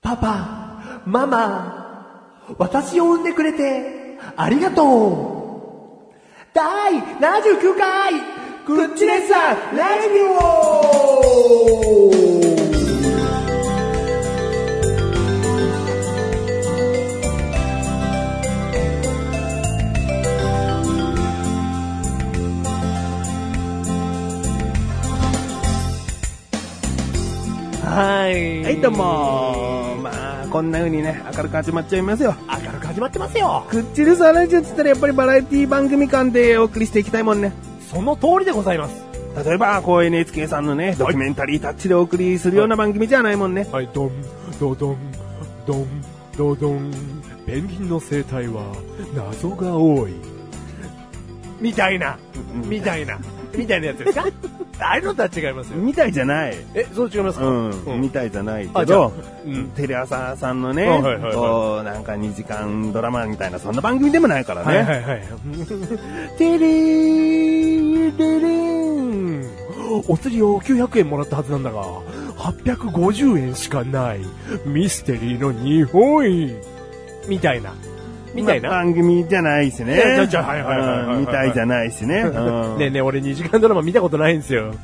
パパ、ママ、私を産んでくれて、ありがとう。第79回、グッチレッサン、ラジオはい。はい、どう。もまあ、こんな風にね、明るく始まっちゃいますよ。明るく始まってますよ。くっちりさラジオっつったらやっぱりバラエティ番組間でお送りしていきたいもんね。その通りでございます。例えば、こう NHK さんのね、ドキュメンタリータッチでお送りするような番組じゃないもんね。はい、ドン、ドドン、ドン、ドドン。ペンギンの生態は謎が多い。みたいな、みたいな、みたいなやつです かああいうのとは違いますよ。みたいじゃない。え、そう違いますかうん、みたいじゃないけあじゃあど、うんテレ朝さんのね、はいはいはいこうなんか2時間ドラマみたいな、そんな番組でもないからね。いはい。テレー、テレーン。お釣りを900円もらったはずなんだが、850円しかない。ミステリーの日本一。みたいな。みたいまあな。番組じゃないしね。いやじゃあはいはいはいはいはいうんみたいじゃないしね。うんねえねえ、俺2時間ドラマ見たことないんですよ。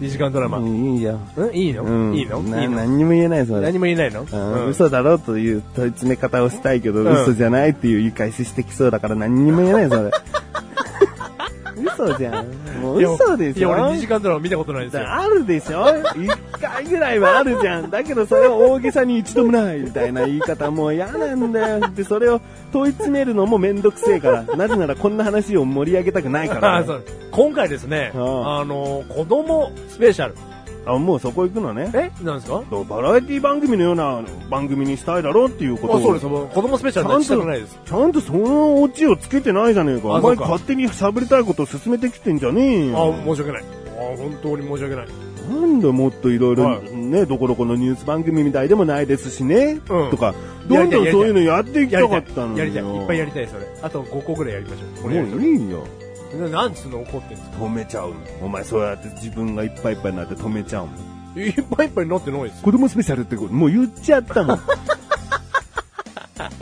2時間ドラマ。うんいいよ。んいいの、うんいいのないいの何にも言えない、それ。何も言えないの、うんうん嘘だろうという問い詰め方をしたいけど、ん嘘じゃないっていう言い返ししてきそうだから何にも言えない、そ れ。嘘じゃん。もう嘘ですいや、よ。俺2時間ドラマ見たことないんですよ。あるでしょ一回ぐらいはあるじゃん。だけどそれを大げさに一度もないみたいな言い方もう嫌なんだよ。で、それを問い詰めるのもめんどくせえ から。なぜならこんな話を盛り上げたくないかあら、あそう今回ですね、うんあの、子供スペシャル。あ、もうそこ行くのね。えなんですかバラエティ番組のような番組にしたいだろうっていうことをあそうです。もう子供スペシャルなんてしたくないです。ちゃんとそのオチをつけてないじゃねえか。あお前そうか勝手に喋りたいことを進めてきてんじゃねえあよ。申し訳ない。あ本当に申し訳ない。なんでもっといろいろはね、どこどこのニュース番組みたいでもないですしね、うんとか、どんどやりたんいやりたいそういうのやっていきたかったのよ。やりたい。いっぱいやりたい、それ。あと5個ぐらいやりましょう。もういいよ。ななんつうの怒ってんですか止めちゃうの。お前そうやって自分がいっぱいいっぱいになって止めちゃうの。いっぱいいっぱいになってないです。子供スペシャルってこと、もう言っちゃったもん。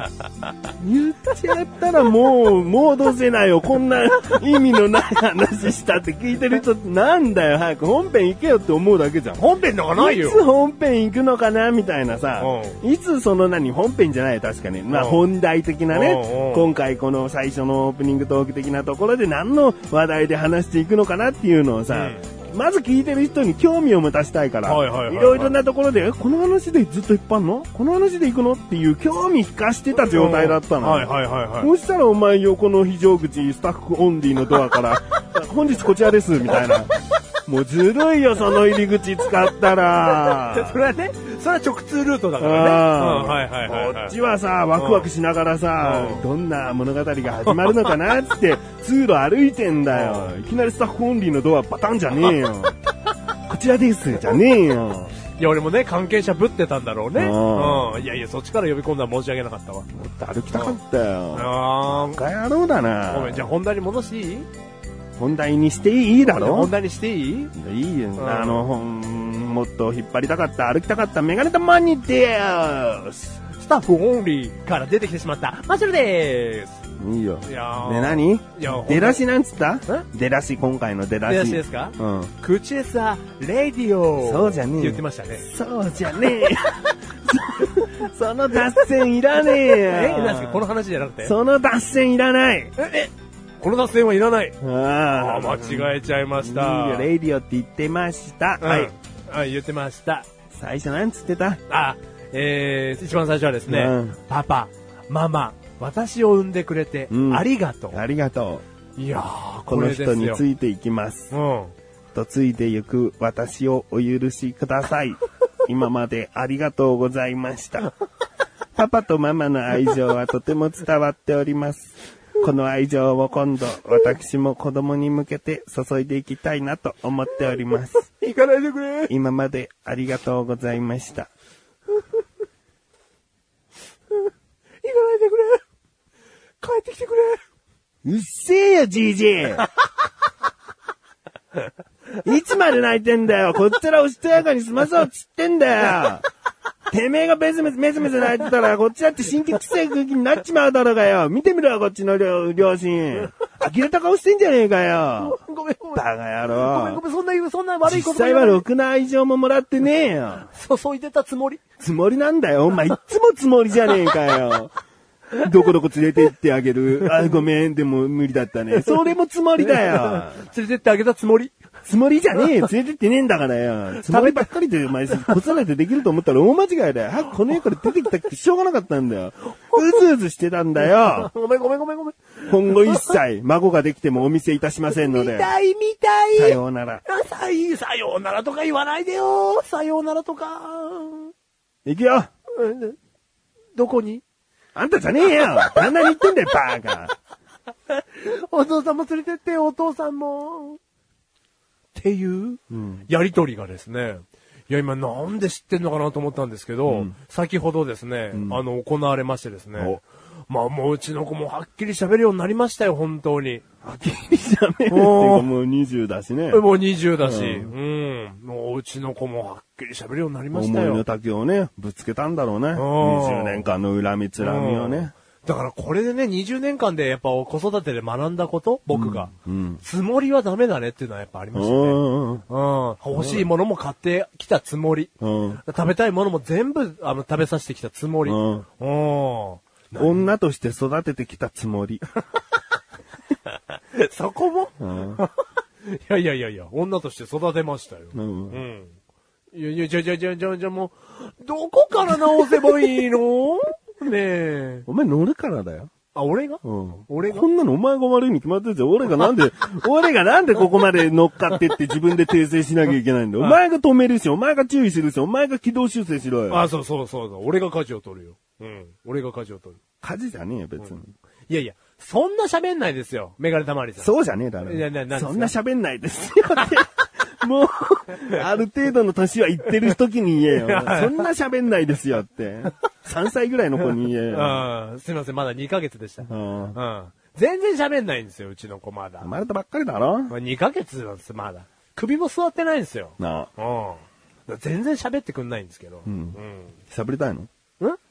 言っちゃったらもう、もうどうせないよ。こんな意味のない話したって聞いてる人なんだよ。早く本編行けよって思うだけじゃん。本編なんかないよい。つ本編行くのかなみたいなさ、いつその何、本編じゃないよ確かに。まあうん本題的なね、うんうん今回この最初のオープニングトーク的なところで何の話題で話していくのかなっていうのをさ、まず聞いてる人に興味を持たしたいから、はいはいはいはいろいろなところで、えこの話でずっと引っ張んのこの話で行くのっていう興味引かしてた状態だったの。はいはいはいはい。そしたらお前横の非常口スタッフオンリーのドア から、本日こちらです、みたいな。もうずるいよ、その入り口使ったら。 それはね、それは直通ルートだからね。あーうんはいはいはいこはっい。ちはさ、ワクワクしながらさ、うんどんな物語が始まるのかなっつって、通路歩いてんだよ。いきなりスタッフオンリーのドアバタンじゃねえよ。こちらです、じゃねえよ。いや、俺もね、関係者ぶってたんだろうね。うんうん。いやいや、そっちから呼び込んだら申し訳なかったわ。もっと歩きたかったよ。あーバカ野郎だごめん、な。じゃあ本題に戻していい本題にしていいだろ本題にしていいいいよ、んあの、ほんもっと引っ張りたかった、歩きたかった、メガネたまにです。スタッフオンリーから出てきてしまった、マシュルでーすいいよ。で、いやー。何いや、出だしなんつったえ出だし、今回の出だ出し。だしですかうん。口でさ、レディオそうじゃねえ言ってましたね。そうじゃ ねえその脱線いらねえよ。え、なんですかこの話じゃなくてその脱線いらない。この脱線はいらない。ああ、間違えちゃいまいしいた。よ、レイディオって言ってました。うんはい。。はい、言ってました。最初なんつってたあ、えー、一番最初はですね、うんパパ、ママ、私を産んでくれて、うんありがとう。ありがといやー、う。この人についいていきます。うん。とついてゆく私をお許しください。今までありがとうございました。パパとママの愛情はとても伝わっております。この愛情を今度、私も子供に向けて注いでいきたいなと思っております。行かないでくれ今までありがとうございました。行かないでくれ帰ってきてくれうっせえよ、じいじいいつまで泣いてんだよ。こっちらをしとやかに済まそうっつってんだよ。てめえがベズメズ、メズメズ泣いてたら、こっちだって神経臭い空気になっちまうだろうがよ。見てみろよ、こっちの両両親。呆れた顔してんじゃねえかよ。ごめんごめん。バカ野ごめんごめん、郎。そんな言う、そんな悪いこ実と際はろくな愛情ももらってねえよ。注いでたつもり。つもりなんだよ。お前、いっつもつもりじゃねえかよ。どこどこ連れて行ってあげる。あ、ごめん、でも無理だったね。それもつもりだよ。 連れてってあげたつもり。つもりじゃねえよ。連れてってねえんだからよ。つもりばっかりで、お前、子育てできると思ったら大間違いだよ。早くこの家から出てきたくてしょうがなかったんだよ。うずうずしてたんだよ。ごめんごめんごめんごめん。今後一切、孫ができてもお見せいたしませんの見で。たい見たい。さようなあら。さいさようならとか言わないでよ。さようならとか。行くよ。うんどこにあんたじゃねえよ。旦那に言ってんだよ、バーカ。お父さんも連れてって、お父さんも。っていう、やりとりがですね、いや、今なんで知ってんのかなと思ったんですけど、先ほどですね、あの、行われましてですねお、まあ、もううちの子もはっきり喋るようになりましたよ、本当に。きり喋るっていうかおーもう20だしね。もう20だし、うん、もううちの子もはっきり喋るようになりました思いのよ。丈をね、ぶつけたんだろうね。20年間の恨みつらみをね。だからこれでね、20年間でやっぱ子育てで学んだこと、僕が、うん。つもりはダメだねっていうのはやっぱありましたね。うん。うん、欲しいものも買ってきたつもり。うん。食べたいものも全部あの食べさせてきたつもり。うんうん 女として育ててきたつも り。そこもうん。 いやいやいやいや、女として育てましたよ。う。うんん。いやいや、じゃあじゃあじゃあじゃあじゃあもう、どこから直せばいいの ねえ。お前乗るからだよ。あ、俺がうん。俺がこんなのお前が悪いに決まってるじゃん。俺がなん で、俺がなんでここまで乗っかってって自分で訂正しなきゃいけないんだよ。お前が止めるし、お前が注意するし、お前が軌道修正しろよ。あ、そうそうそうそう。俺が舵を取るよ。うん。俺が舵を取る。火事じゃねえよ、別に。いやいや、そんな喋んないですよ。メガネたまりさん。そうじゃねえだろ。いやななんですかそんな喋んないですよ って。もう、ある程度の年は言ってる時に言えよ。 そんな喋んないですよって。3歳ぐらいの子に言えよ。うん。すいません、まだ2ヶ月でした。う。うんん。全然喋んないんですよ、うちの子まだ。生ままれたばっかりだろあ、2ヶ月なんです、まだ。首も座ってないんですよ。なあ、うん。全然喋ってくんないんですけど。んうん。喋りたいのん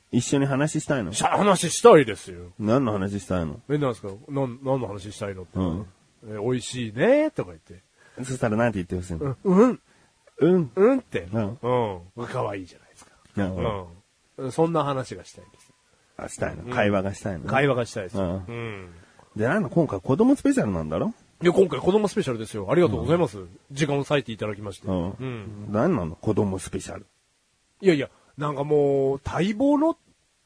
一緒に話したいのしゃ、話したいですよ。何の話したいのえ、なんですかなん、何の話したいのって。うんえ、美味しいねとか言って。そしたら何て言ってほしいのうん、うん。うんって。うんうん。可愛いじゃないですか。なあうん。そんな話がしたいです。あしたいの。会話がしたいの。会話がしたいです。ううんん。で、なんだ、今回子供スペシャルなんだろいや、今回子供スペシャルですよ。ありがとうございます。時間を割いていただきまして。うんうん。何なの子供スペシャル。いやいや、なんかもう、待望のっ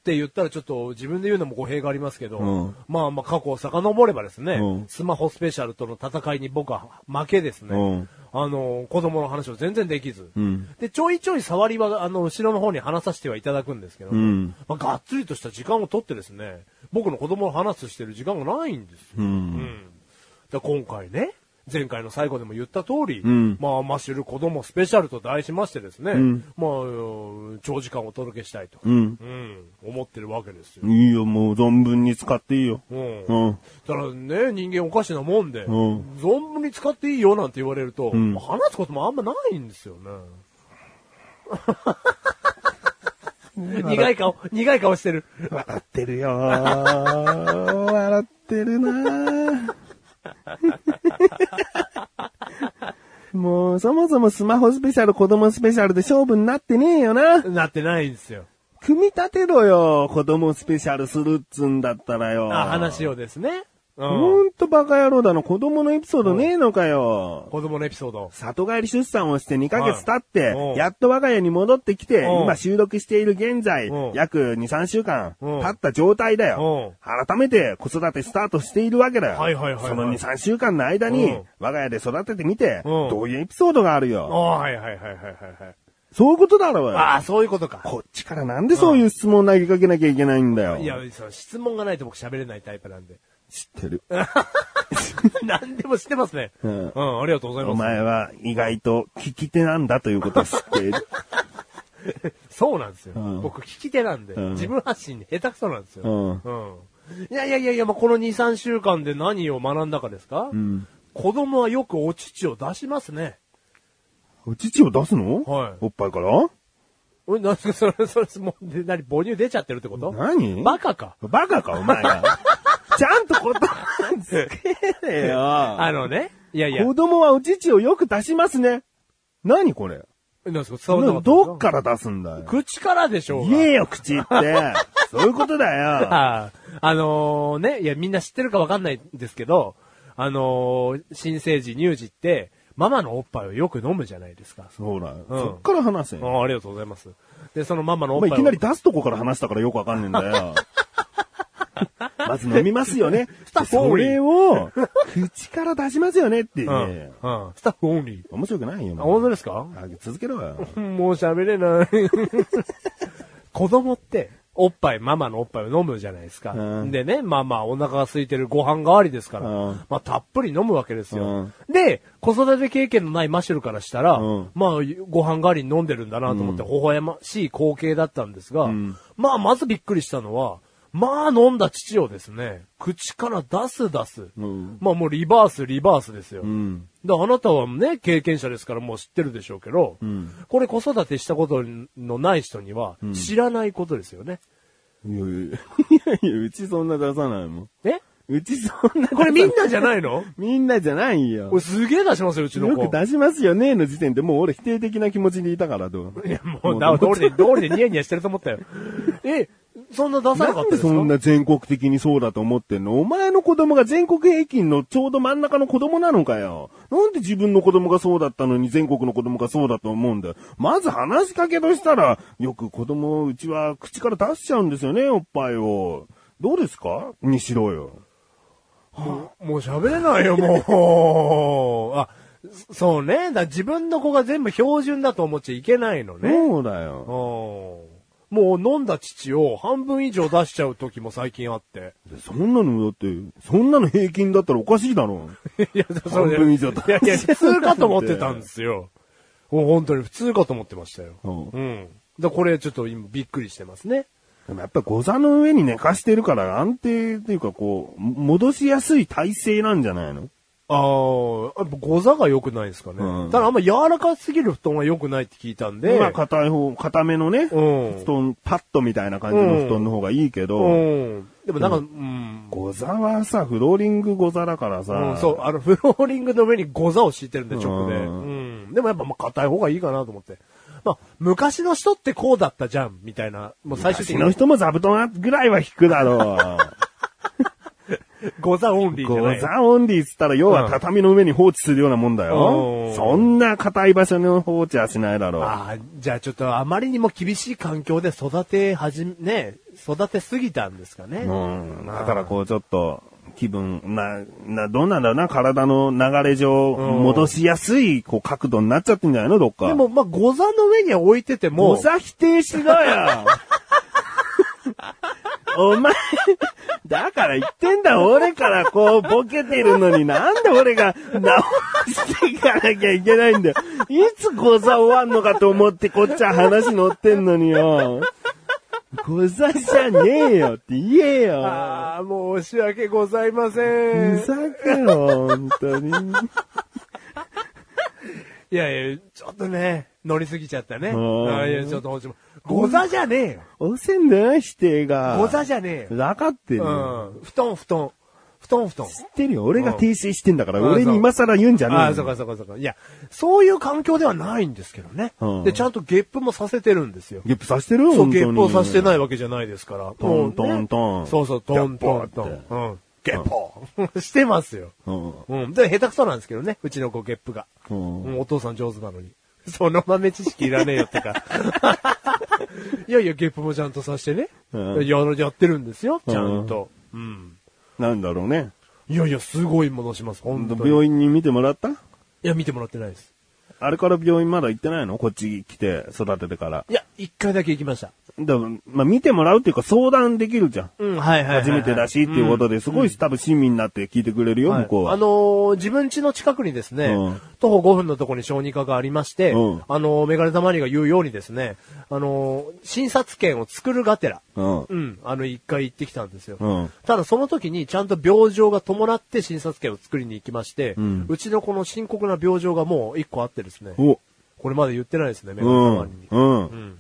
て言ったらちょっと自分で言うのも語弊がありますけど、うんまあまあ過去を遡ればですね、うんスマホスペシャルとの戦いに僕は負けですね。うんあの、子供の話を全然できず。うんで、ちょいちょい触りは、あの、後ろの方に話させてはいただくんですけど、んまあ、がっつりとした時間を取ってですね、僕の子供の話してる時間がないんですよ。うん。で今回ね、前回の最後でも言った通り、んまあ、マッシュル子供スペシャルと題しましてですね、んまあ、うん長時間お届けしたいと、ううんん。思ってるわけですよ。いいよ、もう存分に使っていいよ。うん。だうん。からね、人間おかしなもんんで、存分に使っていいよなんて言われると、ん話すこともあんまないんですよね。苦い顔、苦い顔してる。笑ってるよー。笑ってるな ー。もう、そもそもスマホスペシャル、子供スペシャルで勝負になってねえよな。なってないんですよ。組み立てろよ。子供スペシャルするっつんだったらよ。あ話をですね。うん。ほんとバカ野郎だの。子供のエピソードねえのかよ。子供のエピソード。里帰り出産をして2ヶ月経って、はいうんやっと我が家に戻ってきて、うん今収録している現在うん、約2、3週間、うん経った状態だよ。改めて子育てスタートしているわけだよ。はいはいはいはいその2、3週間の間に、うん我が家で育ててみて、うんどういうエピソードがあるあよ。はいはいはいはいはいはい。そういうことだろうよ。ああ、そういうことか。こっちからなんでそういう質問投げかけなきゃいけないんだよ。いや、その質問がないと僕喋れないタイプな んで。知ってる。何でも知ってますね。ううんん、ありがとうございます。お前は意外と聞き手なんだということを知っている。 そうなんですよ。うん僕、聞き手なんで、うん自分発信で下手くそなんですよ。うん。うん。いやいやいやいや、まあ、この2、3週間で何を学んだかですか、うん。子供はよくお乳を出しますね。お乳を出すのはいおっぱいからうおい、なんすか、それ、それ、もう、で、なに、母乳出ちゃってるってこと何バカか。バカか、お前 は。ちゃんと言葉つけねえよ。あのね。いやいや。子供はお乳をよく出しますね。何これなんすか、伝わんなかったんですどっから出すんだよ。口からでしょうが言えよ、口 って。そういうことだよ。あーあのーね、いや、みんな知ってるかわかんないんですけど、あのー新生児、乳児って、ママのおっぱいをよく飲むじゃないですか。そうだよ。うんそっから話せあよ。ーありがとうございます。で、そのママのおおっぱ前いいきを。なり出すとこから話したからよくわかんねえんだ よ。まず飲みますよね。タッフそオンリーれを、口から出しますよねって。うん、ねうん。スタッフオンリー。面白くないよ。あ、もう本当ですかあ続けろよ。もう喋れない。 子供って、おっぱい、ママのおっぱいを飲むじゃないですか。うんでね、まあまあ、お腹が空いてるご飯代わりですから、うんまあ、たっぷり飲むわけですよ。で、子育て経験のないマシュルからしたら、うんまあ、ご飯代わりに飲んでるんだなと思って、微笑ましい光景だったんですが、まあ、まずびっくりしたのは、まあ、飲んだ父をですね、口から出す出す。うんまあ、もうリバース、リバースですよ。うん。だからあなたはね、経験者ですからもう知ってるでしょうけど、これ子育てしたことのない人には知らないことですよね。いやいやいや、うちそんな出さないもん。えうちそんな出さこれみんなじゃないのみんなじゃないよ。俺すげえ出しますよ、うちのよ子。く出しますよねの時点でもう俺否定的な気持ちにいたからどう。いや、もう、だ、どれで、どれでニヤニヤしてると 思ったよ。え、そんな出さななかっんたでですかそんな全国的にそうだと思ってんのお前の子供が全国平均のちょうど真ん中の子供なのかよ。なんで自分の子供がそうだったのに全国の子供がそうだと思うんだよ。まず話しかけとしたら、よく子供、うちは口から出しちゃうんですよね、おっぱいを。どうですかにしろよ。もうもう喋れないよ、もう。あ、そそうね。だから自分の子が全部標準だと思っちゃいけないのね。そうだよ。うんもう飲んだ乳を半分以上出しちゃう時も最近あって。そんなのだって、そんなの平均だったらおかしいだろ。いや、半分以上出しいちゃやういや、普通かと思ってたんですよ。もう本当に普通かと思ってましたよ。 うんうん。だからこれちょっと今びっくりしてますね。でもやっぱりゴザの上に寝かしてるから安定っていうかこう、戻しやすい体勢なんじゃないのああ、やっぱゴザが良くないですかね。うんただあんま柔らかすぎる布団は良くないって聞いたんで。まあ硬い方、硬めのね、うん布団、パッドみたいな感じの布団の方がいいけど、うん。でもなんか、うん。ゴザはさ、フローリングゴザだからさ、うん、そう、あの、フローリングの上にゴザを敷いてるんで、直で。ううん。でもやっぱ、まあ、硬い方がいいかなと思って。まあ、昔の人ってこうだったじゃん、みたいな。もう最終昔的のに、人も座布団ぐらいは引くだろゴザオンう。リーじゃゴ ない。ザオンリーっつったら、要は畳の上に放置するようなもんだよ。うんそんな硬い場所の放置はしないだろう。ああ、じゃあちょっとあまりにも厳しい環境で育て始め、ね、育てすぎたんですかね。うん。だからこうちょっと、気分、な、な、どうなんだろうな、体の流れ上、うん戻しやすい、こう、角度になっちゃってんじゃないのどっか。でも、まあ、ゴザの上には置いてても、もう、さ否定しろよお前、だから言ってんだ、俺からこう、ボケてるのに、なんで俺が 直していかなきゃいけないんだよ。いつゴザ終わんのかと思って、こっちは話乗ってんのによ。ゴザじゃねえよって言えよ。ああ、申し訳ございませふん。ざけろ、本当に。いやいや、ちょっとね、乗りすぎちゃったね。うんああいや、ちょっとほんと、ゴザじゃねえよ。おせんだよ、否定が。ゴザじゃねえよ。わかってるよ。うん。布団、布団。布団、布団。知ってるよ。俺が訂正してんだから、うん俺に今更言うんじゃねえよああ、そうかそうかそうか。いや、そういう環境ではないんですけどね。うんで、ちゃんとゲップもさせてるんですよ。ゲップさしてる。そう、ゲップをさせてないいわけじゃないですから。トントントンもうねそうそう、トントントゲッン。ポうん。ゲッポー してますよ。うん。うん。で、下手くそなんですけどね。うちの子、ゲップが。ううんん、お父さん上手なのに。その豆知識いらねえよって か。いやいや、ゲップもちゃんとさしてね。うんややってるんですよ、ちゃんと。うん。なんだろうね。いやいや、すごいものします、本当に。病院に見てもらったいや、見てもらってないです。あれから病院まだ行ってないのこっち来て育ててから。いや、一回だけ行きました。だからまあ見てもらうっていうか相談できるじゃん。うん、はいはいはいはい、初めてだしっていうことで、すごい多分親身になって聞いてくれるよ、はい向こうは。あのー自分家の近くにですね、うん徒歩5分のところに小児科がありまして、うんあのーメガネたまりが言うようにですね、あのー診察券を作るがてら、うんうん、あの、一回行ってきたんですよ。うんただその時にちゃんと病状が伴って診察券を作りに行きまして、うんちのこの深刻な病状がもう一個あってですね、お、これまで言ってないですね、メガネたうまりんに、。うん。うん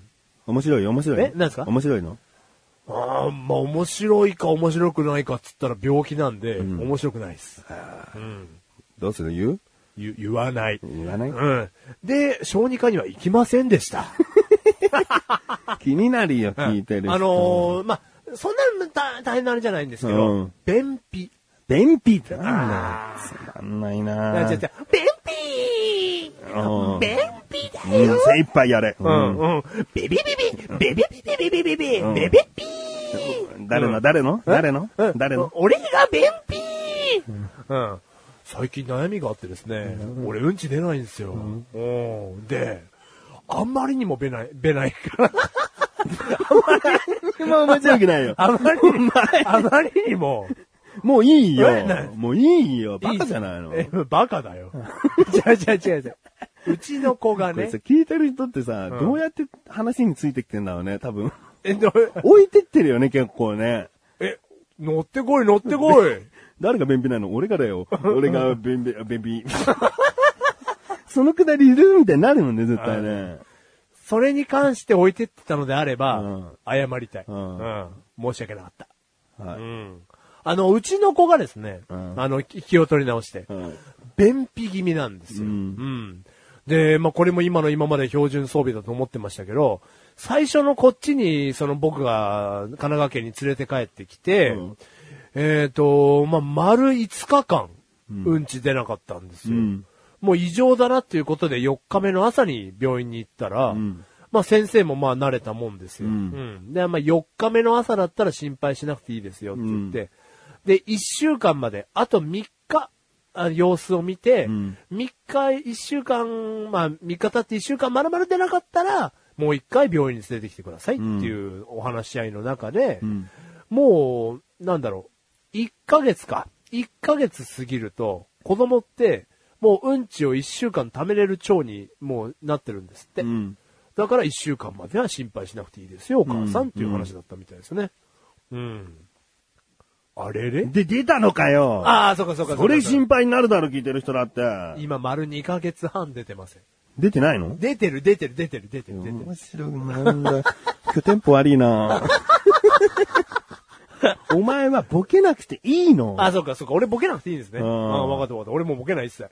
面白いよ、面白いよ。え何ですか面白いのああ、まあ面白いか面白くないかっつったら病気なんで、面白くないです。どうする言う言言わない。言わないうん。で、小児科には行きませんでした。気になるよ、聞いてる人。あのーまあ、そんな大大変なあれじゃないんですけど、うん便秘。便秘ってなんだよ。つまんないなあ違う違う便秘うん便秘だうんよ、精一杯やれ。ううんん、うん。ビビビビビビビビビビビビんビビピ誰の、誰の誰のー誰の俺が便秘うん。最近悩みがあってですね、俺うんち出ないんですよ。うん。で、あんまりにも出ない、出ないから。今面白くないよ。あまりにも、 あまりにも、もういいえなよ。もういいよ。バカじゃないの。えこバカだよ。 違う違う違う違う。うちの子がれねさ、、聞いてる人ってさ、んどうやって話についてきてんだろうね、多分。え、ど置いてってるよね、結構ね。え、乗ってこい乗ってこい誰が便秘なの俺がだ よ。俺が便秘、便秘。 そのくだりいるみたいになるもんね、絶対ね。 それに関して置いてってたのであれば、うん謝りたい、ううんん申し訳なかった。はうい。ん。あの、うちの子がですね、うんあの、気気を取り直して、うん便秘気味なんですよ。ううんん。で、まあ、これも今の今まで標準装備だと思ってましたけど、最初のこっちに、その僕が神奈川県に連れて帰ってきて、うんえっ、と、まあ、丸5日間、うんち出なかったんですよ。うんもう異常だなっていうことで4日目の朝に病院に行ったら、んまあ先生もまあ慣れたもんですよ。ううんんで、まあ4日目の朝だったら心配しなくていいですよって言って、で、1週間まで、あと3日、あ様子を見て、うん3日、1週間、まあ3日経って1週間まるまる出なかったら、もう1回病院に連れてきてくださいっていうお話し合いの中で、うん。もう、なんだろう、1ヶ月か。1ヶ月過ぎると、子供って、もううんちを1週間貯めれる腸にもうなってるんですって。うん。だから1週間までは心配しなくていいですよ、お母さんっていう話だったみたいですね。うん。あれれで、出たのかよ。ああ、そうかそうかそうか。それ心配になるだろ、聞いてる人だって。今、丸2ヶ月半出てません。出てないの出てる、出てる、出てる、出てる、出てる面。白いなんだ。今日テンポ悪い なお前はボケなくていいの。あ、そうか、そうか。俺ボケなくていいんですね。あうんあ、わかったわかった。俺もうボケない一切。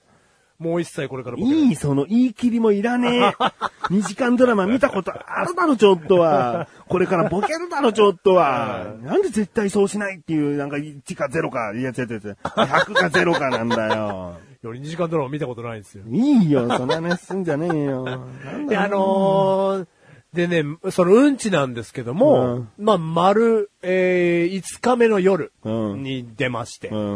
もう一切これからボケない。いい、その言い切りもいら ねえ。2時間ドラマ見たことあるだろ、ちょっとは。これからボケるだろ、ちょっとは。なんで絶対そうしないっていう、なんか1か0か、いや、違う違う違う。100か0かなんだよ。より2時間ドラマ見たことないんですよ。いいよ、そんな話すんじゃねえよ。なんだで、よあのーでね、そのうんちなんですけども、まあ、丸、えー、5日目の夜うんに出まして、う、うん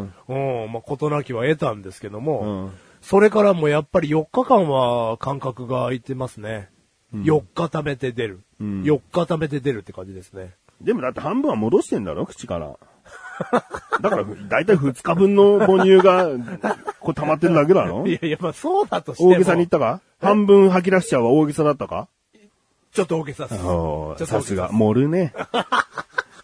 ん。まあ、事なきは得たんですけども、うんそれからもうやっぱり4日間は間隔が空いてますね。4日溜めて出る。うん4日溜めて出るって感じですね。でもだって半分は戻してんだろ口から。だから、だいたい2日分の母乳が、こう溜まってるだけだろいやいや、まあ、そうだとしても。大げさに言ったか半分吐き出しちゃうは大げさだったかちょっと大げさっす。ちょおーっと大げっさすすが、。盛る ね。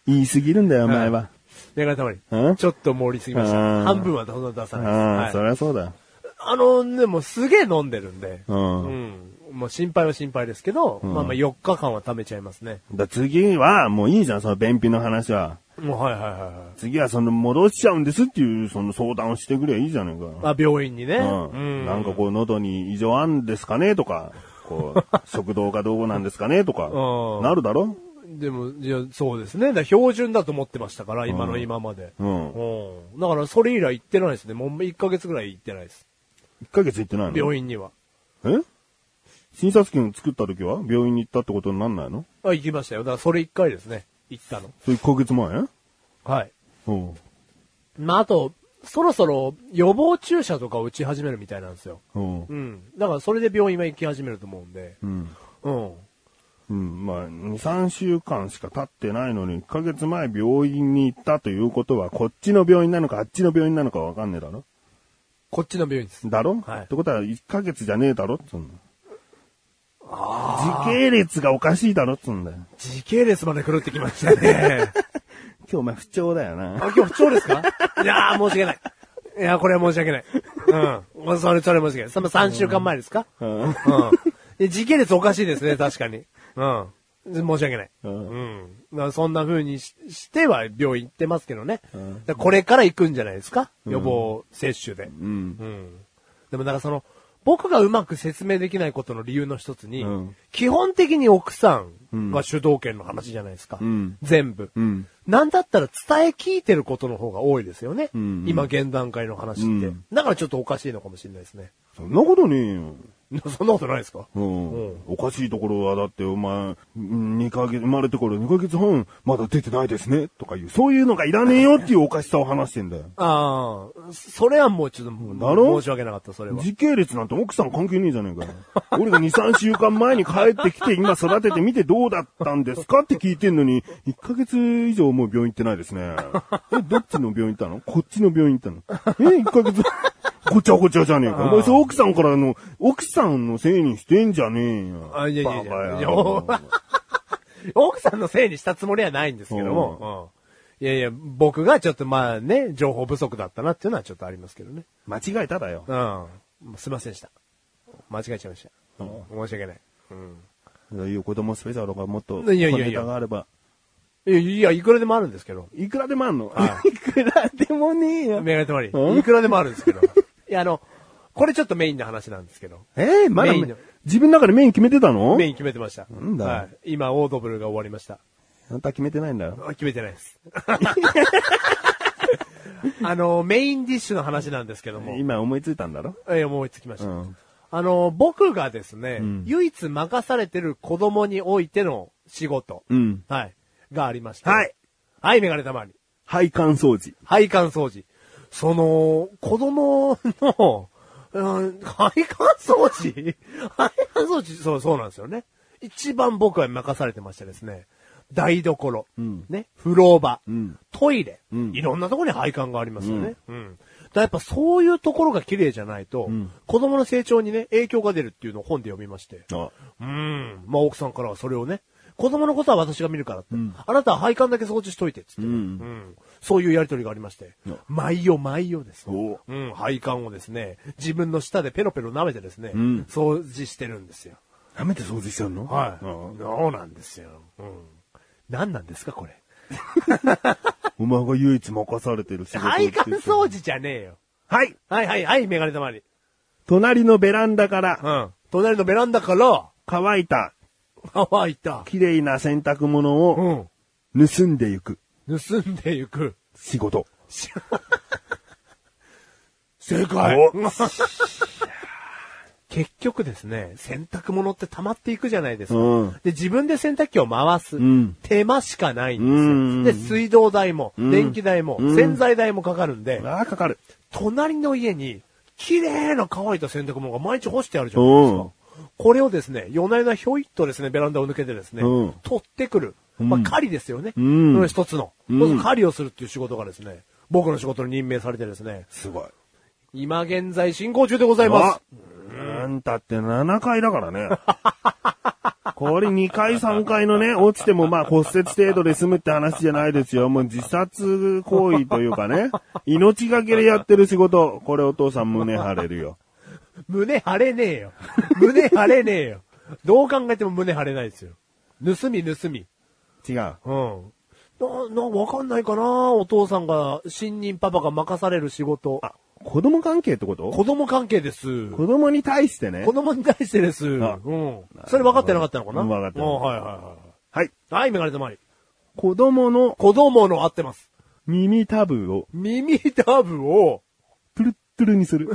言いすぎるんだよ、お前は。願いたまにうん。ちょっと盛りすぎました。うん半分はそんな出さうなん、いです。そはいりゃそうだ。あの、でもすげえ飲んでるんで。うんうん。もう心配は心配ですけど、まあまあ4日間は貯めちゃいますね。だ次は、もういいじゃん、その便秘の話は。もうはいはいはいは次は、その、戻しちゃうんですっていう、その相談をしてくればいいじゃないい。か。まあ病院にね。うん。なんかうこう、喉に異常あんですかねとか、こう、 食道がどうなんですかねとかうん、なるだろん。でも、いや、そうですね。だから標準だと思ってましたから、今の今まで。うんうんだからそれ以来行ってないですね。もう1ヶ月ぐらい行ってないです。一ヶ月行ってないの病院には。え診察券作った時は病院に行ったってことになんないのあ、行きましたよ。だからそれ1回ですね。行ったの。それ一ヶ月前はい。うん。まああと、そろそろ予防注射とかを打ち始めるみたいなんですよ。うんう。ん。だからそれで病院は行き始めると思うんで。うん。うん。うん。まあ、2、3週間しか経ってないのに、1ヶ月前病院に行ったということは、こっちの病院なのか、あっちの病院なのかわかんねえだろこっちの病院です。だろはいってことは、1ヶ月じゃねえだろつうんだ。時系列がおかしいだろつうんだよ。時系列まで狂ってきましたね。今日お前不調だよな。 あ、今日不調ですかいやー、申し訳ない。いやー、これは申し訳ない。うん。それ、それ申し訳ない。その3週間前ですかうん。うん。で時系列おかしいですね、確かに。うん。申し訳ない。うんうん。だからそんな風にししては病院行ってますけどね。うんだからこれから行くんじゃないですか予防接種で。うん。うん。でもなんかその、僕がうまく説明できないことの理由の一つに、うん基本的に奥さんが主導権の話じゃないですか。うん全部。うん。なんだったら伝え聞いてることの方が多いですよね。ん今現段階の話って、うんだからちょっとおかしいのかもしれないですね。 そんなことねえよ。そんなことないですかうんうんおかしいところはだってお前、2ヶ月、生まれてから2ヶ月半、まだ出てないですね、とかいう、そういうのがいらねえよっていうおかしさを話してんだよ。ああ、それはもうちょっともだろう、申し訳なかった、それは。時系列なんて奥さん関係ねえじゃねえかよ。 俺が2、3週間前に帰ってきて、今育ててみてどうだったんですかって聞いてんのに、1ヶ月以上もう病院行ってないですね。え、どっちの病院行ったのこっちの病院行ったのえ、1ヶ月、 ごちゃごちゃじゃねえか。お前、そう奥さんからの、奥さんのせいにしてんじゃねえよ。あいやいやいバやカ野いや 郎奥さんのせいにしたつもりはないんですけども、うんいやいや、僕がちょっとまあね、情報不足だったなっていうのはちょっとありますけどね。間違えただよ。うん。すいませんでした。間違えちゃいました。うん申し訳ない。うん。そういう子供スペシャルがもっと、いやいやい小やネタがあれば。いや、いやいくらでもあるんですけど。いくらでもあんのはいくらでもねえよ。メガネたまりうん。いくらでもあるんで すけど。いや、あの、これちょっとメインの話なんですけど。えーまだメインの自分の中でメイン決めてたのメイン決めてました。なんだはい。今、オードブルが終わりました。あんた決めてないんだよ。あ決めてないです。 あの、メインディッシュの話なんですけども。今思いついたんだろえー思いつきました。うんあの、僕がですね、ん唯一任されてる子供においての仕事、うん。はい、がありました。はい。はい、メガネたまり。配管掃除。配管掃除。その、子供の、うん、配管掃除 配管掃除、そう、そうなんですよね。一番僕は任されてましてですね、台所、んね、風呂場、んトイレ、うんいろんなところに配管がありますよね。うん。だからやっぱそういうところが綺麗じゃないと、子供の成長にね、影響が出るっていうのを本で読みまして。あ、うん。まあ、奥さんからはそれをね、子供のことは私が見るからって。あなたは配管だけ掃除しといて、つって、うんうんそういうやりとりがありましてうん。毎夜毎夜です。おううん。配管をですね、自分の舌でペロペロ舐めてですね、ん掃除してるんですよ。やめて掃除しちゃうのはい。うんそうなんですよ。うん。何なんですか、これ。お前が唯一任されてる仕事って配言って管た掃除じゃねえよ。はいはいはいはい、メガネたまに。隣のベランダからうん。隣のベランダから、乾いた乾いた。綺麗な洗濯物をうん。盗んでいく盗んでいく。仕 事。正解お結局ですね、洗濯物って溜まっていくじゃないですか。うんで、自分で洗濯機を回す。ん手間しかないうんんですよ。で、水道代も、電気代も、洗剤代もかかるんで、ああ、かかる。隣の家に、綺麗な乾いた洗濯物が毎日干してあるじゃないですうかん。。これをですね、夜な夜なひょいっとですね、ベランダを抜けてですね、うん取ってくる。まあ、狩りですよね。うんその一つの。そうする狩りをするっていう仕事がですね、僕の仕事に任命されてですね、すごい。今現在進行中でございます。あんたって7階だから ね。これ2階3階のね、落ちてもまあ骨折程度で済むって話じゃないですよ。もう自殺行為というかね、命がけでやってる仕事。これお父さん胸張れるよ。胸張れねえよ。胸張れねえよ。どう考えても胸張れないですよ。盗み盗み。違う。うん。な、な、わかんないかなお父さんが、新任パパが任される仕事。あ、子供関係ってこと子供関係です。子供に対してね子。供に対してです。うあん。それ分かってなかったのかなうん分かってないうんはいはいははい。い。はい、メガネたまり。子供の子供の合ってます。耳タブを耳タブを、トゥルットゥルにする。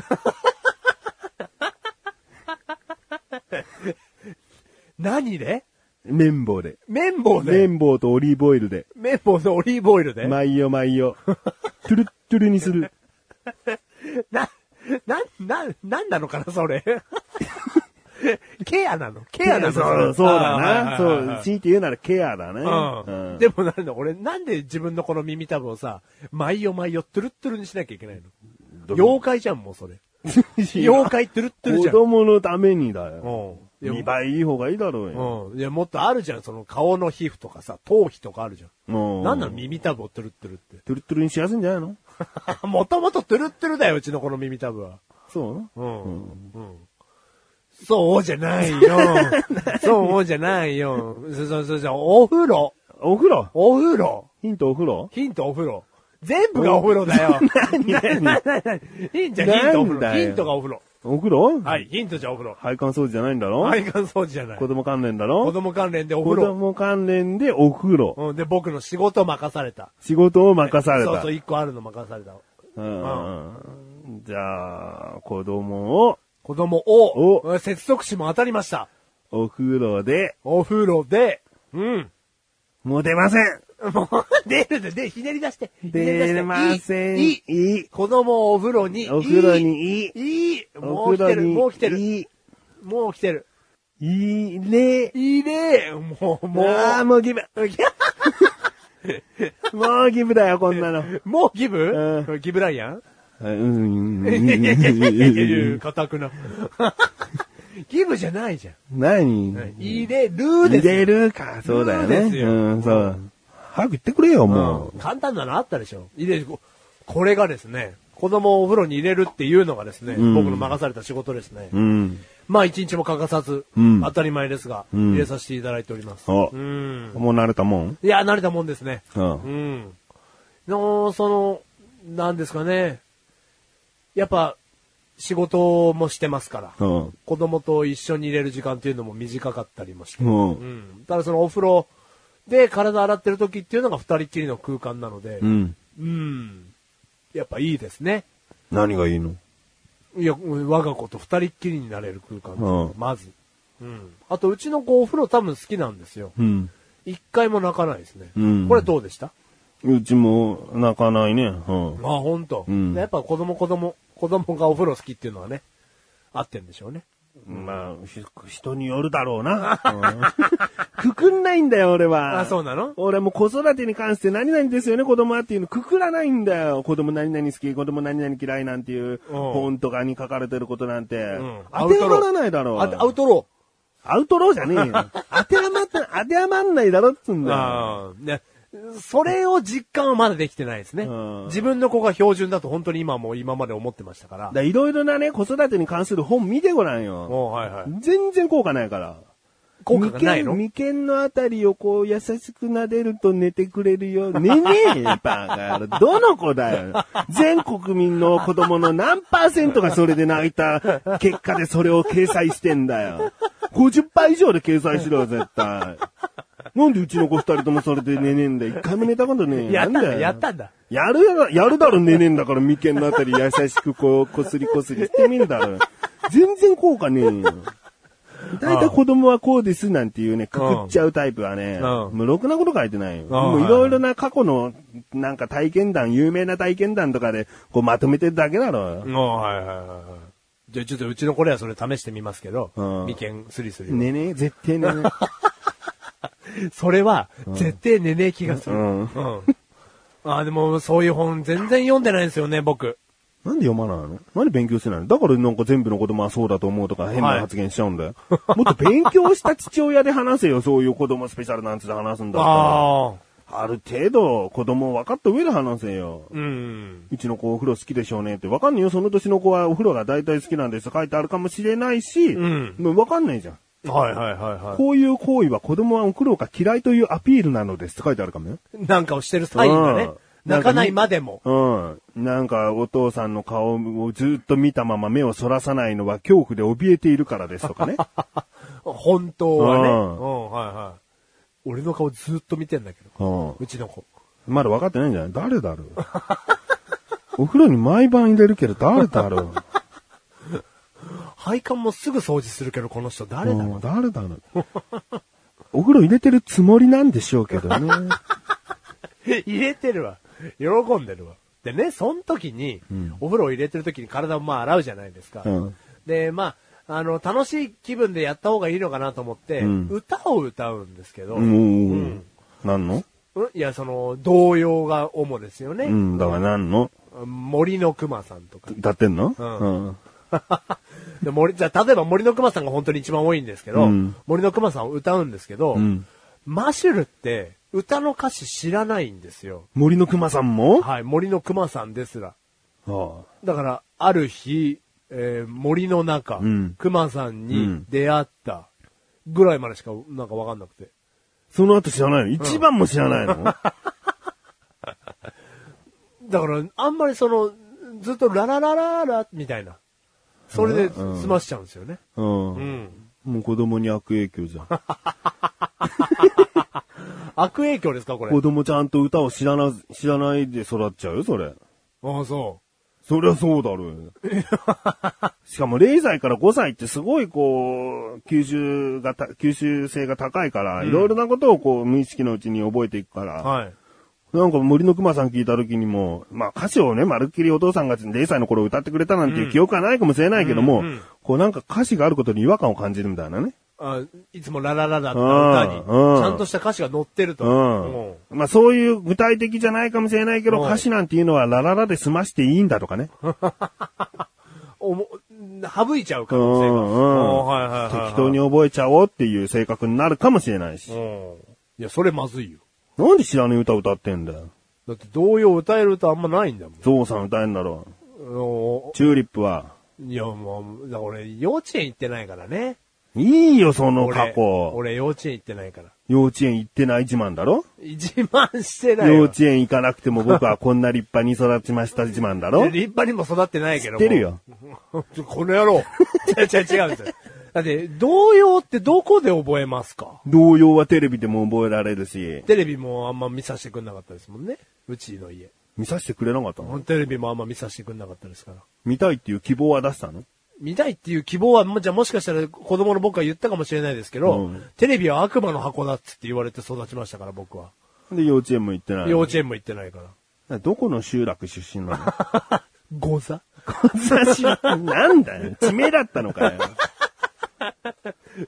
何で 綿棒で。綿棒で。綿棒とオリーブオイルで。綿棒でオリーブオイルで。毎夜毎夜。トゥルットゥルにする。な、な、な、なんなのかな、そ れ。ケアなのケアなのそう、そうだな。そ。れあーはいはいはう、い強いて言うならケアだね。うん。でもなんだ、俺なんで自分のこの耳たぶをさ、毎夜毎夜トゥルットゥルにしなきゃいけないの妖怪じゃん、もうそれ。妖怪トゥルットゥルじ子ゃん。供のためにだよ。うん。見栄えいい方がいいだろうよ。うん。いや、もっとあるじゃん、その顔の皮膚とかさ、頭皮とかあるじゃん。うんなんなの耳たぶをトゥルットゥルって。 トゥルトゥルにしやすいんじゃないのもともとトゥルットゥルだよ、うちのこの耳たぶは。そううん。うん。そうじゃない よ。そうじゃないよ。そうそうそうそう、お風呂。お風呂お風呂。ヒントお風 呂ヒントお風呂。全部がお風呂だよ。何何ヒントじゃヒントなおん風だ呂。よヒントがお風呂。お風呂。はいい、ヒントじゃお風呂。配管掃除じゃないんだろ配管掃除じゃない。子子供関連だろ供関連でお子風呂。供関連でお風呂。うん、で、僕の仕事任された。仕事を任された。そうそう、一個あるの任された。うんじゃあ、子供を子供おを、接続詞も当たりました。お風呂で、お風呂で、うん。もう出ませんもう、出るで、で、ひねり出して。ひねり出して出ませんいい。いいいい子供をお風呂に。お風呂にいいいい。いい。もおう来て風呂る。にもう来てる。いい。もう来てる。いいね。いいねもう、もう。ああ、もうギブ。もうギブだよ、こんなの。 もうギブ、うギブライアンうんいやいやいやいやい や、固くな。ギブじゃないじゃ何ん。入れるです。入れるか、そうだよね。そうですようん、そう。早く言ってくれよ、もうん簡単なのあったでしょ。入れる。ここれがですね、子供をお風呂に入れるっていうのがですね、うん僕の任された仕事ですね。う。うん。まあ一日も欠かさず、うん当たり前ですが、うん入れさせていただいております。おうん。もう慣れたもんいや、慣れたもんですね。う。うんん。の、その、なんですかね。やっぱ、仕事もしてますかうら。ん。子供と一緒に入れる時間っていうのも短かったりもして。うんうん。ただそのお風呂で体洗ってる時っていうのが二人っきりの空間なのでう、ん。うん。やっぱいいですね。何がいいのいや、我が子と二人っきりになれる空間っていうのがうんまず。うん。あと、うちの子お風呂多分好きなんですよ。うん。一回も泣かないですね。うんこれどうでしたうちも泣かないね。うん。あ、ほんと。うんやっぱ子供子供、子供がお風呂好きっていうのはね、合ってんでしょうね。まあ、ひ人によるだろうな。 うんくくんないんだよ、俺は。あ、そうなの俺も子育てに関して何々ですよね、子供はっていうのくくらないんだよ。子供何々好き、子供何々嫌いなんていう本とかに書かれてることなんて。ん当てはまらないだろう。あアウトロアウトローじゃねえよ。 当てはまって、当てはまんないだろっつうんー。だよ。あーね。それを実感はまだできてないですねうん。自分の子が標準だと本当に今も今まで思ってましたから。だいろいろなね、子育てに関する本見てごらんよ。もうはいはい。全然効果ないから。効果がないの眉間眉間のあたりをこう優しく撫でると寝てくれるよ。寝ねえよ、バカ野郎。どの子だよ。全国民の子供の何パーセントがそれで泣いた結果でそれを掲載してんだよ。50杯以上で掲載しろよ、絶対。なんでうちの子二人ともそれで寝ねえんだよ。一回も寝たことねえよ。やったんなんだ、よやったんだ。やるやろ、やるだろ、寝ねえんだから、眉間のあたり優しくこう、こすりこすりしてみるだろ。全然効果ねえよ。大体子供はこうですなんていうね、くくっちゃうタイプはね、うん無ろくなこと書いてないよ。んもういろいろな過去の、なんか体験談、有名な体験談とかで、こうまとめてるだけだろ。もうはいはいはいはい。じゃあちょっとうちの子らはそれ試してみますけど、うん眉間スリスリ。ねえねえ、絶対ねえねそれは、絶対寝ねえ気が すえ。る。ううん。ん。あーでもそういう本全然読んでないんですよね、僕。なんで読まないのなんで勉強してないのだからなんか全部の子供はそうだと思うとか変な発言しちゃうんだよ。もっと勉強した父親で話せよ、そういう子供スペシャルなんつって話すんだったら。ああ。ある程度子供を分かった上で話せよ。うん。うちの子お風呂好きでしょうねって。わかんないよ。その年の子はお風呂が大体好きなんです。書いてあるかもしれないし、うんもうわかんないじゃん。はいはいはいはこういう行為は子供はお風呂が嫌いというアピールなのですって書いてあるかもよ。い。なんかをしてるサインがねうん。泣かないまでも。うん。なんか、お父さんの顔をずっと見たまま目をそらさないのは恐怖で怯えているからですと かね。本当はね。ううんん、はいはい。俺の顔ずっと見てんだけど。うん。うちの子。まだ分かってないんじゃない誰だろうお風呂に毎晩入れるけど誰だろう配管もすぐ掃除するけど、この人誰だうろん誰だろうお風呂入れてるつもりなんでしょうけどね。う 入れてるわ。喜んでるわ。でね、その時に、お風呂を入れてる時に体をまあ洗うじゃないですか。うんで、まあ、あの、楽しい気分でやった方がいいのかなと思って、うん歌を歌 うんですけど、うん。なんのうんいや、その、童謡が主ですよね。うん、だからなんの森の熊さんとか。歌ってんのうんうん。で森じゃあ、例えば森の熊さんが本当に一番多いんですけど、うん森の熊さんを歌うんですけど、うんマシュルって歌の歌詞知らないんですよ。森の熊さんもはい、森の熊さんですら。ああだから、ある日、ええー森の中、うん熊さんうにん出会ったぐらいまでしかなんかわかんなくて。その後知らないの一番も知らないのだから、あんまりその、ずっとラララララみたいな。それでうん済ましちゃうんですよね。うん う。ん。もう子供に悪影響じゃん。悪影響ですか、これ。子供ちゃんと歌を知らな、知らないで育っちゃうよ、それ。ああ、そそりゃそうだろう よ。しかも0歳から5歳ってすごいこう、吸収がた、吸収性が高いから、いろいろなことをこう、無意識のうちに覚えていくから、う。はい。なんか森の熊さん聞いた時にも、まあ歌詞をね、まるっきりお父さんが0歳の頃歌ってくれたなんていう記憶はないかもしれないけども、うんうんこうなんか歌詞があることに違和感を感じるみたいなね。あいつもララララだった歌うんに、ちゃんとした歌詞が載ってると。うん。うんまあそういう具体的じゃないかもしれないけど、うん歌詞なんていうのはラララで済ましていいんだとかね。おも省いちゃう可能性が。うんうんおーはいはいはいはい適当に覚えちゃおうっていう性格になるかもしれないし。うん。いや、それまずいよ。なんで知らねえ歌歌ってんだよ。だって童謡歌える歌あんまないんだもんゾウさん歌えんだろ。おチューリップは。ー。いや、もう、だから俺、幼稚園行ってないからね。いいよ、その俺過去。俺、幼稚園行ってないから。幼稚園行ってない自慢だろ自慢してないよ。幼稚園行かなくて も僕はこんな立派に育ちました自慢だろ立派にも育ってないけども。知ってるよ。ちょ この野郎。違う違う違うんですよ。だって、童謡ってどこで覚えますか童謡はテレビでも覚えられるし、テレビもあんま見させてくんなかったですもんね。うちの家。見させてくれなかったのテレビもあんま見させてくんなかったですから。見たいっていう希望は出したの見たいっていう希望は、もじゃあもしかしたら子供の僕は言ったかもしれないですけど、うんテレビは悪魔の箱だっつって言われて育ちましたから僕は。で、幼稚園も行ってないの。幼稚園も行ってないから。どこの集落出身なの ゴザ雑誌なんだよ。地名だったの かよ。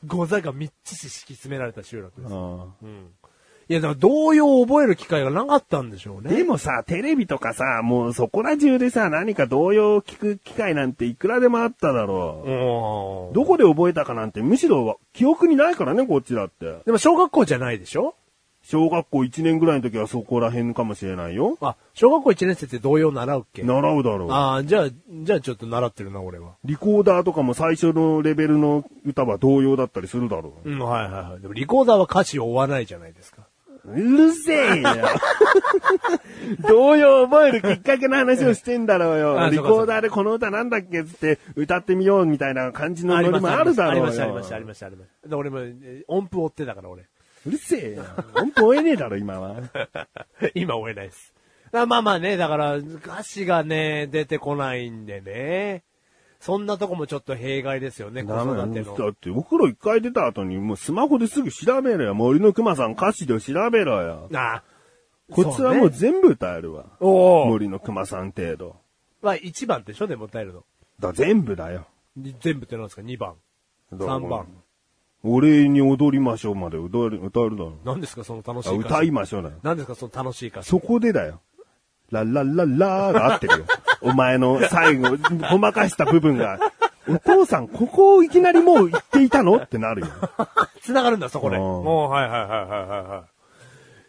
ゴザがみっちし敷き詰められた集落です。あいや、だから童謡を覚える機会がなかったんでしょうあね。でもさ、テレビとかさ、もうそこら中でさ、何か動揺を聞く機会なんていくらでもあっただろう。うんどこで覚えたかなんてむしろ記憶にないからね、こっちだって。でも小学校じゃないでしょ小学校1年ぐらいの時はそこら辺かもしれないよ。あ、小学校1年生って童謡習うっけ習うだろう。ああ、じゃあ、じゃあちょっと習ってるな、俺は。リコーダーとかも最初のレベルの歌は同様だったりするだろうん、はいはいはい。でもリコーダーは歌詞を追わないじゃないですか。う。うるせえ よ。同様覚えるきっかけの話をしてんだろうよ。あリそうかそうコかーダーでこの歌なんだっけっつって歌ってみようみたいな感じのノリもあるだろうよ。ありました、ありました、ありました、ありました。で俺もえー音符追ってたから、俺。 うるせえよ。本当追えねえだろ、今は。今追えないです。あまあまあね、だから、歌詞がね、出てこないんでね。そんなとこもちょっと弊害ですよね、子ダメ育だてよ。だの。って、お風呂一回出た後にもうスマホですぐ調べろよ。森の熊さん歌詞で調べろよ。ああ。こっちはもそうね、全部歌えるわ。おお。森の熊さん程度。まあ、1番でしょ、でも歌えるの。だ、全部だよ。に全部ってなんですか、2番。だから3番。お礼に踊りましょうまで歌える、歌えるだろ。何ですか、その楽しあい歌詞。歌いましょうだよ。何ですか、その楽しい歌詞。そこでだよ。ララララが合って るよ。お前の最後、ごまかした部分が。お父さん、ここをいきなりもう言っていたのってなるよ。 繋がるんだ、そこで。うんもう、はいはいはいはいはいは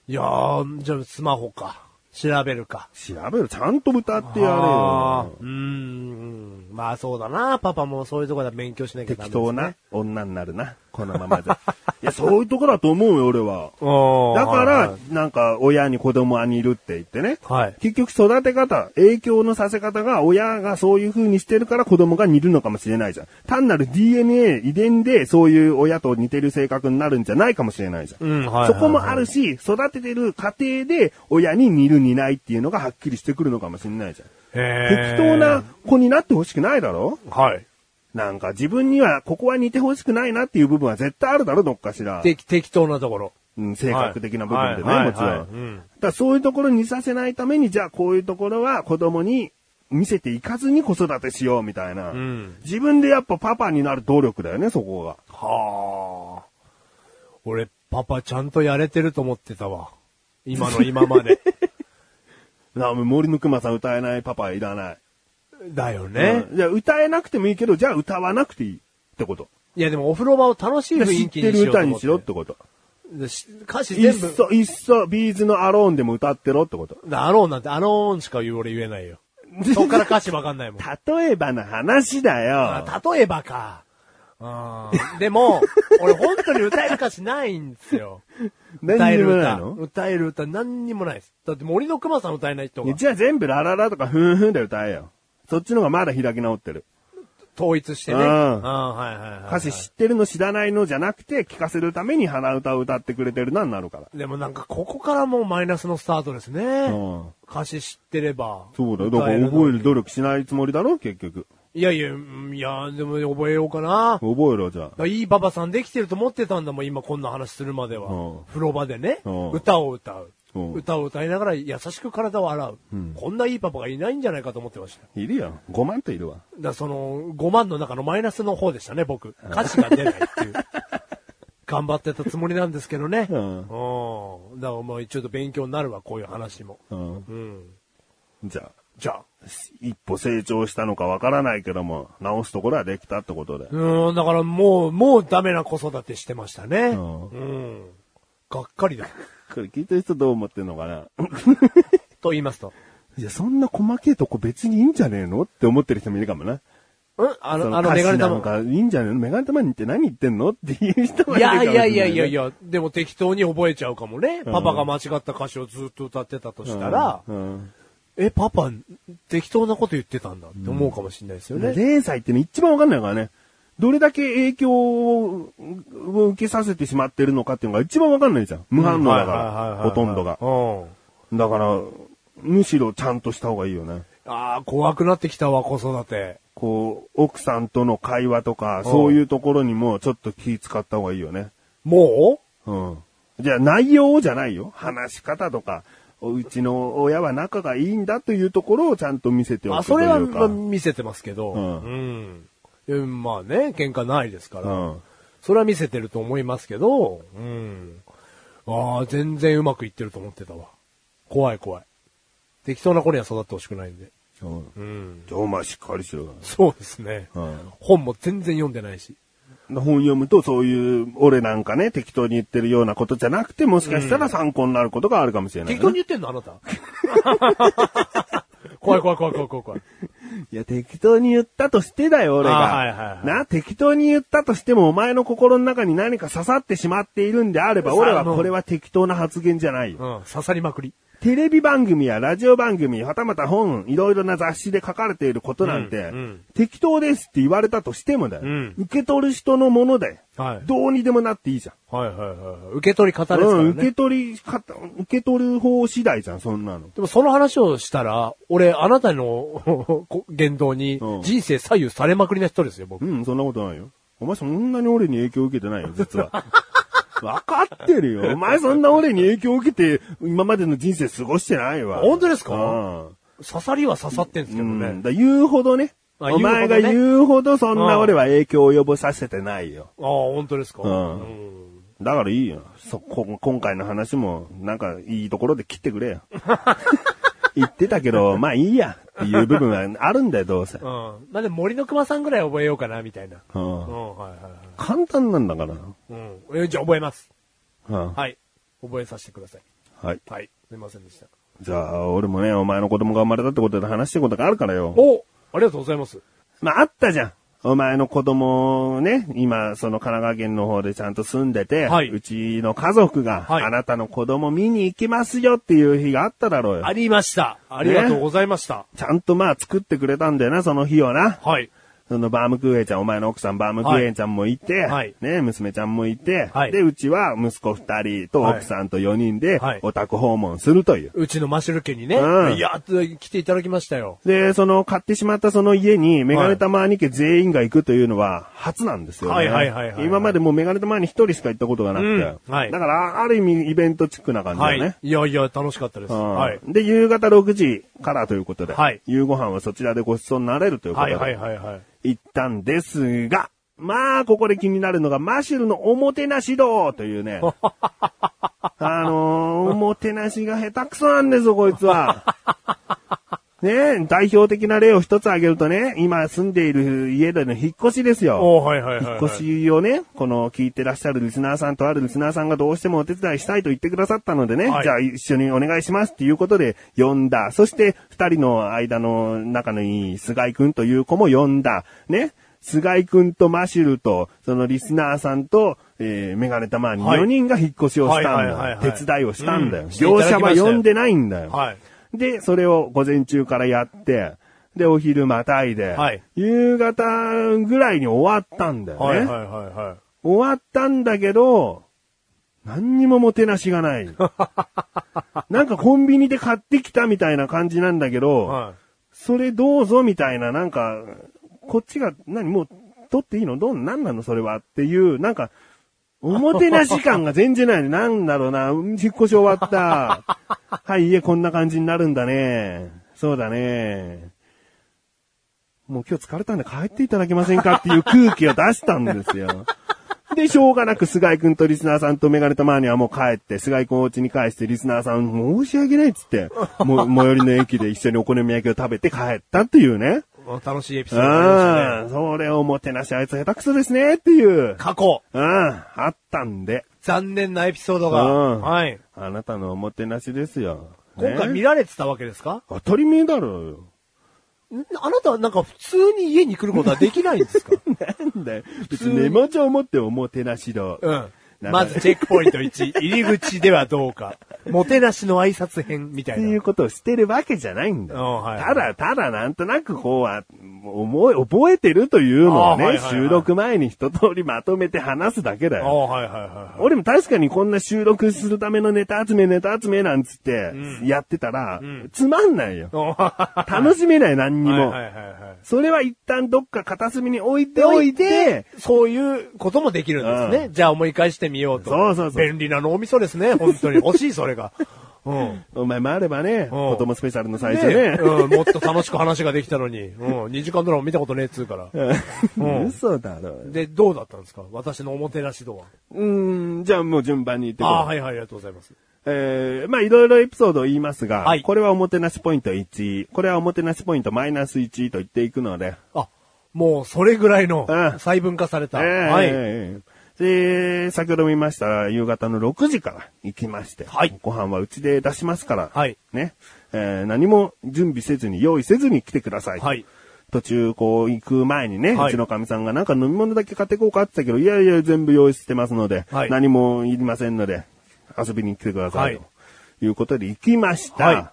い。いやー、じゃあ、スマホか。調べるか。調べろ、ちゃんと歌ってやれあよ。ーうーん。まあ、そうだな。パパもそういうとこでは勉強しなきゃ適ダメです、ね。当な。女になるな。このまま じゃ。いや、そういうとこだと思うよ、俺は。おーだかはいはらい、なんか、親に子供は似るって言ってね。はい結局、育て方、影響のさせ方が、親がそういう風にしてるから子供が似るのかもしれないじゃん。単なる DNA、遺伝で、そういう親と似てる性格になるんじゃないかもしれないじゃん。うんはいはいはそいこもあるし、育ててる過程で、親に似る似ないっていうのがはっきりしてくるのかもしれないじゃん。へー適当な。子になってほしくないだろはい。なんか自分にはここは似てほしくないなっていう部分は絶対あるだろ、どっかしら。適適当なところ。うん、性格的な部分でね、はいもちろん。はいはいうんだからそういうところにさせないために、じゃあこういうところは子供に見せていかずに子育てしようみたいな。ん自分でやっぱパパになる努力だよね、そこが。はあ。俺、パパちゃんとやれてると思ってたわ。今の今 まで。な森の熊さん歌えないパパはいらない。だよね。うんじゃあ歌えなくてもいいけど、じゃあ歌わなくていいってこと。いや、でもお風呂場を楽しい雰知囲っ気てにしるようと歌思にっ。してろってこと。でし歌詞いっ全部。そ、いっそ、ビーズのアローンでも歌ってろってこと。アローンなんて、アローンしか言う俺言えないよ。そっから歌詞わかん ないもん。例えばの話だよ。あ例えばか。うんでも、俺本当に歌える歌詞ないんですよ。歌 何えにるもない。歌の歌える歌何にもないです。だって森の熊さん歌えない人がじゃあ全部ラララとかふんふんで歌えよ。そっちの方がまだ開き直ってる。統一してね。ううんんはいはいはいはい。歌詞知ってるの知らないのじゃなくて、聞かせるために鼻歌を歌ってくれてるなになるから。でもなんかここからもうマイナスのスタートですね。うん歌詞知ってれば。そうだよ。だから覚える努力しないつもりだろ、結局。いやいや、うんいや、でも覚えようかな。覚えろ、じゃあ。いいババさんできてると思ってたんだもん、今こんな話するまでは。うん風呂場でね、うん歌を歌う、うん歌を歌いながら優しく体を洗う、こんないいパパがいないんじゃないかと思ってました。だかいるよ。5万といるわ。らその、5万の中のマイナスの方でしたね、僕。歌詞が出ないっ ていう。頑張ってたつもりなんですけどね。うんうんだからもうちょっと勉強になるわ、こういう話も。うん。うん。じゃじゃあ。あ、一歩成長したのかわからないけども、直すところはできたってことで。うん、だからもう、もうダメな子育てしてましたんね。うん。がっかりだ。これ聞いてる人どう思ってんのかなと言いますと。いや、そんな細けいとこ別にいいんじゃねえのって思ってる人もいるかもな。うんあその、あの、歌詞メガネなん玉。かいいんじゃねえのメガネ玉にって何言ってんのっていう人もいいるかもやしれないいね、やいやいやいや、でも適当に覚えちゃうかもね。パパが間違った歌詞をずっと歌ってたとしたら、うん。え、パパ、適当なこと言ってたんだって思うかもしれないですよね。 0歳ってね、一番わかんないからね。どれだけ影響をを受けさせてしまってるのかっていうのが一番わかんないじゃん。無反応だはいはいはいかはら、いほとんどが。うん。だから、むしろちゃんとした方がいいよね。ああ、怖くなってきたわ、子育て。こう、奥さんとの会話とか、そういうところにもちょっと気使った方がいいよね。もうん。じゃあ内容じゃないよ。話し方とか、おうちの親は仲がいいんだというところをちゃんと見せてうおあ、くとそいれは、うか。まあ見せてますけど。うんうん。うん、まあね、喧嘩ないですから。うん。それは見せてると思いますけど、うん。ああ、全然うまくいってると思ってたわ。怖い怖い。適当な子には育ってほしくないんで。うんうん。じゃあお前しっかりしろよ。そうですね。うん本も全然読んでないし。本読むとそういう、俺なんかね、適当に言ってるようなことじゃなくて、もしかしたら参考になることがあるかもしれない、ね適当に言ってんのあな た。怖い怖い怖い怖い怖い怖い。いや、適当に言ったとしてだよ、俺が。あはいはいはいな、適当に言ったとしても、お前の心の中に何か刺さってしまっているんであれば、そう俺はこれは適当な発言じゃないよ。うん。刺さりまくり。テレビ番組やラジオ番組、はたまた本、いろいろな雑誌で書かれていることなんて、うんうん適当ですって言われたとしてもだよ。うん受け取る人のもので、はいどうにでもなっていいじゃん。はいはいはい。受け取り方ですからうね。ん、受け取り方、受け取る方次第じゃん、そんなの。でもその話をしたら、俺、あなたのこ言動にうん人生左右されまくりな人ですよ、僕。うん、そんなことないよ。お前そんなに俺に影響受けてないよ、実 は。わかってるよ。お前そんな俺に影響受けて、今までの人生過ごしてないわ。本当ですかうん刺さりは刺さってんですけうどね。ん。だ言うほどね。あお前が言うほどね言うほどそんな俺は影響を及ぼさせてないよ。ああ、本当ですか。うんうんだからいいよ。そ、こ、今回の話も、なんかいいところで切ってく れよ。言ってたけど、まあいいや。っていう部分はあるんだよ、どうせ。うん。まあ、でも森の熊さんぐらい覚えようかな、みたいな。う。うんん、はいはいは簡単なんだから。い。うん。えじゃあ覚えます。うんはい。覚えさせてください。はい。はい。すいませんでした。じゃあ、俺もね、お前の子供が生まれたってことで話してることがあるからよ。おありがとうございます。まあ、あったじゃん。お前の子供をね、今、その神奈川県の方でちゃんと住んでて、はいうちの家族が、はいあなたの子供見に行きますよっていう日があっただろうよあ。りました。ありがとうございました。ちゃんとまあ作ってくれたんだよな、その日をな。はい。そのバームクーヘンちゃん、お前の奥さんバームクーヘンちゃんもいて、はいね、娘ちゃんもいて、はいで、うちは息子二人と奥さんと四人ではい、お宅訪問するという。うちのマシュル家にね、うんいや、来ていただきましたよ。で、その買ってしまったその家にメガネ玉兄家全員が行くというのは初なんですよね。はいはいはいはい今までもうメガネ玉兄一人しか行ったことがなくて。うんはいだから、ある意味イベントチックな感じだはよい。ね。いやいや、楽しかったです。うんはい。で、夕方6時からということで、はい夕ご飯はそちらでごちそうになれるということはで、いはいはいはい。行ったんですが、まあ、ここで気になるのが、マシュルのおもてなし道という ね。あのー、おもてなしが下手くそなんですよ、こいつは。ね代表的な例を一つ挙げるとね、今住んでいる家での引っ越しですよ。おーはいはいはい、はい。引っ越しをね、この聞いてらっしゃるリスナーさんとあるリスナーさんがどうしてもお手伝いしたいと言ってくださったのでね、はいじゃあ一緒にお願いしますっていうことで呼んだ。そして二人の間の仲のいい菅井くんという子も呼んだ。ね。菅井くんとマシュルと、そのリスナーさんと、えーメガネたまにはい4人が引っ越しをしたんだよ。はいはいはいはい手伝いをしたんだよ。うんしていた業だきま者したよは呼んでないんだよ。はい。で、それを午前中からやって、で、お昼またいで、はい夕方ぐらいに終わったんだよね。はいはいはいはい。終わったんだけど、何にももてなしが ない。なんかコンビニで買ってきたみたいな感じなんだけど、はそれどうぞみたいな、なんか、こっちが、何もう、取っていいのどん、なんなのそれはっていう、なんか、おもてなし感が全然ない。 なんだろうな、うん引っ越し終わった。 はい、家こんな感じになるんだね。そうだね。もう今日疲れたんで帰っていただけませんかっていう空気を出したんですよ。で、しょうがなく菅井くんとリスナーさんとメガネたまにはもう帰って、菅井くんをお家に帰して、リスナーさん申し訳ないっつって、も う、最寄りの駅で一緒にお好み焼きを食べて帰ったっていうね。い。楽しいエピソうードがありましたん。ね。それをもてなし、あいつ下手くそですねっていう。過去、うん。あったんで。残念なエピソードが。うんはい。あなたのおもてなしですよ。ね今回見られてたわけですか、当たり前だろうよ。んあなたはなんか普通に家に来ることはできないん ですかなんだよ。別にメモ帳を持っておもてなしだ。うん。なんかまずチェックポイント1、入 り口ではどうか。もてなしの挨拶編みたっていいなう。ことをしてるわけじゃないんだよ。うんはいただ、ただなんとなくこうは、思い、覚えてるというのをね、あはいはいはい収録前に一通りまとめて話すだけだあよ。あ、はいはいはいはい。俺も確かにこんな収録するためのネタ集め、ネタ集めなんつって、やってたら、んつまんないよ。おは楽しめない何いに はいも。はいはい。それは一旦どっか片隅に置いておいて、そういうこともできるんですね。うじゃあ思い返してみようと。そうそうそう便利な脳みそですね、本当に。 欲しい、それが。うん。お前もあればね、うん子供スペシャルの最初ね。うん、もっと楽しく話ができたのに。うん、2時間ドラマ見たことねえっつうから。うん 嘘だろ。で、どうだったんですか私のおもてなし度は。うーん、じゃあもう順番に言ってこうああ、はいはい、ありがとうございます。えー、まあいろいろエピソードを言いますが、はいこれはおもてなしポイント1、これはおもてなしポイントマイナス1と言っていくので、あ、もうそれぐらいのうん細分化された。えーはい。で、先ほども言いました、夕方の6時から行きまして、はいご飯はうちで出しますから、はいね、えー何も準備せずに、用意せずに来てください。はい途中、こう、行く前にね、はいうちのかみさんがなんか飲み物だけ買ってこうかって言ったけど、いやいや、全部用意してますので、はい何もいりませんので、遊びに来てください。はいということで行きました。は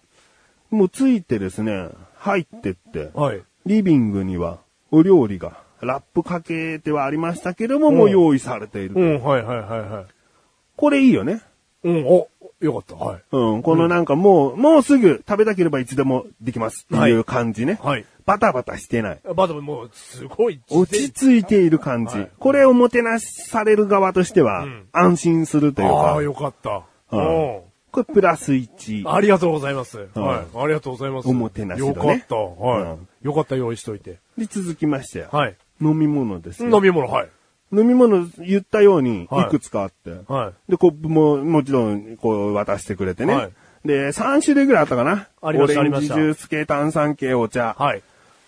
もう着いてですね、入ってって、はい。リビングにはお料理が、ラップかけてはありましたけども、もう用意されている。うん、はいはいはいはい。これいいよね。うん、お、よかった。はい。うん、このなんかもう、もうすぐ食べたければいつでもできますっていう感じね。はいはいバタバタしてない。まあでももう、すごい。落ち着いている感じ。はいこれをもてなしされる側としてはん、安心するというあかあ、、よかった。ううんん。これプラス1。ありがとうございます。んはい。ありがとうございます。おもてなしだねよかった。うはんい。よかった、用意しといて。で、続きまして、はい。飲み物ですよ、飲み物、はい。飲み物言ったように、はいいくつかあって。はで、コップも、もちろん、こう、渡してくれてね。はいで、3種類ぐらいあったかな。ありましたオあレりンまジしジたュース系、炭酸系、お茶。い。はい。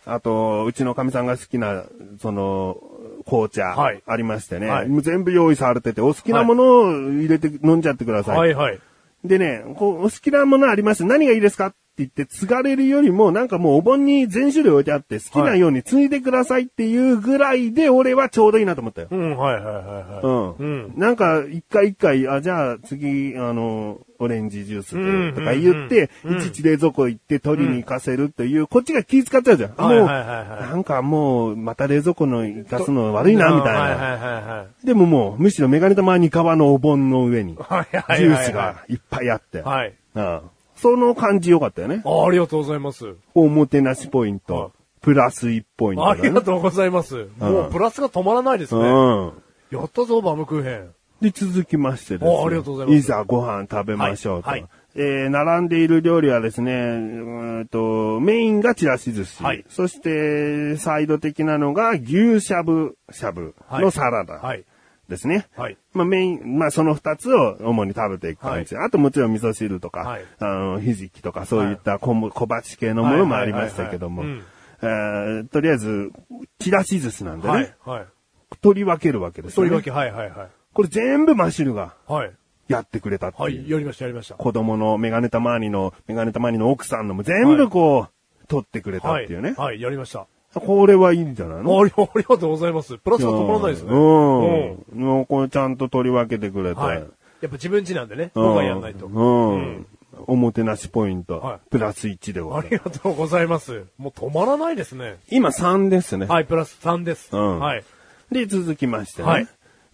あと、うちのかみさんが好きな、その、紅茶。はいありましてね。はいもう全部用意されてて、お好きなものを入れて、飲んじゃってください。はい、はい。でね、こう、お好きなものあります。何がいいですかって言って、継がれるよりも、なんかもうお盆に全種類置いてあって、好きなように継いでくださいっていうぐらいで、俺はちょうどいいなと思ったよ。うん、はい、はい、はい。うはいん。うんなんか、一回一回、あ、じゃあ次、あの、オレンジジュースでとかうん言って、いちいち冷蔵庫行って取りに行かせるという、こっちが気遣っちゃうじゃん。あはいもう、はいはいはいなんかもう、また冷蔵庫の行かすの悪いな、みたいはい、な。はい、はいはい。でももう、むしろメガネ玉に川のお盆の上に、ジはいはいはいュースがいっぱいあって。はい。うんその感じ良かったよね。あありがとうございます。おもてなしポインはトい、プラス1ポイント、ね。ありがとうございます。もうプラスが止まらないですね。うん。やったぞ、バームクーヘン。で、続きましてですね。おありがとうございますざご飯食べましょうと。はいはいえー、並んでいる料理はですね、うーんと、メインがちらし寿司。はいそして、サイド的なのが牛しゃぶしゃぶのサラダ。はい。ですね。はいまあメイン、まあその二つを主に食べていく感じ。あともちろん味噌汁とか、はいあの、ひじきとかそういった小む小鉢系のものもありましたけどもはいはいは、えーとりあえず、ちらし寿司なんでね、はい。はい。取り分けるわけですよ取ね。り分け、はいはいはい。これ全部マッシュルがはい。やってくれたっていう。はい、やりました、やりました。子供のメガネたまわりの、メガネたまわりの奥さんのも全部こう、取ってくれたはっていうね。はい、やりました。あこれはいいんじゃないのありありがとうございます。プラスが止まらないですね。うんうん。。うんこれちゃんと取り分けてくれて。はい。やっぱ自分家なんでね、うん僕はやんないと。ううんん。おもてなしポイント。はいプラス1でごあざいります。がとうございます。もう止まらないですね。今3ですね。はい、プラス3でうす。んはい。で、続きましてね。はい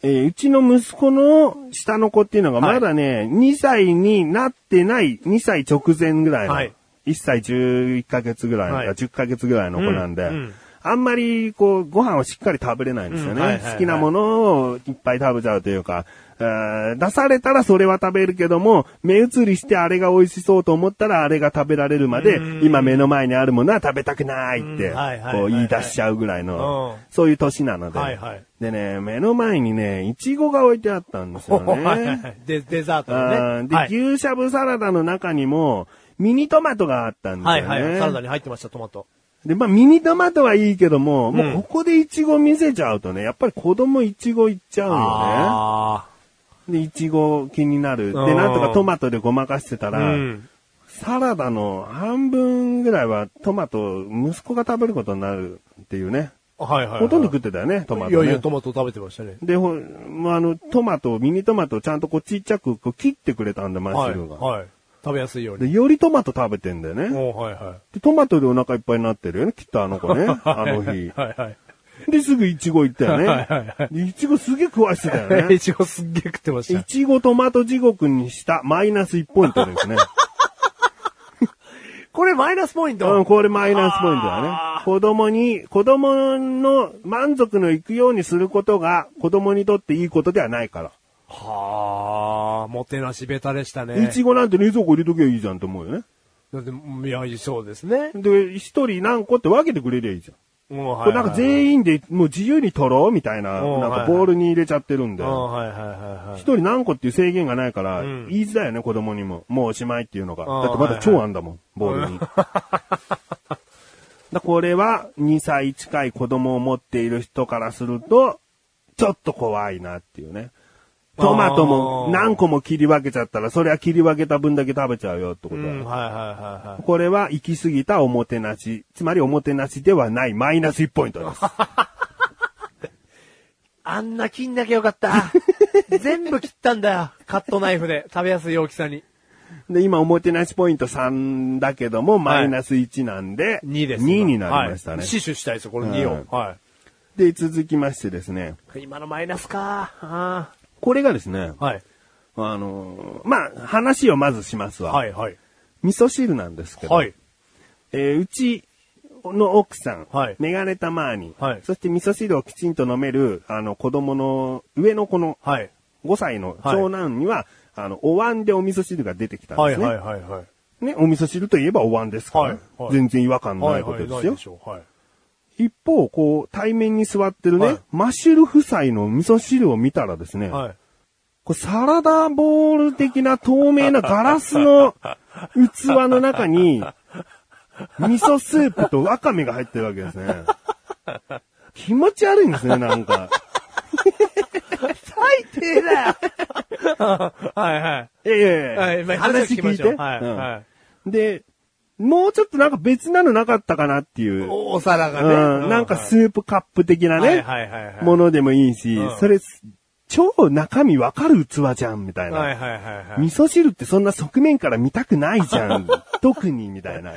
えーうちの息子の下の子っていうのがはいまだね、2歳になってない、2歳直前ぐらいの、はい1歳11ヶ月ぐらいの、はい10ヶ月ぐらいの子なんで、うんうんあんまりこう、ご飯をしっかり食べれないんですよね。うんはいはいはい好きなものをいっぱい食べちゃうというか、えー出されたらそれは食べるけども、目移りしてあれが美味しそうと思ったらあれが食べられるまで、今目の前にあるものは食べたくないって、うんはいはいはいはいこう言い出しちゃうぐらいの、うんそういう年なので、はいはいでね、目の前にね、イチゴが置いてあったんですよ はいはいはね。いで、デザートあのーね。で、はい。牛しゃぶサラダの中にも、ミニトマトがあったんですよはね。いはい。サラダに入ってました、トマト。で、まあ、ミニトマトはいいけども、うんもうここでイチゴ見せちゃうとね、やっぱり子供イチゴいっちゃうよあね。で、イチゴ気になる。で、うんなんとかトマトでごまかしてたあ。うら、ん。サラダの半分ぐらいはトマト、息子が食べることになるっていうね。はいはいはい。ほとんど食ってたよね、トマト、ね。いやいや、トマト食べてましたね。で、ほ、まあ、あの、トマト、ミニトマトをちゃんとこうちっちゃくこう切ってくれたんだ、マッはシュい。ルが。はい。食べやすいように。で、よりトマト食べてんだよね。もう、はいはい。で、トマトでお腹いっぱいになってるよね、きっとあの子ね、あの日。はいはい。で、すぐイチゴ行ったよね。はいはいはいでイチゴすげえ食わしてたよイね。チゴすっげえ食ってましイた。チゴトマト地獄にしたマイナス1ポイントです ね。これマイナスポインうん、ト。これマイナスポイントだあね。子供に、子供の満足のいくようにすることが子供にとっていいことではないから。はあ、もてなしベタでしたね。イチゴなんて冷蔵庫入れときゃいいじゃんと思うよね。だって、うんいや、そうですね。で、一人何個って分けてくれりゃいいじゃん。もう、これなんか全員でもう自由に取ろうみたいな、うんなんはいかはいボールに入れちゃってるんでうん、。はいはいはいはい一。人何個っていう制限がないからうん、言いづらいよね、子供にも。もうおしまいっていうのが。うんだってまだ超あ んだもん、ボールに。だこれは2歳近い子供を持っている人からすると、ちょっと怖いなっていうね。トマトもあー何個も切り分けちゃったら、それは切り分けた分だけ食べちゃうよってことだようん、はいはいはいはい。これは行き過ぎたおもてなし。つまりおもてなしではないマイナス1ポイン トです。あんな切んなきゃよかった。全部切ったんだよ。カットナイフで。食べやすい大きさに。で、今おもてなしポイント3だけども、マイナス1なんで、 2です。 2になりましたね。はい死守したいですよ、これうん2を。はで、続きましてですね、い。今のマイナスか。あこれがですねー、はい。あのーまあ、話をまずしますわ。はいはい。味噌汁なんですけど、はい。えーうちの奥さん、はいメガネたまーに、はいそして味噌汁をきちんと飲める、あの、子供の、上の子のはい。 5歳の長男には、あの、お椀でお味噌汁が出てきたんはでいすね。はいはいはい。ね、お味噌汁といえばお椀ですから、はいはい全然違和感のはないいこはとでい。すよ。ないでしょう。はい。一方、こう、対面に座ってるね、はいマッシュル夫妻の味噌汁を見たらですね、はい。こうサラダボール的な透明なガラス の器の中に、味噌スープとワカメが入ってるわけです ね。気持ち悪いんですね、なんか。最低だよはいはいい。やいやいやはいまあ話聞いて。話を聞きましょうはいうんはで、もうちょっとなんか別なのなかったかなっていう。おお皿がうね。ん、なんかスープカップ的なね。はいはいはいはい。ものでもいいし、うんそれ、超中身わかる器じゃん、みたいな。はいはいはいはい。味噌汁ってそんな側面から見たくないじ ゃん。特に、みたいな。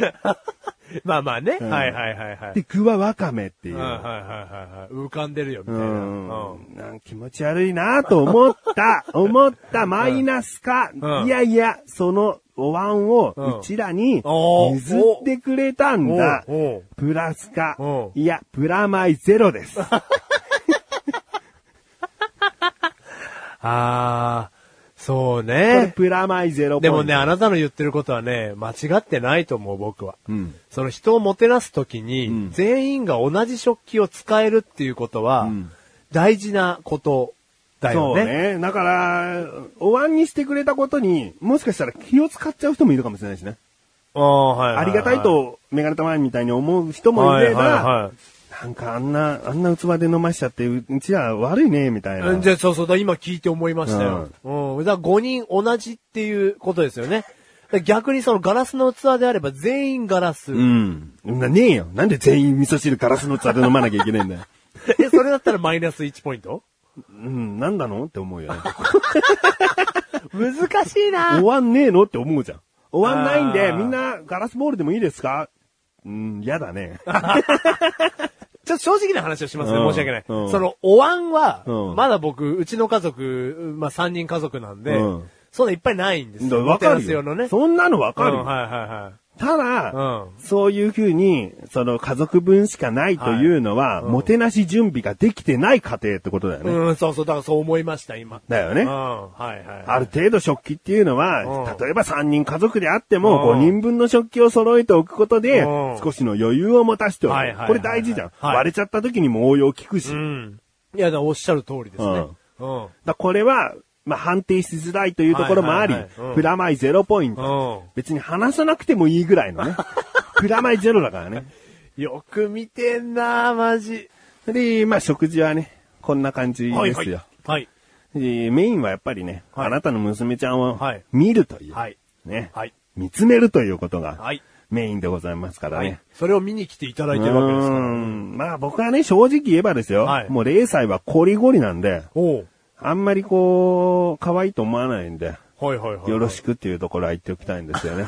まあまあね。うんはいはいはいはい。で、具はわかめっていうう。んはいはいはいはい。浮かんでるよ、みうたいな。んうんなんか気持ち悪いなと思った、 思った、マイナスか、うんいやいや、そのお椀うんをうちらに譲ってくれたんだ。おうおうプラスかお、ういや、プラマイゼロ です。ああ、そうこれね。プラマイゼロポイでントもね、あなたの言ってることはね、間違ってないと思う、僕は。うんその人をもてなすときに、うん全員が同じ食器を使えるっていうことは、うん大事なことだそようね。ね。だから、お椀にしてくれたことに、もしかしたら気を使っちゃう人もいるかもしれないしね。ああ、はいははありがたい、と、メガネたまえみたいに思う人もいれば、はいはなんかあんな、あんな器で飲ましちゃって、ううちは悪いね、みたいいな。はい。じゃあそうそうだ、今聞いて思いましたよ。うん。だから5人同じっていうことですよね。だから逆にそのガラスの器であれば全員ガラス。うん。なねえよ。なんで全員味噌汁ガラスの茶で飲まなきゃいけないんだよ。え、それだったらマイナス1ポイント うん、なんだのって思う よね。難しいなお椀ねえのって思うじゃん。お椀ないんで、あーみんなガラスボールでもいいですかうん、嫌だ ね。ちょっと正直な話をしますね。うん申し訳ない。うんその、お椀は、うんまだ僕、うちの家族、まあ3人家族なんで、うんそんないっぱいないんですだよ。わかおる寺用のよ。ね。そんなのわかるよ。うんはいはたいはだ、い。そういうふうに、その家族分しかないというのは、もてなし準備ができてない家庭ってことだようね。ん。うん、そうそう、だからそう思いました、今。だようねん、。はいはい。ある程度食器っていうのは、うん例えば3人家族であってうんも、5人分の食器を揃えておくことでうん、少しの余裕を持たしておはいはいはいはく。いこれ大事じゃん。はい割れちゃった時にも応用効くし。うだかん。いや、だからおっしゃる通りですね。うん。らこれは、まあ判定しづらいというところもありはいはいはいうん、プラマイ0ポイント。うん。別に話さなくてもいいぐらい のね。プラマイゼロだからね。よく見てんなマジ。で、まあ食事はね、こんな感じですよ。はい。でメインはやっぱりね、はいあなたの娘ちゃんをはい見るという、はい。ね、はい見つめるということがはい。メインでございますからはね。い。それを見に来ていただういてるわけですかーら。んまあ僕はね、正直言えばですよ。はいもう0歳はコリゴリなんで、おうあんまりこう、可愛いと思わないんで、はいはいはい。よろしくっていうところは言っておきたいんですよ ね。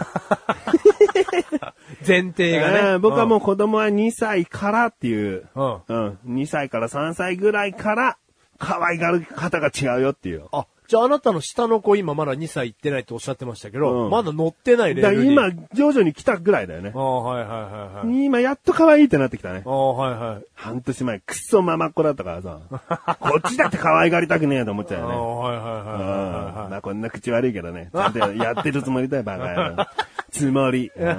前提がうね。ん僕はもうう子供は2歳からっていう、ん。うん。うん、2歳から3歳ぐらいから、可愛がる方が違うよっていう。あ、じゃああなたの下の子今まだ2歳行ってないとおっしゃってましたけど、うんまだ乗ってないレだベからルに。今、徐々に来たぐらいだよねあ。あ、はいはいはいはい。今、やっと可愛いってなってきたねあ。あ、はいはい。半年前、くっそママっ子だったからさ。 こっちだって可愛がりたくねえと思っちゃうあよあ、ね。はいはいはうんいはいはい。まあこんな口悪いけどね。ちゃんとやってるつもりだよ、バカ野 郎。つもり。うんい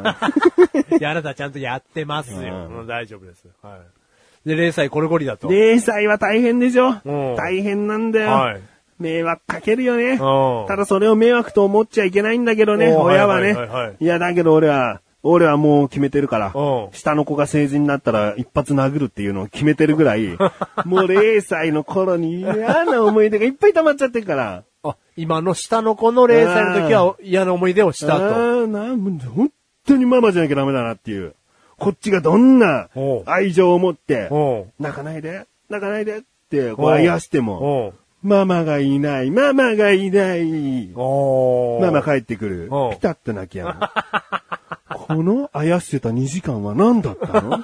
や、あなたちゃんとやってますよ。うんうん大丈夫です。はい。で、0歳これゴリだと。 0歳は大変でしょうん大変なんだはよい。迷惑かけるよね。うんただそれを迷惑と思っちゃいけないんだけどね、おー親はねはいはいはいはい。いや、だけど俺は、俺はもう決めてるからうん、下の子が成人になったら一発殴るっていうのを決めてるぐらい、もう0歳の頃に嫌な思い出がいっぱい溜まっちゃってるから。あ、今の下の子の0歳の時は嫌な思い出をしたと。あーなんもう本当にママじゃなきゃダメだなっていう。こっちがどんなおう愛情を持って、おう泣かないで、泣かないでって、こおう、うあやしても、おうママがいない、ママがいない。おうママ帰ってくるお。うピタッと泣き止む。このあやしてた2時間は何だった の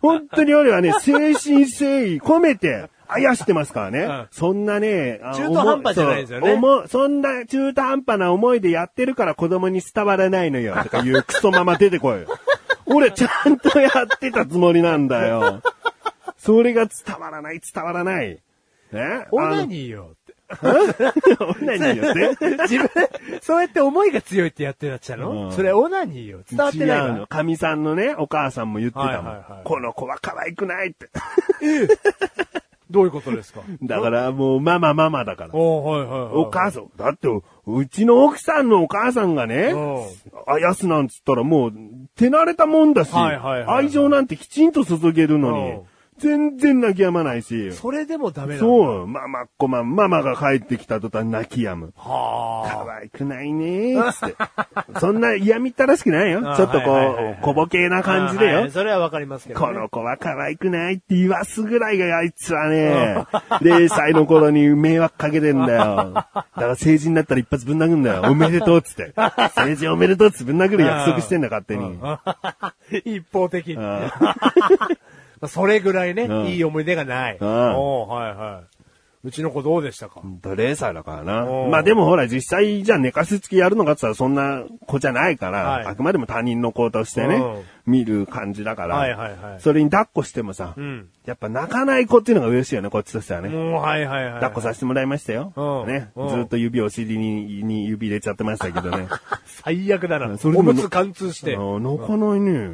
本当に俺はね、誠心誠意込めて、あやしてますからね。うんそんなね、あ中途半端じゃないですよねそう思うそんな中途半端な思いでやってるから子供に伝わらないの よ。とかいうクソママ出てこいよ。俺ちゃんとやってたつもりなんだよ。それが伝わらない、伝わらない。えオナニーよって。あの オナニーよって。 自分、そうやって思いが強いってやってたっちゃの、うんそれオナニーよ。伝わってないか違うの。かみさんのね、お母さんも言ってたもん。はいはいはいこの子は可愛くないって。どういうことですかだからもう、ママママだから。おはいはいはい。お母さん、だって、うちの奥さんのお母さんがねうん、あやすなんつったらもう、手慣れたもんだし、はいはいはいはい愛情なんてきちんと注げるうのんに、全然泣き止まないし、それでもダメなのそう、ママっ子マン、ママが帰ってきた途端泣き止む。可は愛くないねーっつって。そんな嫌みったらしくないよ。 あーちょっとこ、はいはいはいはいう小ボケなあ。感じであよはい。それはわかりますけど、ね。この子は可愛くないって言わすぐらいがあいつはね、0歳の頃に迷惑かけてんだよ。だから成人になったら一発ぶん殴るんだよ。おめでとうっつ って。成人おめでとうっつってぶん殴る約束してんだ、勝手に。 一方的 に。んまあそれぐらいね、うんいい思い出がない。うんおうはいはい。うちの子どうでしたか、ほんと0歳だからな。うんまあでもほら、実際じゃあ寝かしつきやるのかって言ったらそんな子じゃないから、はいあくまでも他人の子としてね、見る感じだから、はいはいはいそれに抱っこしてもさ、うん。やっぱ泣かない子っていうのが嬉しいよね、こっちとしてはね。 もうはいはいはい。抱っこさせてもらいましたよ。うんね。ずうんーっと指お尻にに指入れちゃってました けどね。最悪だな。それでおもむつ貫通して。あの泣かないね。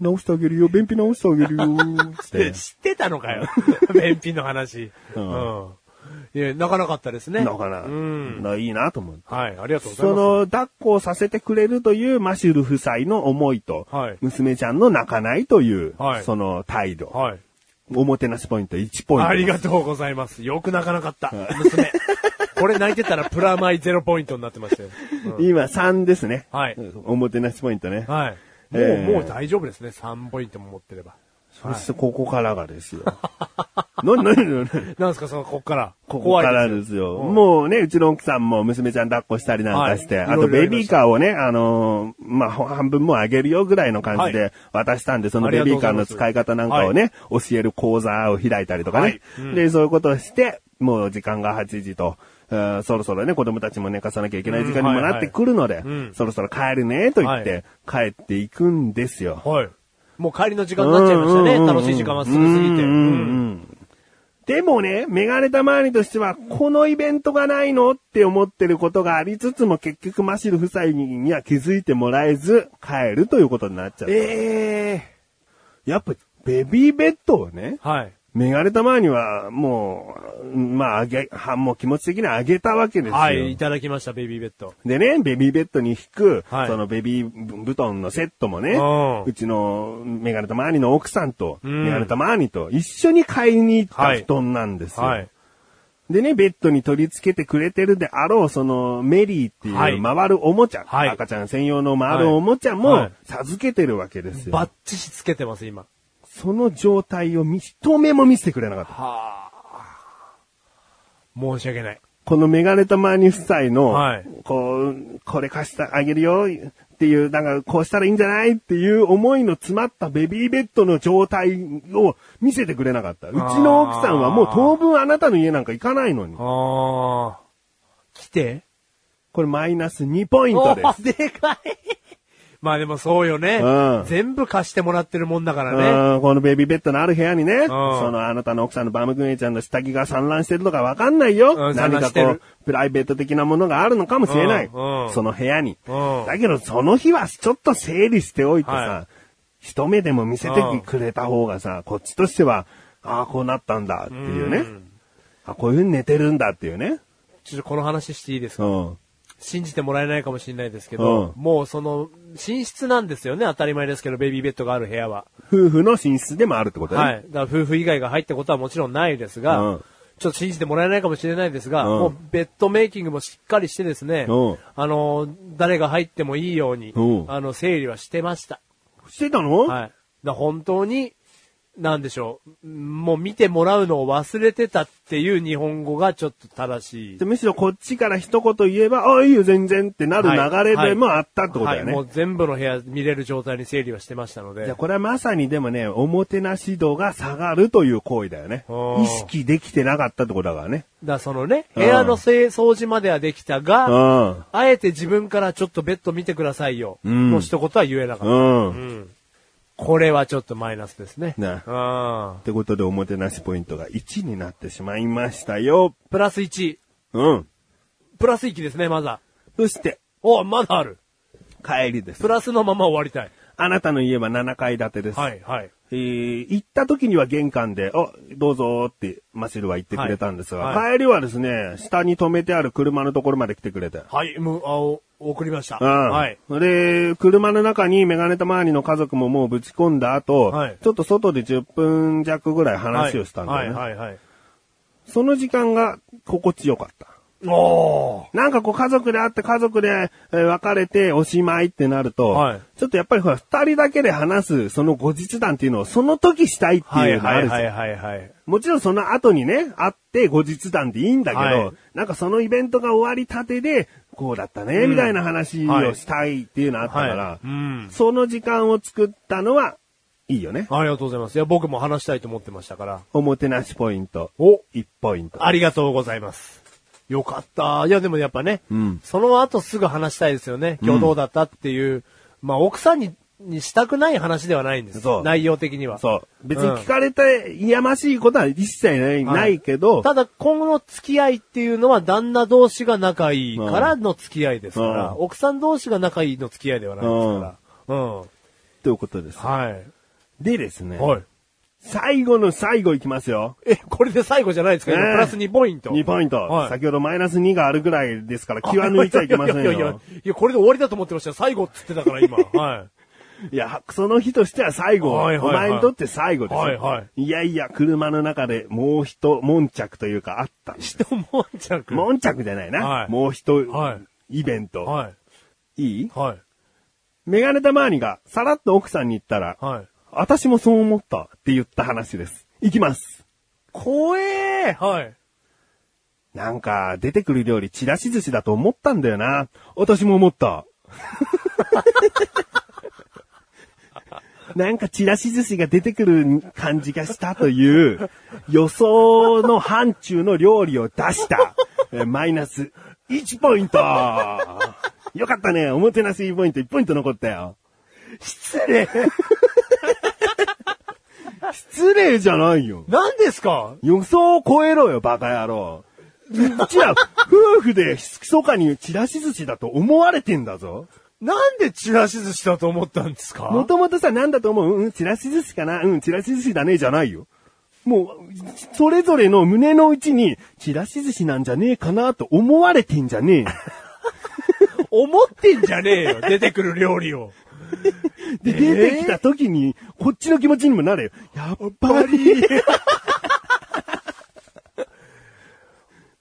直してあげるよ、便秘直してあげるよ、つって。知ってたのかよ。便秘の話。ううんん。いや、なかなかった ですね。だから、うん。な、いいなと思って。はい、ありがとうございそます。の、抱っこをさせてくれるというマシュル夫妻の思いと、はい娘ちゃんの泣かないという、はいその態度、はい。おもてなしポイント1ポイント。ありがとうございます。よく泣かなかった。娘。これ泣いてたらプラマイゼロポイントになってましたよ。うん今3ですね。はいおもてなしポイントね。はい。もう、えーもう大丈夫ですね。3ポイントも持ってれば。そしてここからがですよ。 な、な、な、な、なんですか、その、こっから。ここから怖いですよ。うんもうね、うちの奥さんも娘ちゃん抱っこしたりなんかして、はいあいろといろやベりまビーしたカーをね、あのーまあ、ほ半分もあげるよぐらいの感じはで渡したんで、そのありベがとビうーごカーざいのます使い方なんかをね、教える講座を開いたりとかね。はいうんで、そういうことをして、もう時間が8時と、えーそろそろね、子供たちも寝かさなきゃいけない時間にもなってくるので、うんはいはいうんそろそろ帰るね、と言って、帰っていくんですよ。はい。もう帰りの時間になっちゃいましたうんうんうね。ん楽しい時間はすぐ過ぎて。ううんうんうんんでもね、メガネた周りとしては、このイベントがないのって思ってることがありつつも、結局マシル夫妻には気づいてもらえず、帰るということになっちゃう。ええやっぱ、ベビーベッドをね、はい。メガネた周りには、もう、まあ、あげ、はもう気持ち的にあげたわけですよ。はい、いただきました、ベビーベッド。でね、ベビーベッドに引く、はいそのベビー布団のセットもねうん、うちのメガネたまーにの奥さんと、うんメガネたまーにと一緒に買いに行ったはい布団なんですよ。はい。でね、ベッドに取り付けてくれてるであろう、そのメリーっていはいう回るおもちゃ、はい赤ちゃん専用の回るおもちゃはもい授けてるわけですよ。バッチしつけてます、今。その状態を見一目も見せてくれなかった。はあ。申し訳ない。このメガネたまーに夫妻の、はいこう、これ貸してあげるよっていう、なんかこうしたらいいんじゃないっていう思いの詰まったベビーベッドの状態を見せてくれなかった。うちの奥さんはもう当分あなたの家なんか行かないのに。ああ。来てこれマイナス2ポイントです。す。でかい。まあでもそうよね。うん全部貸してもらってるもんだからね。うんこのベビーベッドのある部屋にね、そのあなたの奥さんのバームクーヘンちゃんの下着が散乱してるとかわかんないよ。うん散何乱かしてるこう、プライベート的なものがあるのかもしれない。うんうんその部屋に、うんだけどその日はちょっと整理しておいてさ、は一目でも見せてうんくれた方がさ、こっちとしては、ああ、こうなったんだっていうね。うんあこういう風に寝てるんだっていうね。ちょっとこの話していいですうかん。信じてもらえないかもしれないですけど、うもうその、寝室なんですよね。当たり前ですけど、ベビーベッドがある部屋は。夫婦の寝室でもあるってことね。はい。だから夫婦以外が入ったことはもちろんないですが、うんちょっと信じてもらえないかもしれないですが、うんもうベッドメイキングもしっかりしてですね、うんあの、誰が入ってもいいように、うんあの、整理はしてました。してたの、はい。だから本当に、なんでしょう。もう見てもらうのを忘れてたっていう日本語がちょっと正しい。でむしろこっちから一言言えば、ああ、いいよ、全然ってなる流れでもあったってことだよね。はい、もう全部の部屋見れる状態に整理はしてましたのじゃあで。これはまさにでもね、おもてなし度が下がるという行為だよねう。ん意識できてなかったってことだからね。だそのね、うん部屋のせい掃除まではできたうが、ん。あえて自分からちょっとベッド見てくださいよ。うんの一言は言えなかった。う。うんっんこれはちょっとマイナスですね。ねうんてことでおもてなしポイントが1になってしまいましたよ。プラス1。うん。プラス1ですね、まだ。そして、おまだある。帰りですプ。ラスのまま終わりたい。あなたの家は7階建てです。はい、はい。えー行った時には玄関で、あ、どうぞってマシルは言ってくれたんですが、はいは帰りはですね、下に止めてある車のところまで来てくれて。はい、もう、あ、お送りました。うん。はい。。で、車の中にメガネた周りの家族ももうぶち込んだ後、はいちょっと外で10分弱ぐらい話をしたんだよね。はい、はい、はい。その時間が心地よかった。おー。なんかこう家族で会って家族でえー別れておしまいってなると、はいちょっとやっぱりほら二人だけで話すその後日談っていうのをその時したいってはいい、うのあはるい、じゃんはい、はい、はい。もちろんその後にね、会って後日談でいいんだけど、はいなんかそのイベントが終わりたてで、こうだったね、うんみたいな話をしたいっていうのあったから、はいうんその時間を作ったのは、いいよね。ありがとうございます。いや、僕も話したいと思ってましたから。おもてなしポイント。お1ポイント。ありがとうございます。よかった。いや、でもやっぱね、うんその後すぐ話したいですよね。今日どうだったっていう、まあ、奥さんに、にしたくない話ではないんです。そう内容的には。そう。別に聞かれて、いやましいことは一切ない,、はいないけど、ただ、今後の付き合いっていうのは、旦那同士が仲いいからの付き合いですから、うん奥さん同士が仲いいの付き合いではないですから。うん。ということです。はでですねい。、はい。最後の最後いきますよ。え、これで最後じゃないですか、今ねえプラス2ポイント。 2ポイント。はい先ほどマイナス2があるぐらいですから、気は抜いちゃいけません いやいやいやよ。、いやこれで終わりだと思ってましたよ最後っつってたか ら今。はい。いや、その日としては最後。はいはいはいお前にとって最後ですよ。、はいはいやいや、車の中でもう一悶着というかあったんです。人もんちゃく。悶着じゃないな。はいもう一、はイベント。はい。い、いはい。メガネたまわりがさらっと奥さんに言ったら、はい。私もそう思ったって言った話です。いきます。怖えはい。なんか、出てくる料理、ちらし寿司だと思ったんだよな。私も思った。 なんか、ちらし寿司が出てくる感じがしたという、予想の範疇の料理を出した。えーマイナス1ポイント。よかったね。おもてなしポイント1ポイント残ったよ。失礼。 失礼じゃないよ。何ですか予想を超えろよ、バカ野郎。うちら、夫婦で、密かにチラシ寿司だと思われてんだぞ。なんでチラシ寿司だと思ったんですかもともとさ、なんだと思ううん、チラシ寿司かなうん、チラシ寿司だね、じゃないよ。もう、それぞれの胸の内に、チラシ寿司なんじゃねえかなと思われてんじゃね思ってんじゃねえよ、出てくる料理を。え。で、出てきた時に、こっちの気持ちにもなれよ。やっぱり。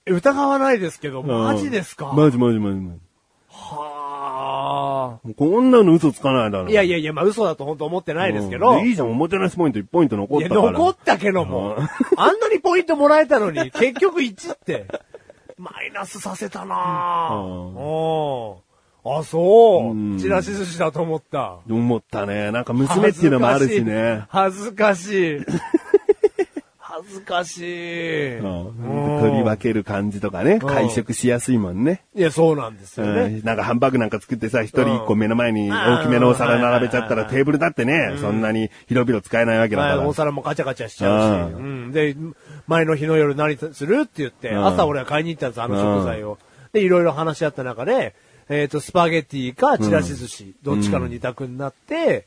疑わないですけど、マジですか、マジマジマジマジ。はもうこんなの嘘つかないだろ。あ。いやいやいや、まあ嘘だと本当思ってないですけうど。んいいじゃん、おもてなしポイント1ポイント残っいや、たから。残ったけども。あんなにポイントもらえたのに、 結局1って、マイナスさせたなぁ。うんうんあ、そうう。んチラシ寿司だと思った。思ったね。なんか娘っていうのもあるしね。恥ずかしい。恥ずかしい。うんうん取り分ける感じとかね。会食しやすいもんね。いや、そうなんですようね。んなんかハンバーグなんか作ってさ、一人一個うん目の前に大きめのお皿並べちゃったらうんテーブルだってね、そんなに広々使えないわけだか前ら。お皿もガチャガチャしちゃうし。ううん。で、前の日の夜何するって言って、うん朝俺は買いに行ったんです、あの食材を。で、いろいろ話し合った中で、えっと、スパゲティかチラシ寿司、どっちかの二択になって、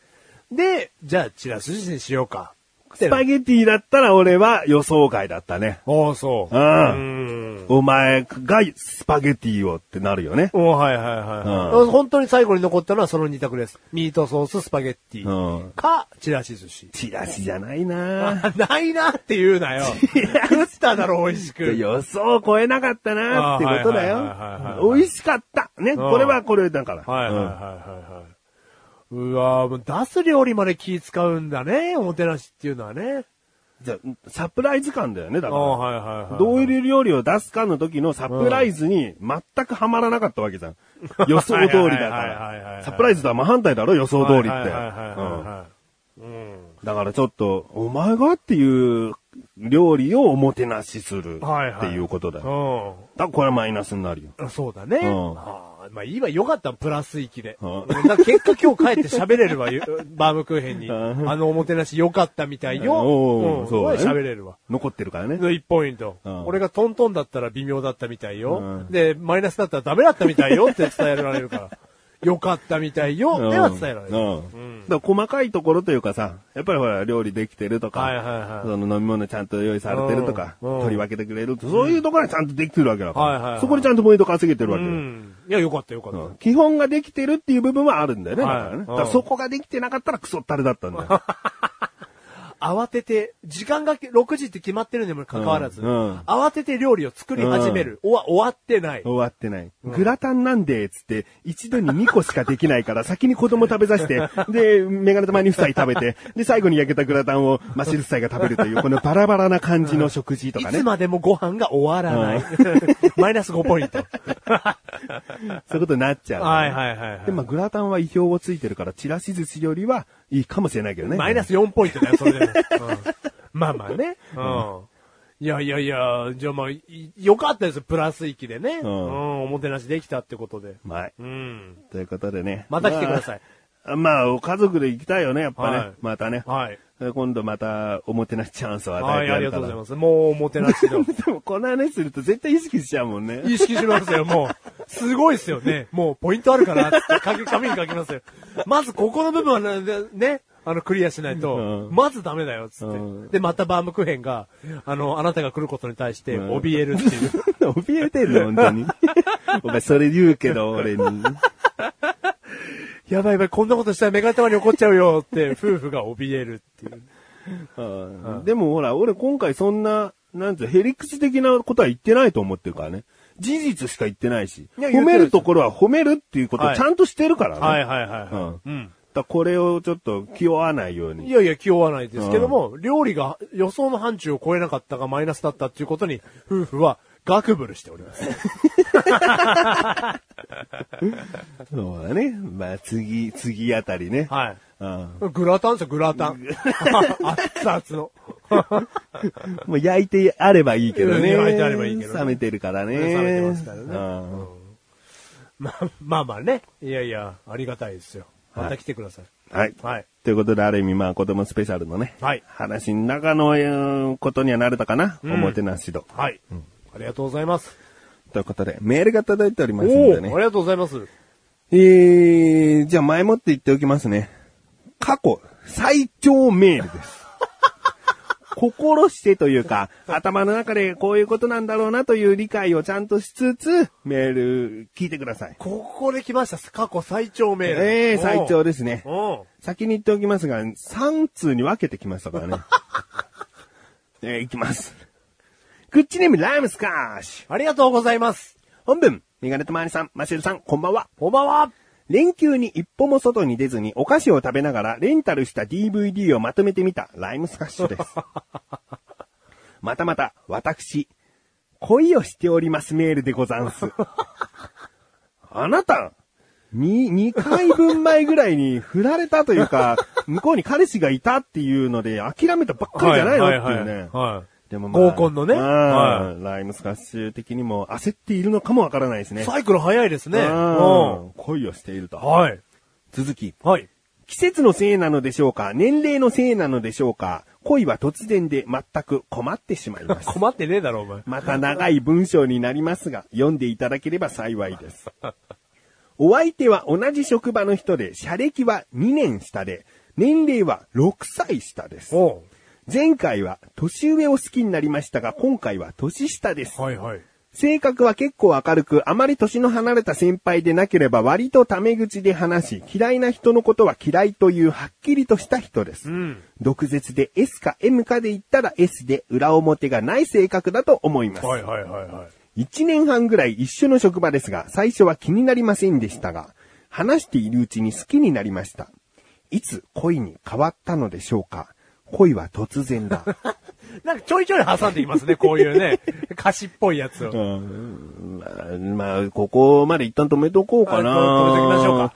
で、じゃあチラシ寿司にしようか。スパゲゲティだったら俺は予想外だったね。おー、そう。ううん。お前がスパゲティをってなるよね。おーはいはいはいはい。うん本当に最後に残ったのはその二択です。ミートソース、スパゲッテうんィか、チラシ寿司。 チラシじゃないなあないなって言 うなよ。食っただろ、美味しく。予想を超えなかったなってことだあーはいはいはいはいよは。い美味しかった。ね、これはこれだから。はいはいうんはいはいはい。うわぁ、もう出す料理まで気使うんだね、おもてなしっていうのはね。じゃあ、サプライズ感だよね、だあから。はいはいはい。どういう料理を出すかの時のサプライズに全くハマらなかったわけじゃ ん。予想通りだかはいはいはいはいはら。いサプライズとは真反対だろ、予想通りって。うはいはいはいんはいはい。うん。だからちょっと、お前がっていう料理をおもてなしするはいっはてい。いうことだよ。だよ。からこれはマイナスになるよ。うん。そうだね。うんあーまあ今良かった、プラス域で。うんだから結果今日帰って喋れるわ、ゆ バームクーヘンに。うんあのおもてなし良かったみたいおーよ。んそうだね喋れるわ。残ってるからね。の1ポイント、うん俺がトントンだったら微妙だったみたいよ。うんで、マイナスだったらダメだったみたいよって伝えられるから。よかったみたいよ。では伝えられる。うんうんだから細かいところというかさ、やっぱりほら、料理できてるとか、はいはいはいその飲み物ちゃんと用意されてるとか、うんうん取り分けてくれるとかそういうところはちゃんとできてるわけだから、はいはいはいそこでちゃんとポイント稼げてるわうけよ、ん。いや、よかったよかった。うん基本ができてるっていう部分はあるんだよね。だはいからね。だかうらんそこができてなかったらクソったれだったんだよ。慌てて、時間が6時って決まってるにもかかわらず、うんうん慌てて料理を作り始める。おわ終わってない。終わってない。グラタンなんで、つって、一度に2個しかできない から、先に子供食べさせて、で、メガネ玉に夫妻食べて、で、最後に焼けたグラタンをマシル夫妻が食べるという、このバラバラな感じの食事といかねつ。までもご飯が終わらない。 マイナス5ポイント。そういうことになっちゃう。はいはいはい、はいで、まあ、グラタンは意表をついてるから、チラシ寿司よりはいいかもしれないけどね。マイナス4ポイントだよ、それでも。うんまあまあね。うん。いやいやいや、じゃあまあ、いよかったですよ、プラス域でね。ううんん。おもてなしできたってことで。はい。うん。ということでね。また来てくださいまあまあ、家族で行きたいよね、やっぱね。はい またね。はい。え今度また、おもてなしチャンスを与はえい、てあやりるがかとうら。ございます。もう、おもてなしの。でも、この話すると絶対意識しちゃうもんね。 意識しますよ、もう。すごいっすよね。もう、ポイントあるかなって書き、紙に書きますよ。まず、ここの部分はね、ね、あの、クリアしないと、うんまずダメだよ、つって、うんで、またバームクーヘンが、あの、あなたが来ることに対して、うん怯えるっていう。 怯えてんの、本当に。 お前、それ言うけど、俺に。やばいやばい、こんなことしたらメガネたまに怒っちゃうよって、夫婦が怯えるっていう。うんでも、ほら、俺今回そんな、なんつう、ヘリクス的なことは言ってないと思ってるからね。事実しか言ってないし。いや言褒ってめるるところは褒めるっていうことをはいちゃんとしてるからね。はいだかはいはいはい。うん。らこれをちょっと気負わないよういに。やいや、気負わないですけども、料理が予想の範疇を超えなかったがマイナスだったっていうことに、夫婦はガクブルしてお ります。そうだね。まあ、次、次あたりね。はい。うんグラタンですよ、グラタン。 熱々の。もう焼いてあればいいけどね。焼いてあればいいけどね冷めてるからね。冷めてますからねうんまあまあまあね。いやいや、ありがたいですよ。また来てください。はい。はいということで、ある意味、まあ、子供スペシャルのね。はい話の中のえーことにはなれたかな。おもてなし度。はい。ありがとうございます。ということで、メールが届いておりまおすおのーあでりね。がとうございます。えー、じゃあ前もって言っておきますね。過去最長メール です。心してというか、頭の中でこういうことなんだろうなという理解をちゃんとしつつ、メール聞いてください。ここで来ました。過去最長メール。えー、最長で。ですね。うん。先に言っておきますが、3通に分けてきましたからね。 えー、いきます。グッチネームライムスカーシュ。ありがとうございます。本文、メガネとマーニさん、マシルさん、こんばんは。こんばんは。連休に一歩も外に出ずにお菓子を食べながらレンタルした DVD をまとめてみたライムスカッシュ です。またまた私、恋をしておりますメールでござんす。あなた、に、2回分前ぐらいに振られたという か、向こうに彼氏がいたっていうので諦めたばっかりじゃないのっていうね。はい。でも合コンのねうんはライムスカッシュ的にも焦っているのかもわからないですね。サイクル早いですね。うん恋をしていると。はい。続き、はい。 季節のせいなのでしょうか年齢のせいなのでしょうか恋は突然で全く困ってしまいます。 困ってねえだろ、お前。また長い文章になりますが、読んでいただければ幸いです。 お相手は同じ職場の人で、社歴は2年下で、年齢は6歳下です。お前回は年上を好きになりましたが、今回は年下です。はいはい。性格は結構明るく、あまり年の離れた先輩でなければ割とタメ口で話し、嫌いな人のことは嫌いというはっきりとした人です。うん。毒舌で S か M かで言ったら S で裏表がない性格だと思います。はいはいはいはい。 1年半ぐらい一緒の職場ですが、最初は気になりませんでしたが、話しているうちに好きになりました。いつ恋に変わったのでしょうか恋は突然だ。なんかちょいちょい挟んでい ますね、こういうね。歌詞っぽいやつを。うんまあ、まあ、ここまで一旦止めとこうかな。はい止めときましょうか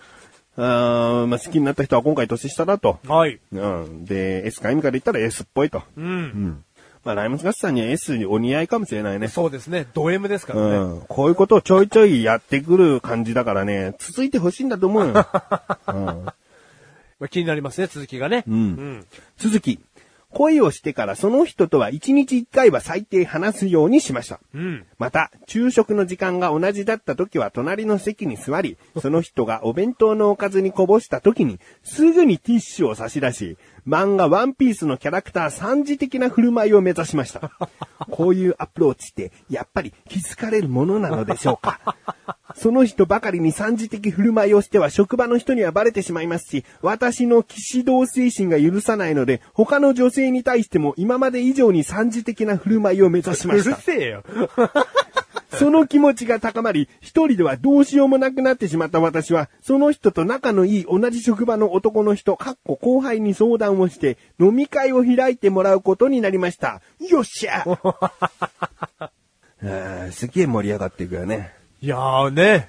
あーまあ、好きになった人は今回年下だと。はい。うん。で、S か M かで言ったら S っぽいと。うん。まあ、ライムスガスさんには S にお似合いかもしれないね。そうですね。ド M ですからね。うん。こういうことをちょいちょいやってくる感じだからね、続いてほしいんだと思う よ。うんまあ、気になりますね、続きがね。うん続き。恋をしてからその人とは1日1回は最低話すようにしました。うんまた、昼食の時間が同じだった時は隣の席に座り、その人がお弁当のおかずにこぼした時に、すぐにティッシュを差し出し、漫画ワンピースのキャラクター三次的な振る舞いを目指しました。こういうアプローチって、やっぱり気づかれるものなのでしょうか。その人ばかりに三次的振る舞いをしては職場の人にはバレてしまいますし、私の騎士道精神が許さないので、他の女性に対しても今まで以上に三次的な振る舞いを目指しうまるした。せえよ。その気持ちが高まり、一人ではどうしようもなくなってしまった私は、その人と仲のいい同じ職場の男の人、かっこ後輩に相談をして、飲み会を開いてもらうことになりました。よっしゃあーす げえ盛り上がっていくよね。いやーね。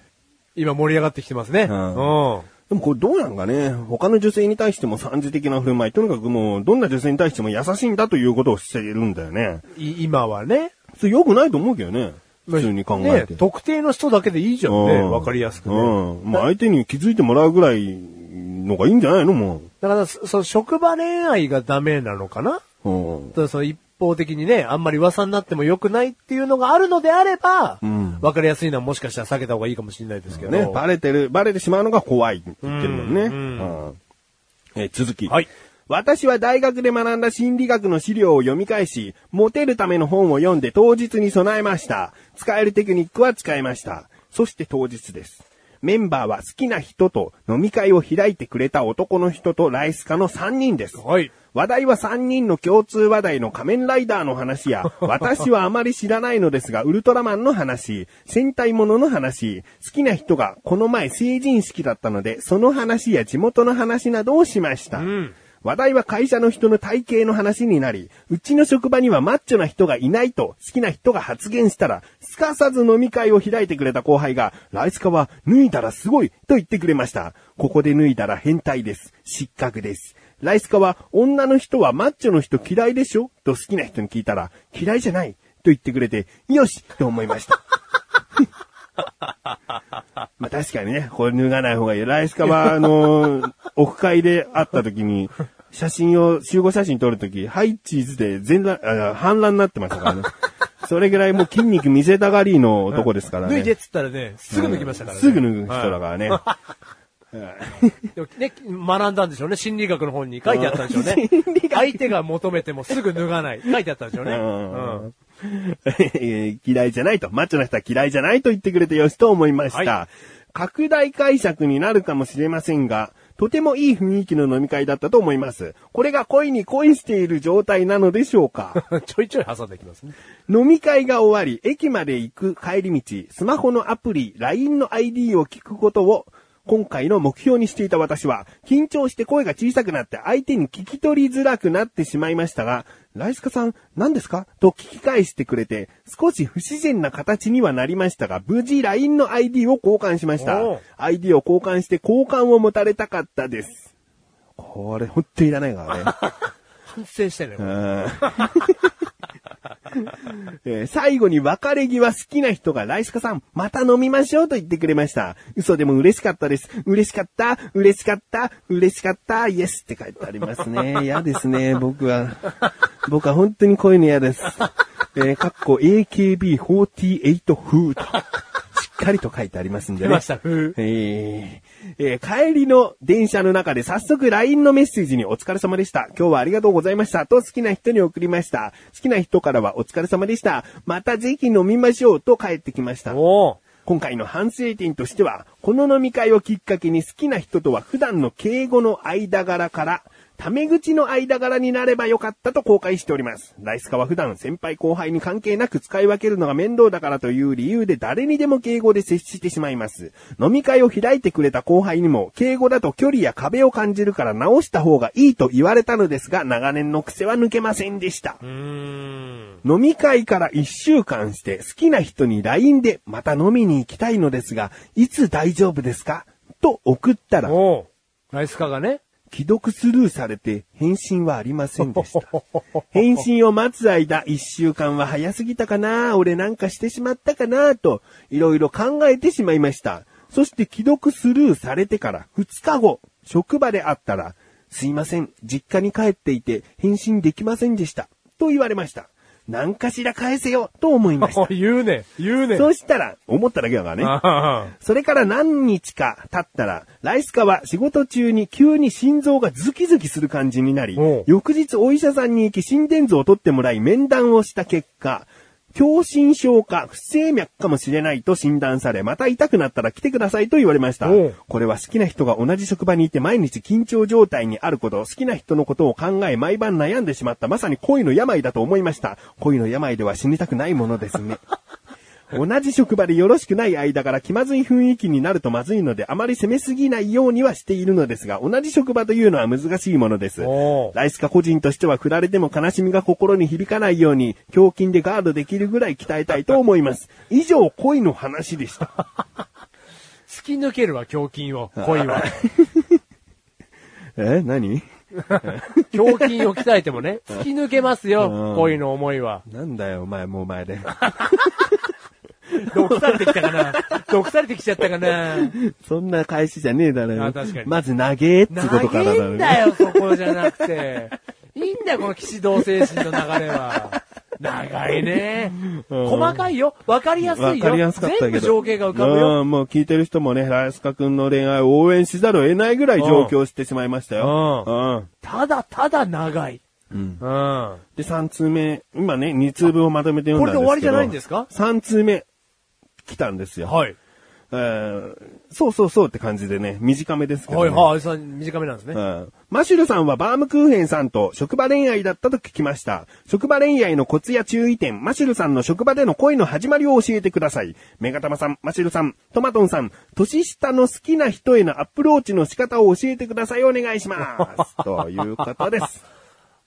今盛り上がってきてますね。んうんでもこれどうなんかね、他の女性に対しても三次的な振る舞い、とにかくもう、どんな女性に対しても優しいんだということをしているんだよね。い今はね。それ良くないと思うけどね。普通に考えて。ね特定の人だけでいいじゃんね。わかりやすくね。うん。まあ相手に気づいてもらうぐらいのがいいんじゃないのもだから、そその職場恋愛がダメなのかなう。うん。その一方的にね、あんまり噂になっても良くないっていうのがあるのであれば、わ、んかりやすいのはもしかしたら避けた方がいいかもしれないですけど。ね、バレてる、バレてしまうのが怖いって言ってるもんね。うんうんえー続き。はい私は大学で学んだ心理学の資料を読み返し、モテるための本を読んで当日に備えました。使えるテクニックは使いました。そして当日です。メンバーは好きな人と飲み会を開いてくれた男の人とライスカの3人です。はい。話題は3人の共通話題の仮面ライダーの話や、私はあまり知らないのですが、ウルトラマンの話、戦隊ものの話、好きな人がこの前成人式だったので、その話や地元の話などをしました。ん話題は会社の人の体型の話になり、うちの職場にはマッチョな人がいないと好きな人が発言したら、すかさず飲み会を開いてくれた後輩が、ライスカは脱いだらすごいと言ってくれました。ここで脱いだら変態です。失格です。ライスカは女の人はマッチョの人嫌いでしょと好きな人に聞いたら、嫌いじゃないと言ってくれて、よしと思いました。 まあ確かにね、これ脱がない方がいい。ライスカは、あのーオフ会で会った時に、写真を、集合写真撮る時、ハイチーズで全乱、あ反乱になってましたからね。それぐらいもう筋肉見せたがりの男ですからね。脱いでっつったらね、すぐ脱ぎましたからね。すぐ脱ぐ人だからね。でもね、学んだんでしょうね。心理学の本に書いてあったんでしょう ね。相手が求めてもすぐ脱がない。書いてあったんでしょうね。うんうん。 えー嫌いじゃないと、マッチョな人は嫌いじゃないと言ってくれてよしと思いました。は拡大解釈になるかもしれませんが、とてもいい雰囲気の飲み会だったと思います。これが恋に恋している状態なのでしょうかちょいちょい挟んで きますね。飲み会が終わり、駅まで行く帰り道、スマホのアプリ、LINE の ID を聞くことを、今回の目標にしていた私は、緊張して声が小さくなって相手に聞き取りづらくなってしまいましたが、ライスカさん、何ですかと聞き返してくれて、少し不自然な形にはなりましたが、無事 LINE の ID を交換しましたおう。 ID を交換して交換を持たれたかったです。これ、ほんといらないからね。反省してね。 えー最後に別れ際好きな人がライスカさん、また飲みましょうと言ってくれました。嘘でも嬉しかったです。嬉しかった、嬉しかった、嬉しかった、イエスって書いてあります ね。嫌ですね、僕は。僕は本当にこういうの嫌です。えー、かっこ AKB48 風と。しっかりと書いてありますんで出ね。ました。ふえーえー帰りの電車の中で早速 LINE のメッセージにお疲れ様でした。今日はありがとうございました。と好きな人に送りました。好きな人からはお疲れ様でした。またぜひ飲みましょうと帰ってきましたう。。おー今回の反省点としては、この飲み会をきっかけに好きな人とは普段の敬語の間柄から、タメ口の間柄になればよかったと後悔しております。ライスカは普段先輩後輩に関係なく使い分けるのが面倒だからという理由で誰にでも敬語で接してしまいます。飲み会を開いてくれた後輩にも敬語だと距離や壁を感じるから直した方がいいと言われたのですが、長年の癖は抜けませんでした。うーん。飲み会から一週間して好きな人に LINE でまた飲みに行きたいのですが、いつ大丈夫ですかと送ったら、おーライスカがね。既読スルーされて返信はありませんでした。返信を待つ間、一週間は早すぎたかな俺なんかしてしまったかなと、いろいろ考えてしまいました。そして既読スルーされてから2日後、職場で会ったら、すいません、実家に帰っていて返信できませんでした。と言われました。何かしら返せよと思いました。 言うね。言うね。そうしたら、思っただけだからね。あーそれから何日か経ったら、ライスカは仕事中に急に心臓がズキズキする感じになりおう、翌日お医者さんに行き心電図を取ってもらい面談をした結果、狭心症か不整脈かもしれないと診断され、また痛くなったら来てくださいと言われましたおう。これは好きな人が同じ職場にいて毎日緊張状態にあること、好きな人のことを考え毎晩悩んでしまった、まさに恋の病だと思いました。恋の病では死にたくないものですね。同じ職場でよろしくない間から気まずい雰囲気になるとまずいので、あまり攻めすぎないようにはしているのですが、同じ職場というのは難しいものですお。ーライスカ個人としては振られても悲しみが心に響かないように、胸筋でガードできるぐらい鍛えたいと思います。 以上、恋の話でした。突き抜けるわ、胸筋を。恋は。え何胸筋を鍛えてもね、突き抜けますよ、恋の思いは。 なんだよ、お前、もうお前で。毒されてきたかな毒されてきちゃったかなそんな返しじゃねえだろよあ確かにまず投げーってことからだろ長いうんねだよ、そこじゃなくて。いいんだよ、この騎士道精神の流れは。長いね。うん細かいよ。わかりやすいよ。わかりやすかったけど。全部情景が浮かぶよ。うん、もう聞いてる人もね、ラスカ君の恋愛を応援しざるを得ないぐらい上京してしまいましたよ。うん。ただただ長い。うん。うん。で、3通目、今ね、2通分をまとめて読んだんですけど。これで終わりじゃないんですか ?3 通目、来たんですよ。はい。えーそうそうそうって感じでね、短めですけど、はね。いはい、さん短めなんですね。うんマシュルさんはバームクーヘンさんと職場恋愛だったと聞きました。職場恋愛のコツや注意点、マシュルさんの職場での恋の始まりを教えてください。メガタマさん、マシュルさん、トマトンさん、年下の好きな人へのアプローチの仕方を教えてください。お願いします。 ということです。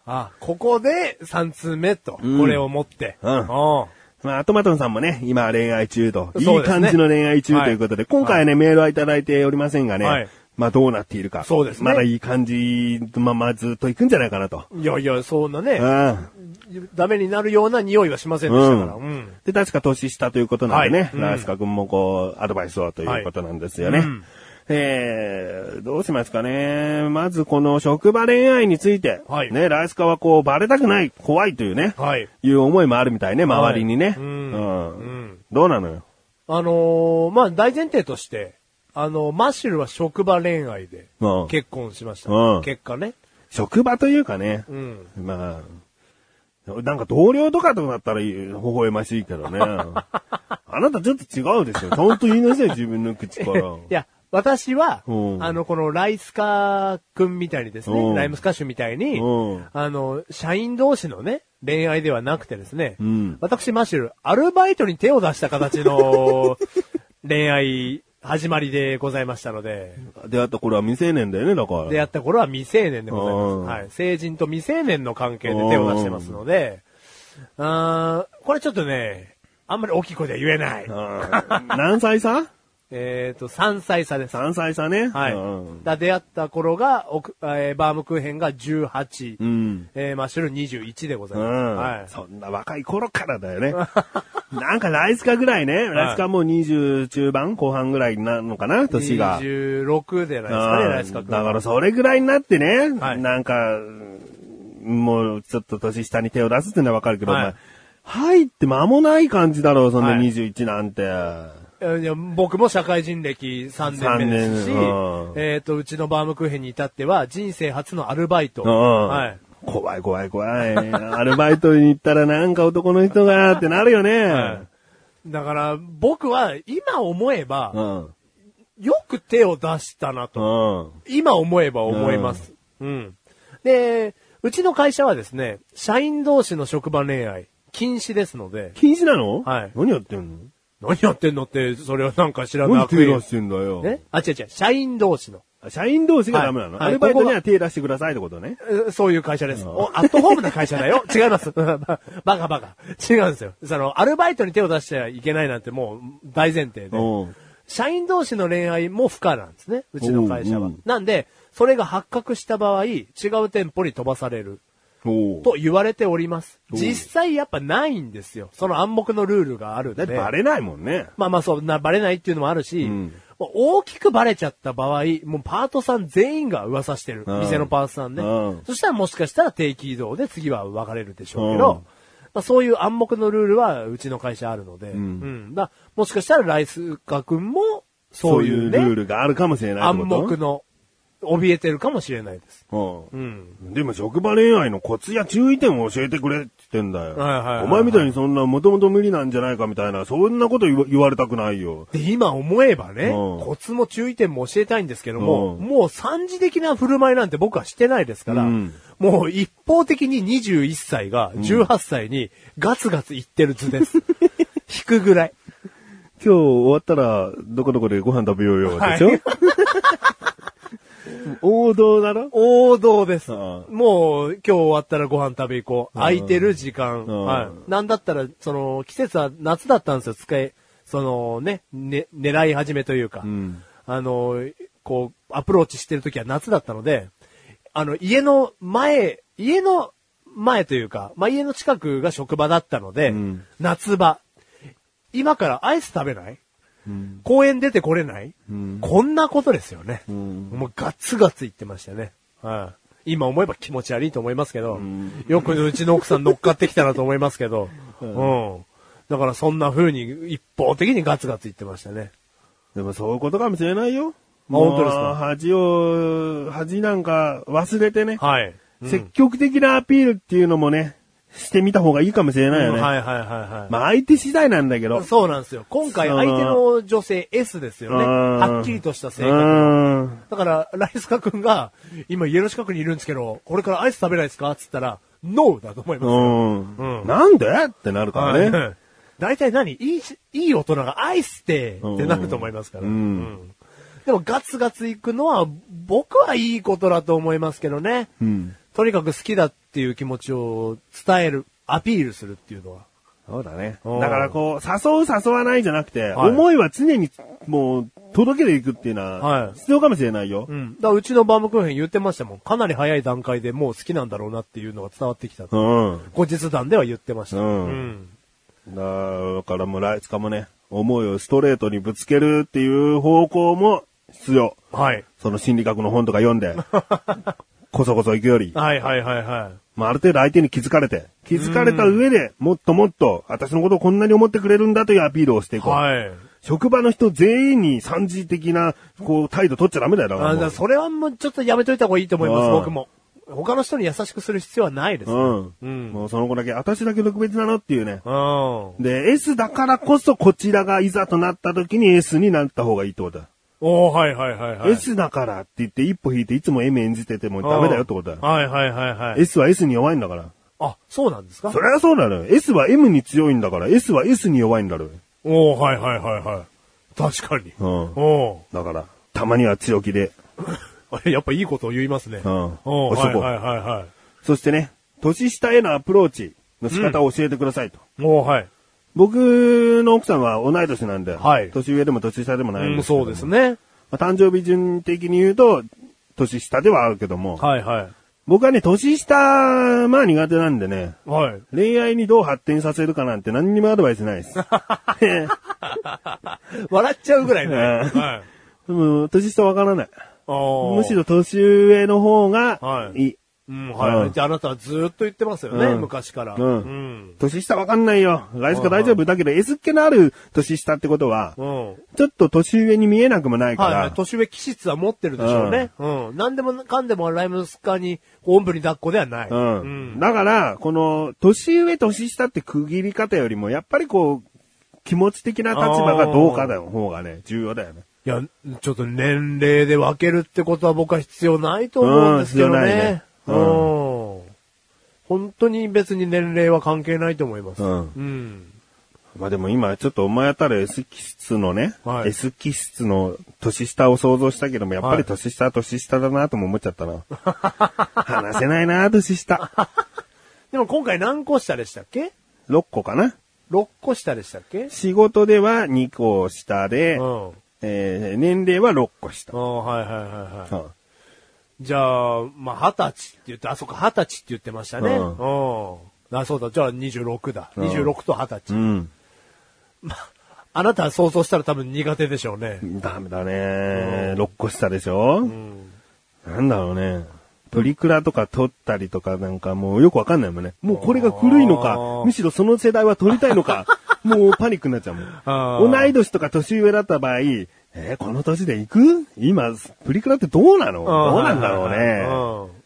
あ、ここで3通目と、うんこれを持って。うんあまあ、トマトンさんもね、今恋愛中と、いそういですね感じの恋愛中ということで、はい今回はね、メールはいただいておりませんがね、はいまあどうなっているか。そうですねまだいい感じ、まあまあずっといくんじゃないかなと。いやいや、そんなうね、ん。ダメになるような匂いはしませんでしたから。うん。で、確か年下ということなんでね、はいうんラースカ君もこう、アドバイスをということなんですよね。はいうんえー、どうしますかね。まずこの職場恋愛について、はいね、ラースカはこう、バレたくない、怖いというね、はい。い、う思いもあるみたいね、周りにね。はいうんうんどうなのよ。あのーまあ、大前提として、あのーマッシュルは職場恋愛でうん結婚しました。うん結果ね。職場というかね、うん。まあ、なんか同僚とかとなったらいい微笑ましいけど ね。あなたちょっと違うでしょ。ちゃんと言いなさい、自分の口から。 いや、私は、うんあの、このライスカ君みたいにですうね、んライムスカッシュみたいにうん、あの、社員同士のね、恋愛ではなくてですね、うん私、マッシュル、アルバイトに手を出した形の 恋愛、始まりでございましたので、出会った頃は未成年だよね、だから。出会った頃は未成年でございます。うんはい。成人と未成年の関係で手を出してますので、あーこれちょっとね、あんまり大きい声では言えない。うん何歳差えっ、と、3歳差です。 ?3 歳差ね。はい。うんだ出会った頃が、おくえーバームクーヘンが18、うん。えーマッシュルー21でござういます。んはい。そんな若い頃からだよね。 なんかライスカぐらいね。ライスカもう20中盤後半ぐらいなのかな、年が。 26でないですかね、ライスカうん君。だからそれぐらいになってね。はいなんか、もうちょっと年下に手を出すってのはわかるけど、はいお前入って間もない感じだろう、そんなはい21なんて。えいや僕も社会人歴3年目ですし、三年うんえっ、と、うちのバームクーヘンに至っては人生初のアルバイト。うんはい。怖い怖い怖 い。アルバイトに行ったらなんか男の人がってなるよね。だから、僕は今思えうば、ん。よく手を出したなと。うん。今思えば思います。うん。で、うちの会社はですね、社員同士の職場恋愛、禁止ですので、禁止なのはい何やってんの何やってんのって、それはなんか知らな何く手出してんだよ。ねあ、違う違う、社員同士の。社員同士がダメなの、はいはいアルバイトには手出してくださいってことね。えそういう会社です。お、アットホームな会社だよ。 違います。バカバカ。違うんですよ。その、アルバイトに手を出してはいけないなんてもう大前提で。うん社員同士の恋愛も不可なんですね。うちの会社うはんうん。なんで、それが発覚した場合、違う店舗に飛ばされる。おうと言われております。おう実際やっぱないんですよ。その暗黙のルールがあるんだで。ってバレないもんね。まあまあそう、な、バレないっていうのもあるし、んもう大きくバレちゃった場合、もうパートさん全員が噂してる。うん店のパートさんねうん。そしたらもしかしたら定期移動で次は別れるでしょうけど、うんまあそういう暗黙のルールはうちの会社あるので、うんん。だもしかしたらライスカ君も、そういうね、ルールがあるかもしれないって暗こと黙の、怯えてるかもしれないです。ううんん。でも職場恋愛のコツや注意点を教えてくれって言ってんだよ。はいはいはいはいお前みたいにそんな元々無理なんじゃないかみたいな、そんなこと言わ言われたくないよ。で、今思えばね、うんコツも注意点も教えたいんですけども、うんもう三次的な振る舞いなんて僕はしてないですから、うんもう一方的に21歳が18歳にガツガツ言ってる図 です。引くぐらい。今日終わったら、どこどこでご飯食べようよ、はでいしょ 王道だろ王道です。うんもう今日終わったらご飯食べ行こう。空いてる時間。うんはい。なんだったら、その、季節は夏だったんですよ。使い、そのね、ね、狙い始めというか。んあの、こう、アプローチしてる時は夏だったので、あの、家の前、家の前というか、まあ、家の近くが職場だったので、ん夏場。今からアイス食べない、公園出てこれない、こんなことですよね。もうガツガツ言ってましたね。はい今思えば気持ち悪いと思いますけど、よくうちの奥さん乗っかってきたなと思います けど、うん。だからそんな風に一方的にガツガツ言ってましたね。でもそういうことかもしれないよ。本当ですかもう恥を、恥なんか忘れてね、はい。うん積極的なアピールっていうのもね、してみた方がいいかもしれないよね。はいはいはいはい。まあ相手次第なんだけど。そうなんですよ。今回相手の女性 S ですよね。うんはっきりとした性う格。ん。だから、ライスカ君が、今家の近くにいるんですけど、これからアイス食べないですかっつったら、ノーだと思いますよ。うんうんなんでってなるからね。はい 大体何いいし、いい大人がアイスって、ってなると思いますから。うんんでもガツガツ行くのは、僕はいいことだと思いますけどね。うんとにかく好きだっていう気持ちを伝える、アピールするっていうのは。そうだね。うんだからこう、誘う誘わないじゃなくて、はい思いは常にもう届けていくっていうのははい必要かもしれないよ。うん。だからうちのバームクーヘン言ってましたもん。かなり早い段階でもう好きなんだろうなっていうのが伝わってきたって。うん。後日談では言ってました。うんうん。だからもうライツカもね、思いをストレートにぶつけるっていう方向も必要。はい。その心理学の本とか読ん で、こそこそ行くより、はいはいはいはい。まあ、ある程度相手に気づかれて、気づかれた上で、もっともっと、私のことをこんなに思ってくれるんだというアピールをしていこう。はい。職場の人全員に三次的な、こう、態度取っちゃダメだよだからあもうだからそれはもうちょっとやめといた方がいいと思います、うん僕も。他の人に優しくする必要はないです。うん。ううんん。もうその子だけ、私だけ特別なのっていうね。おで、S だからこそこちらがいざとなった時に S になった方がいいってことだ。おーはいはいはいはい。 S だからって言って一歩引いていつも M 演じててもダメだよってことだよ。はいはいはいはい。 S は S に弱いんだから。あ、そうなんですかそれはそうなのよ。S は M に強いんだから、S は S に弱いんだろう。おーはいはいはいはい。確かに。うんおーだから、たまには強気で。あれ、やっぱいいことを言いますね。うんおー押しはとこいうはいはいはそしてね、年下へのアプローチの仕方を教えてくださいと。い。おーはい。僕の奥さんは同い年なんで、はい年上でも年下でもないんうでん、すけどもそうです。ね。まあ誕生日順的に言うと、年下ではあるけども、はいはい。僕はね、年下、まあ苦手なんでね、はい。恋愛にどう発展させるかなんて何にもアドバイスないで す。笑っちゃうぐらいね。うんはい。うん、年下わからない。むむし、ろ年上の方がはいい。うん、はいはい。うんじゃああなたはずーっと言ってますよね、うん昔から。うんうん。年下わかんないよ。ライスカはいはい大丈夫だけど、S っ気のある年下ってことは、うん。ちょっと年上に見えなくもないかはいら、はい。年上気質は持ってるでしょうね。うん。何でもかんでもライムスカに、おんぶに抱っこではない。うん。うん。だから、この、年上、年下って区切り方よりも、やっぱりこう、気持ち的な立場がどうかだよ、方がね、重要だよね。いや、ちょっと年齢で分けるってことは僕は必要ないと思うんですけどうん必要ないねね。う。うんん本本当に別に年齢は関係ないと思います。うんうん。まあでも今、ちょっと思い当たる S 気質のね、はい S 気質の年下を想像したけども、やっぱはいり年下は年下だなとも思っちゃったな。 話せないな、年下。でも今回何個下でしたっけ6個かな。 ?6 個下でしたっけ仕事では2個下で、うん。えー年齢は6個下あ。あ、はいはいはいはい。うんじゃあ、まあ、二十歳って言って、あ、そっか、二十歳って言ってましたね。う。うんあ、そうだ、じゃあ26だ。うん26と二十歳。うん。あなたは想像したら多分苦手でしょうね。ダメだね。6個下でしょ、なんだろうね。プリクラとか撮ったりとかなんかもうよくわかんないもんね。もうこれが古いのあかー、むしろその世代は撮りたいの か、もうパニックになっちゃうもあん。ー同い年とか年上だった場合、えーこの年で行く今、プリクラってどうなのどうなんだろうね。ね。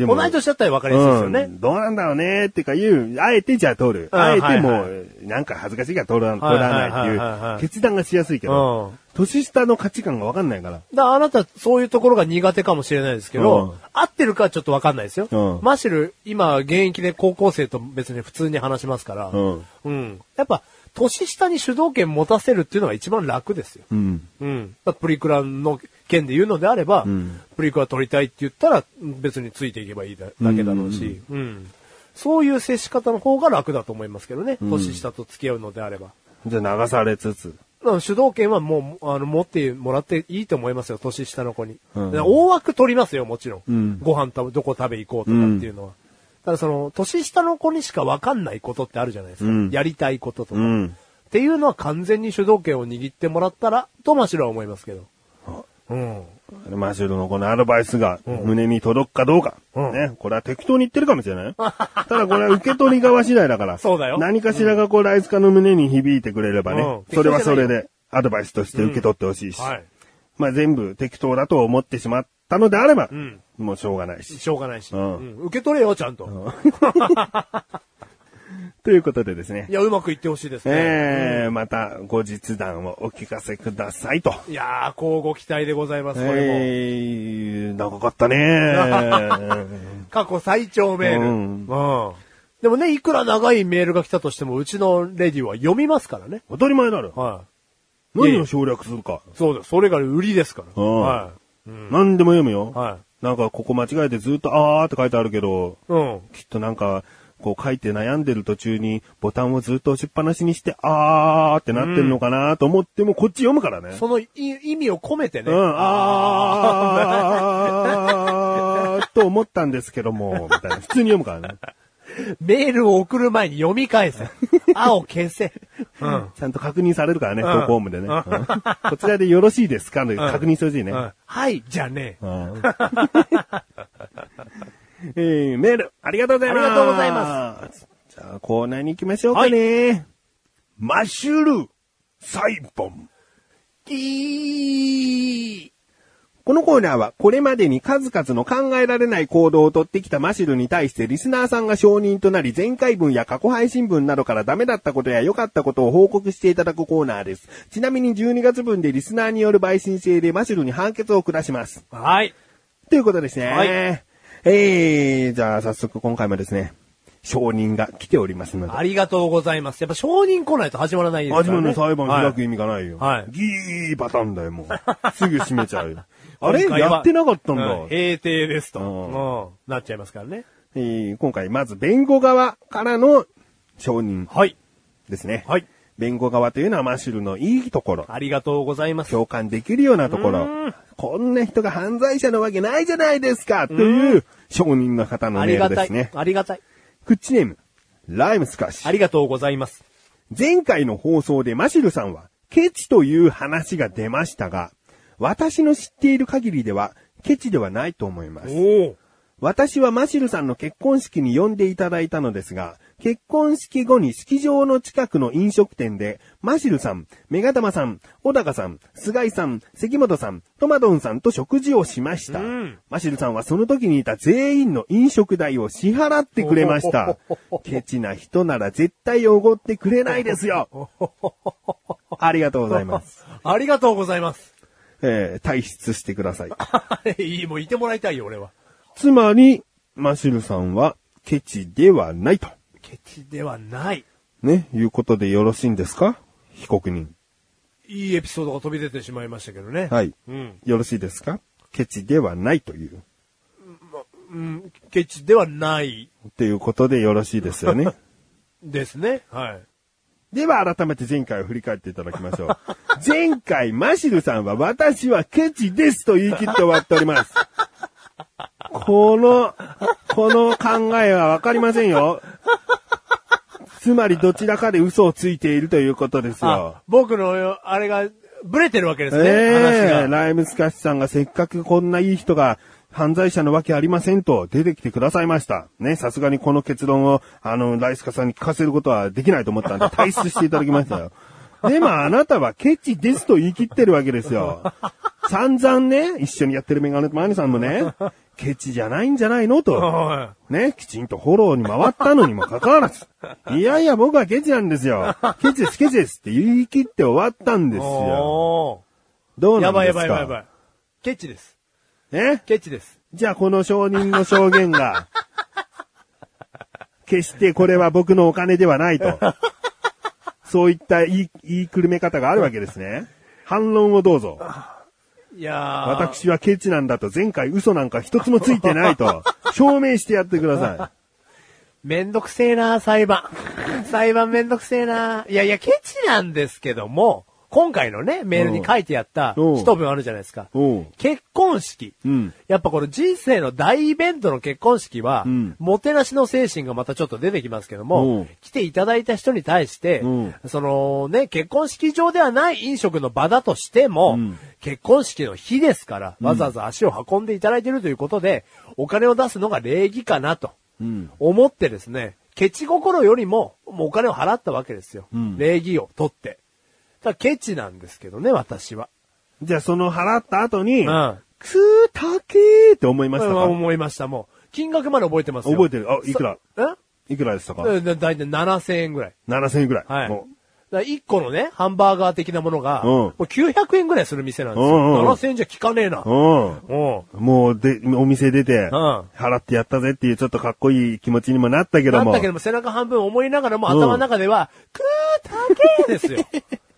で同い年だったら分かりやすいですよね。うんどうなんだろうねってか言う、あえてじゃあ撮る。ああえーてもう、はいなんか恥ずかしいから撮ら撮らないってはいはいはいはいい、はいう決断がしやすいけうどん、年下の価値観がわかんないから。だからあなた、そういうところが苦手かもしれないですけど、うん合ってるかはちょっと分かんないですよ。うんマシル、今、現役で高校生と別に普通に話しますから、うんんやっぱ、年下に主導権持たせるっていうのが一番楽ですよ。うん。うん。だからプリクラの件で言うのであれば、んプリクラ撮りたいって言ったら、別についていけばいいだだけだろうし、うんそういう接し方の方が楽だと思いますけどね。年下と付き合うのであれば。じゃあ流されつつ。まあ主導権はもう、あの、持ってもらっていいと思いますよ、年下の子に。うんで大枠取りますよ、もちろん。うんご飯食べ、どこ食べ行こうとかっていうのは。ただその、年下の子にしか分かんないことってあるじゃないですか。うんやりたいこととか。うんっていうのは完全に主導権を握ってもらったら、とマシロは思いますけど。うん。マシュルのこのアドバイスが胸に届くかどうか。うんね。これは適当に言ってるかもしれ ないよ。ただこれは受け取り側次第だから。そうだよ何かしらがこう、ライスカの胸に響いてくれればね。うんそれはそれでアドバイスとして受け取ってほしいし。はい。まあ全部適当だと思ってしまったのであれば、んもうしょうがないし。しょうがないし。うんうん受け取れよ、ちゃんと。ということでですねい。や、うまくいってほしいですね。えー、また後日談をお聞かせくださいと。いやー、こうご期待でございます、これえー、長か ったね。も。過去最長メーうル。うんん。でもね、いくら長いメールが来たとしても、うちのレディは読みますからね。当たり前だろ。は何を省略するか。い。そうだ、それが売りですかうら。んはい。うん。何でも読むよ。はい。なんかここ間違えてずっとあーって書いてあるけど、うん。きっとなんか、こう書いて悩んでる途中にボタンをずっと押しっぱなしにして、あーってなってるのかなと思ってもこっち読むからね。そのい意味を込めてね。うん、あーと思ったんですけども、 みたいな。普通に読むからね。メールを送る前に読み返 せ。あを消せ。うん。ちゃんと確認されるからね、ん投稿ムでね。うんこちらでよろしいですかの確認してほしいね。うんはい、じゃあね。うん えーメール、ありがとうございます。。ありがとうございますじゃあ、コーナーに行きましょうかね。マッシュル、サイボン。いこのコーナーは、これまでに数々の考えられない行動をとってきたマシルに対してリスナーさんが承認となり、前回分や過去配信分などからダメだったことや良かったことを報告していただくコーナーです。ちなみに12月分でリスナーによる陪審制でマシルに判決を下します。はい。ということですね。はいえー、じゃあ早速今回もですね、証人が来ておりますので。ありがとうございます。やっぱ承認来ないと始まらないですからね。初めの裁判開くはい意味がないよ。はいギーパターンだよ、もう。すぐ閉めちゃう よ。あれ今回はやってなかったんだ。う平定ですと、うんうんなっちゃいますからね。えー今回まず弁護側からの承認はい。ですね。はい。弁護側というのはマッシュルのいいところ。ありがとうございます。共感できるようなところ。こんな人が犯罪者なわけないじゃないですかという証人の方のあメりーがルたでい、すね。ありがたい。クッチネーム、ライムスカッシュありがとうございます。前回の放送でマシルさんは、ケチという話が出ましたが、私の知っている限りでは、ケチではないと思います。お私はマシルさんの結婚式に呼んでいただいたのですが、結婚式後に式場の近くの飲食店で、マシルさん、メガタマさん、小高さん、菅井さん、関本さん、トマドンさんと食事をしました。うんマシルさんはその時にいた全員の飲食代を支払ってくれま した。ケチな人なら絶対おごってくれないです よ。ありがとうございます。ありがとうございます。えー退出してください。 いい、もういてもらいたいよ、俺は。つまり、マシルさんはケチではないと。ケチではない。ね、いうことでよろしいんですか被告人。いいエピソードが飛び出てしまいましたけどね。はい。うん。よろしいですかケチではないという。うん。ケチではないっていうことでよろしいですよね。ですね。はい。では改めて前回を振り返っていただきましょう。 前回、マシルさんは私はケチですと言い切って終わっております。この、この考えはわかりませんよ。つまりどちらかで嘘をついているということですよあ。僕の、あれが、ブレてるわけですね。ええ話が。ライムスカッシュさんがせっかくこんないい人が犯罪者のわけありませんと出てきてくださいました。ね、さすがにこの結論を、あの、ライスカさんに聞かせることはできないと思ったん で、退出していただきましたよ。でもあなたはケチですと言い切ってるわけですよ。散々ね、一緒にやってるメガネとマネさんもね、ケチじゃないんじゃないのと。はね、きちんとフォローに回ったのにもかかわらず。いやいや、僕はケチなんですよ。ケチです、ケチですって言い切って終わったんでい。すよ。おどうーなやんでばいすかやばいやばいやばい。ケチです。えケチです。じゃあこの証人の証言 が、決してこれは僕のお金ではないと。そういった言い言いくるめ方があるわけですね。反論をどうぞ。いやー。私はケチなんだと前回嘘なんか一つもついてないと、証明してやってくださめんどく せえな、裁判。裁判めんどくせえな。いやいや、ケチなんですけども、今回のね、メールに書いてやったうん一文あるじゃないですか。うん結婚式。うんやっぱこの人生の大イベントの結婚式は、うんもてなしの精神がまたちょっと出てきますけどうもん、来ていただいた人に対して、うんそのね、結婚式場ではない飲食の場だとしても、うん結婚式の日ですから、わざわざ足を運んでいただいているということで、お金を出すのが礼儀かなと。うん。思ってですね、ケチ心よりも、もうお金を払ったわけですよ。うん礼儀を取って。だからケチなんですけどね、私は。じゃあその払った後に、うんくすーたけーって思いましたまあか思いました、もう。金額まで覚えてますよ。覚えてるあいくらさいくらでしたかえだだいたい7000円ぐらい。 ?7000 円くらい。はい。もうだ1個のね、ハンバーガー的なものが、うんもう900円ぐらいする店なんですよ。うんうんうん7000円じゃ効かねえな。うん。うん。もう、で、お店出て、ん払ってやったぜっていうちょっとかっこいい気持ちにもなったけどなも。ったけども背中半分思いながらもうん頭の中では、くー高えですよ。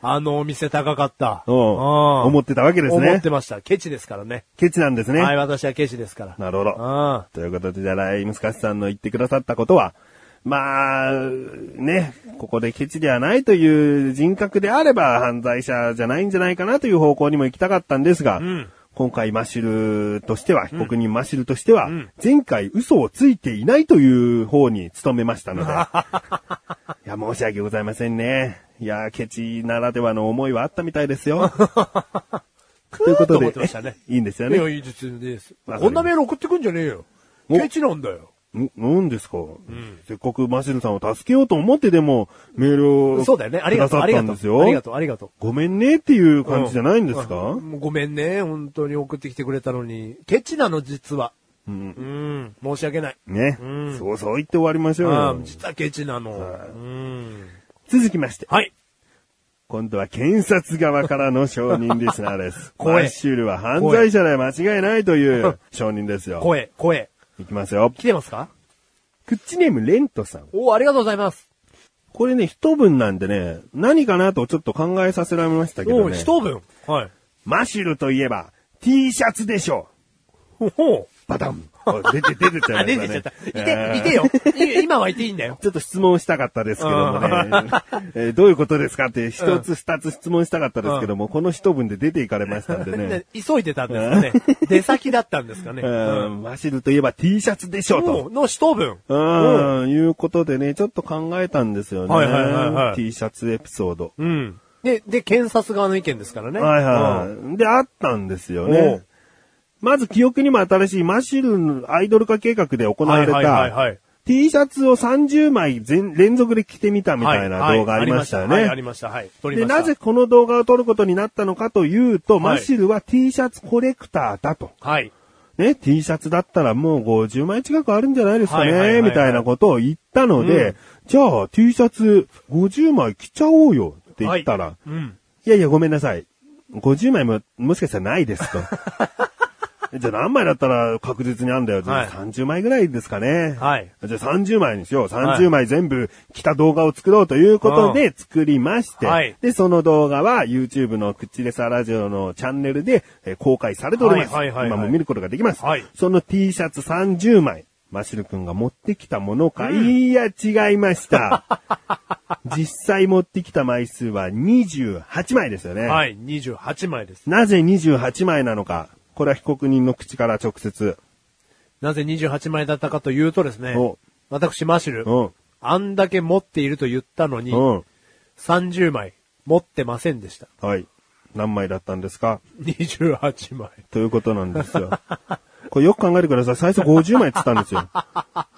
あのお店高かった。うん思ってたわけですね思ってました。ケチですからね。ケチなんですね。はい、私はケチですから。なるほど。うん。ということで、じゃあ、ライムスカシさんの言ってくださったことは、まあ、ね、ここでケチではないという人格であれば犯罪者じゃないんじゃないかなという方向にも行きたかったんですが、ん今回マシュルとしては、被告人マシュルとしては、ん前回嘘をついていないという方に努めました ので、いや、申し訳ございませんね。いや、ケチならではの思いはあったみたいです よ。ということと思でってましたね、いいんですよいや、ね。いいです、いいです。わかりますこんなメール送ってくんじゃねえよ。おケチなんだよ。ん、なんですか、せっかくマシルさんを助けようと思ってでも、メールを。そうだよね。ありがとくだう、あさっりたがんとですう。よ。ありがとう、ありがとう。ごめんねっていう感じじゃないんですか、うんもうごめんね、本当に送ってきてくれたのに。ケチなの、実は。うんうん。申し訳ない。ね、うんそうそう言って終わりましょうあよあ、。実はケチなの。うん。続きまして、はい。今度は検察側からの証人リスナーです。 怖えマシルは犯罪者で間違いないという証人ですよ。声、声。いきますよ。来てますかクッチネームレントさん。おありがとうございます。これね、一文なんでね、何かなとちょっと考えさせられましたけどおね。一分。はい。マシルといえば、T シャツでしょう。ほう。バタン。あ出て、出てちゃあ、いましたね。出てきちゃった。いえて、ーいて。よ。い今はいていいんだよ。ちょっと質問したかったですけどもね。 えーどういうことですかって、一つ二つ質問したかったですけども、この一文で出ていかれましたんで ね。急いでたんですかね。出先だったんですかね。ううんんマシルといえば T シャツでしょ、と。の一分。うん、いうことでね、ちょっと考えたんですよね。はいはいはいはい T シャツエピソード。うん。で、で、検察側の意見ですからね。はいはい。で、あったんですよおねう。まず記憶にも新しいマシルのアイドル化計画で行われはいはいはいはたい、 T シャツを30枚全連続で着てみたみはたいな動画ありましたよはい、あね。りました。はい。撮りまで、した。なぜこの動画を撮ることになったのかというと、いマシルは T シャツコレクターだと。はい。ね、T シャツだったらもう50枚近くあるんじゃないですかはいはいはいね、はいみたいなことを言ったのうで、じゃあ T シャツ50枚着ちゃおうよって言ったはらい、うん。いやいや、ごめんなさい。50枚も、もしかしたらないです と。じゃあ何枚だったら確実にあんだよ。はい30枚ぐらいですかね。はいじゃあ30枚にしよう。はい30枚全部来た動画を作ろうということで作りまして。はいで、その動画は YouTube のクッチレサラジオのチャンネルでえー公開されております。はいはいはいは今いも見ることができます。はいその T シャツ30枚。マシル君が持ってきたものか、いや、違いました。 実際持ってきた枚数は28枚ですよね。はい。28枚です。なぜ28枚なのか。これは被告人の口から直接。なぜ28枚だったかというとですねお、私、マシルう、ん。あんだけ持っていると言ったのに、うん。 30枚持ってませんでした。はい。何枚だったんですか28枚。ということなんですよ。 これよく考えてください。最初50枚って言ったんですよ。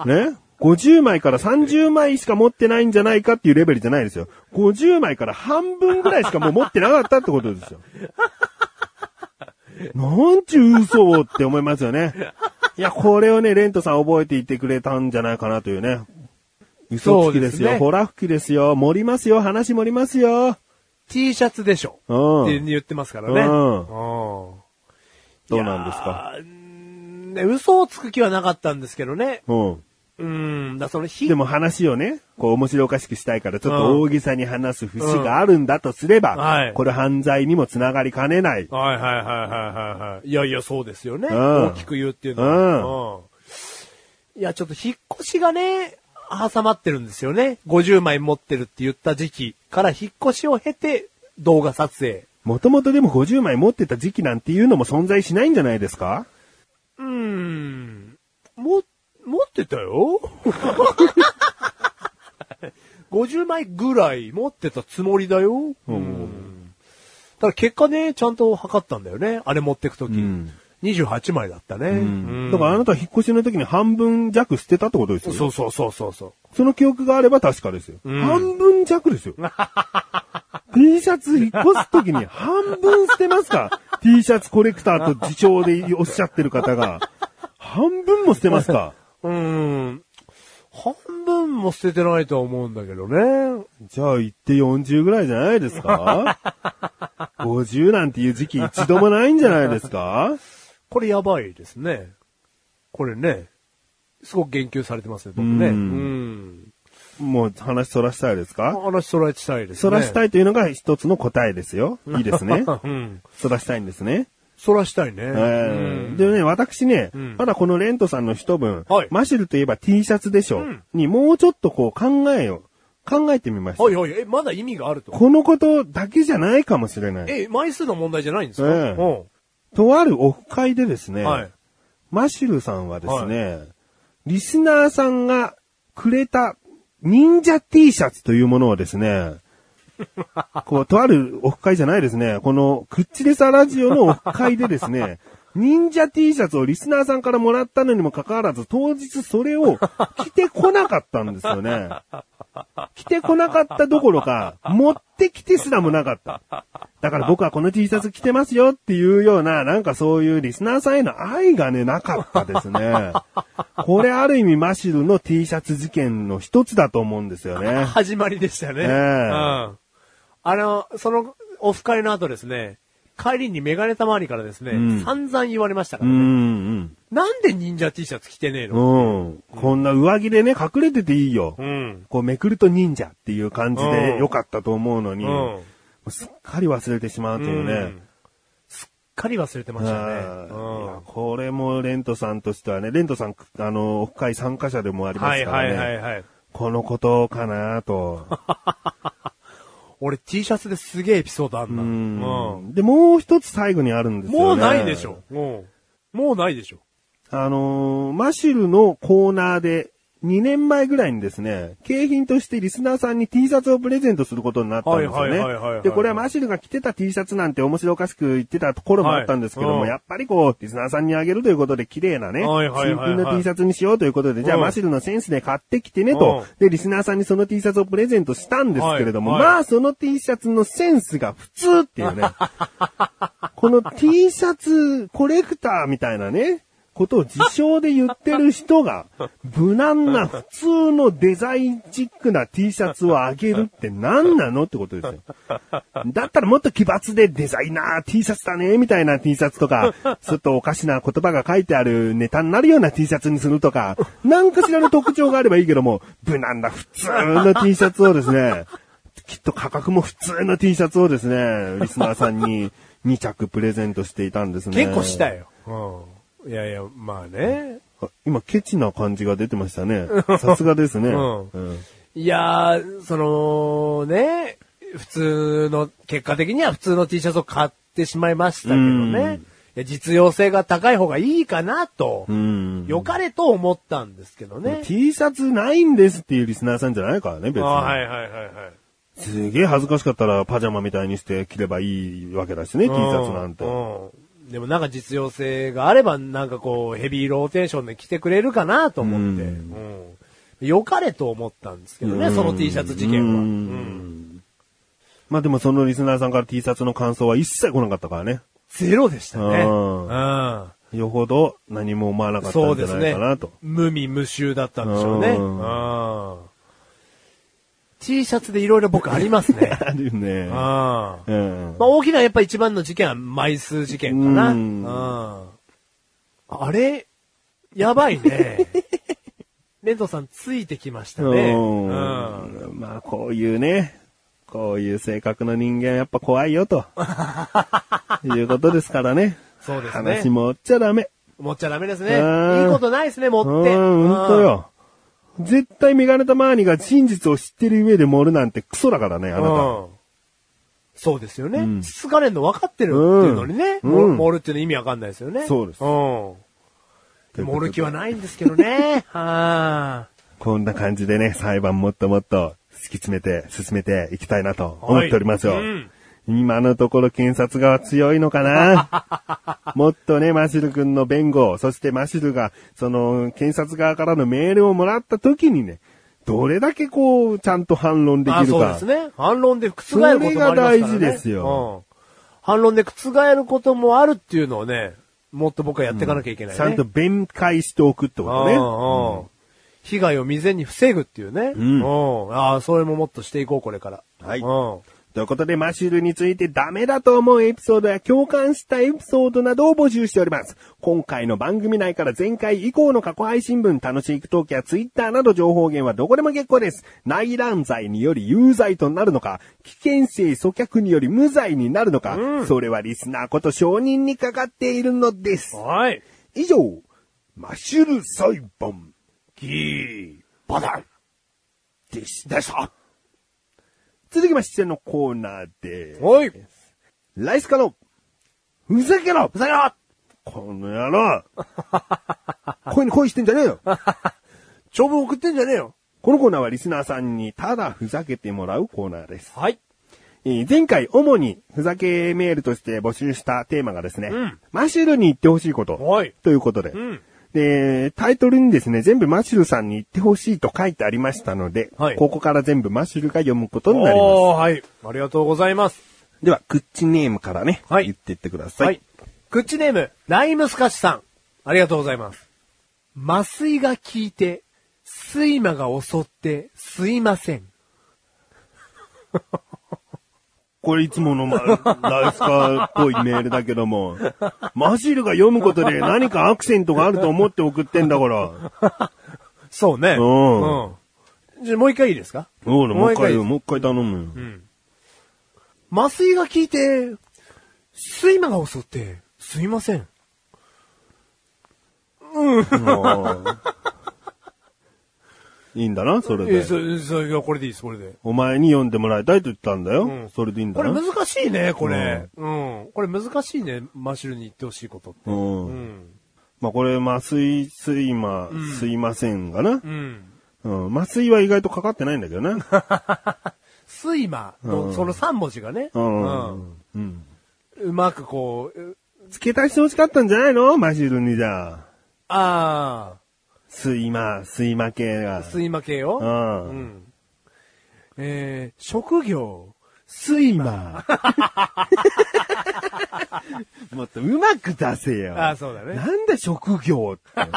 ね ?50 枚から30枚しか持ってないんじゃないかっていうレベルじゃないですよ。50枚から半分ぐらいしかもう持ってなかったってことですよ。なんちゅう嘘をって思いますよね。いや、これをね、レントさん覚えていてくれたんじゃないかなというね。嘘つきですそうよ。ですねほら吹きですよ。盛りますよ。話盛りますよ。 T シャツでしょ。うんって言ってますからね。うんうんどうなんですかいやーうーんね嘘をつく気はなかったんですけどね。うん。うーん、だその日でも話をね、こう面白おかしくしたいから、ちょっと大げさに話す節があるんだとすれば、うんはいこれ犯罪にもつながりかねない。はいはいはいはいはいはい。いやいや、そうですよね。うん大きく言うっていうのは。うんいや、ちょっと引っ越しがね、挟まってるんですよね。50枚持ってるって言った時期から引っ越しを経て、動画撮影。もともとでも50枚持ってた時期なんていうのも存在しないんじゃないですかうーん。も、持ってたよ ?50 枚ぐらい持ってたつもりだよ。うん。ただ結果ね、ちゃんと測ったんだよね。あれ持ってくとき。ん28枚だったね。うんだからあなたは引っ越しの時に半分弱捨てたってことですよ。そうそうそうそうそう。その記憶があれば確かですよ。うん半分弱 ですよ。T シャツ引っ越す時に半分捨てますか ?T シャツコレクターと自称でおっしゃってる方が。半分も捨てますかうーん。半分も捨ててないとは思うんだけどね。じゃあ行って40ぐらいじゃないですか ?50 なんていう時期一度もないんじゃないですかこれやばいですね。これね。すごく言及されてますね、僕ね。ううんん。もう話そらしたいですか話そらしたいですね。そらしたい。いというのが一つの答えですよ。いいですね。うん。そらしたいんです ね。そらしたいね。えーでね、私ね、んまだこのレントさんの一文、はいマシュルといえば T シャツでしょ、んにもうちょっとこう考えを、考えてみました。はいはい。え、まだ意味があると。このことだけじゃないかもしれない。え、枚数の問題じゃないんですか、ええとあるオフ会でですうね、ん。はい。マシュルさんはですね、リスナーさんがくれた忍者 T シャツというものをですね、こう、とあるオフ会じゃないですね、この、クッチレサラジオのオフ会でですね、忍者 T シャツをリスナーさんからもらったのにもかかわらず、当日それを着てこなかったんですよね。着てこなかったどころ か、持ってきてすらもなかった。だから僕はこの T シャツ着てますよっていうような、なんかそういうリスナーさんへの愛がね、なかったです ね。これある意味マシルの T シャツ事件の一つだと思うんですよ ね。始まりでしたえね。えうん。あの、その、オフ会の後ですね、帰りにメガネたまわりからですね、うん散々言われましたかうらね。ん、なんで忍者 T シャツ着てねえうのん。うん。こんな上着でね、隠れてていいよ。うん。こうめくると忍者っていう感じうでんよかったと思うのに、うんもうすっかり忘れてしまうというね。うんすっかり忘れてましたね。うんいやはこれもレントさんとしてはね、レントさん、あの、オフ会参加者でもありいまはすいからはね。いはいはい。このことかな と。俺 T シャツですげえエピソードあんな。ううんんで、もう一つ最後にあるんですよね。もうないでしょ。。うんもうないでしょ。あのーマシルのコーナーで、2年前ぐらいにですね、景品としてリスナーさんに T シャツをプレゼントすることになったんですよはいはいはいはいはねい。で、これはマシルが着てた T シャツなんて面白おかしく言ってたところもあったんですけども、はいうんやっぱりこう、リスナーさんにあげるということで綺麗なね、はいはい新はいはい品の T シャツにしようということで、じゃあうんマシルのセンスで買ってきてねと、うで、リスナーさんにその T シャツをプレゼントしたんですけれども、はいはいまあその T シャツのセンスが普通っていうね。 この T シャツコレクターみたいなね、ことを自称で言ってる人が、無難な普通のデザインチックな T シャツをあげるって何なのってことですよ。 だったらもっと奇抜でデザイナー T シャツだね、みたいな T シャツと か、ちょっとおかしな言葉が書いてあるネタになるような T シャツにするとか、何かしらの特徴があればいいけども、無難な普通の T シャツをですね、きっと価格も普通の T シャツをですね、リスナーさんに2着プレゼントしていたんですね。結構したよ。うんいやいや、まあね。あ今、ケチな感じが出てましたね。さすがですね。 うんうんいやー、その、ね、普通の、結果的には普通の T シャツを買ってしまいましたけどうんね。いや実用性が高い方がいいかなとう、ん良かれと思ったんですけどね。 T シャツないんですっていうリスナーさんじゃないからね、別あに。はいはいはいはい。すげえ恥ずかしかったらパジャマみたいにして着ればいいわけだしね、T シャツなんて。うんでもなんか実用性があれば、なんかこう、ヘビーローテーションで着てくれるかなと思って、うんうん良かれと思ったんですけどね、うんその T シャツ事件は。ううんんまあでもそのリスナーさんから T シャツの感想は一切来なかったからね。ゼロでしたね。うんうんよほど何も思わなかったそんうじでゃすないねかなと。。無味無臭だったんでしょうね。ううん T シャツでいろいろ僕あります ね。あるよね。うんまうあ、ん。大きなやっぱ一番の事件は枚数事件かな。ううんんあれ、やばいね。 レントさんついてきましたね。うんうんまあこういうね、こういう性格の人間やっぱ怖いよ と。いうことですからね。そうですね話。も追っちゃダメ。持っちゃダメですうんね。いいことないですね、持うって。ん、うんほんと。よ。絶対メガネたマーニが真実を知ってる上で盛るなんてクソだからね、あうなた。ん。そうですよね。うんつつかれんの分かってるっていうのにね、うんもうん盛るっていうの意味わかんないですよね。そうですうん。ということで盛る気はないんですけ どね。はこんな感じでね、裁判もっともっと突き詰めて進めていきたいなと思っておりますよ。はいうん今のところ検察側強いのかな もっとね、マシル君の弁護、そしてマシルが、その、検察側からのメールをもらった時にね、どれだけこう、ちゃんと反論でーきあ、るそうか。ですね。反論で覆ることもありますかそらね。れが大事ですよ。うん。反論で覆ることもあるっていうのをね、もっと僕はやっていかなきゃいけないね。ちゃんと弁解しておくってことね。うんうん被害を未然に防ぐっていうね。んうんああ、それももっとしていこう、これから。はいうん。ということで、マシュルについてダメだと思うエピソードや共感したエピソードなどを募集しております。今回の番組内から前回以降の過去配信分、楽しいトークやツイッターなど情報源はどこでも結構です。内乱罪により有罪となるのか、危険性阻却により無罪になるのか、それはリスナーこと承認にかかっているのです。はい。以上、マシュル裁判、ギー、バダン、でしでした。続きましてのコーナーで、おい。ライスカの、ふざけろふざけろこの野 郎声に恋してんじゃねえよ長文送ってんじゃねえよ。このコーナーはリスナーさんにただふざけてもらうコーナーです。はい。えー前回主にふざけメールとして募集したテーマがですね、うんマシュルに言ってほしいこと、はいということで、んで、タイトルにですね、全部マシュルさんに言ってほしいと書いてありましたので、はいここから全部マシュルが読むことになりまおー、はい。ありがとうございます。す。では、クッチネームからね、はい言ってってください。はい。クッチネーム、ライムスカシさん。ありがとうございます。麻酔が効いて、睡魔が襲って、すいません。これいつもの、ま、ライスカっぽいメールだけども、マシュルが読むことで何かアクセントがあると思って送ってんだから。そうね。うんうん。じゃあもう一回いいですかおうもう一回もう一回よ、もう一回頼むよ。麻酔が効いて、睡魔が襲って、すいません。いいんだな、それえ、で。そ、そ、いや、これでいいです、これで。お前に読んでもらいたいと言ったんだよ。うんそれでいいんだこれな。難しいね、これ。うん。これ難しいね、マシュルに言ってほしいことって。うん。うん。まあこれ、麻酔、睡魔、すいませんがなう。ん。うん。麻酔は意外とかかってないんだけどね。 睡魔の、その3文字がね。うん。うんうん。うまくこう、う付け足してほしかったんじゃないのマシュルにじゃあ。あ睡魔、睡魔系があ、。睡魔系よ。うんうん。えー、職業、睡魔。 もっとうまく出せよ。あそうだねなんだ職業って。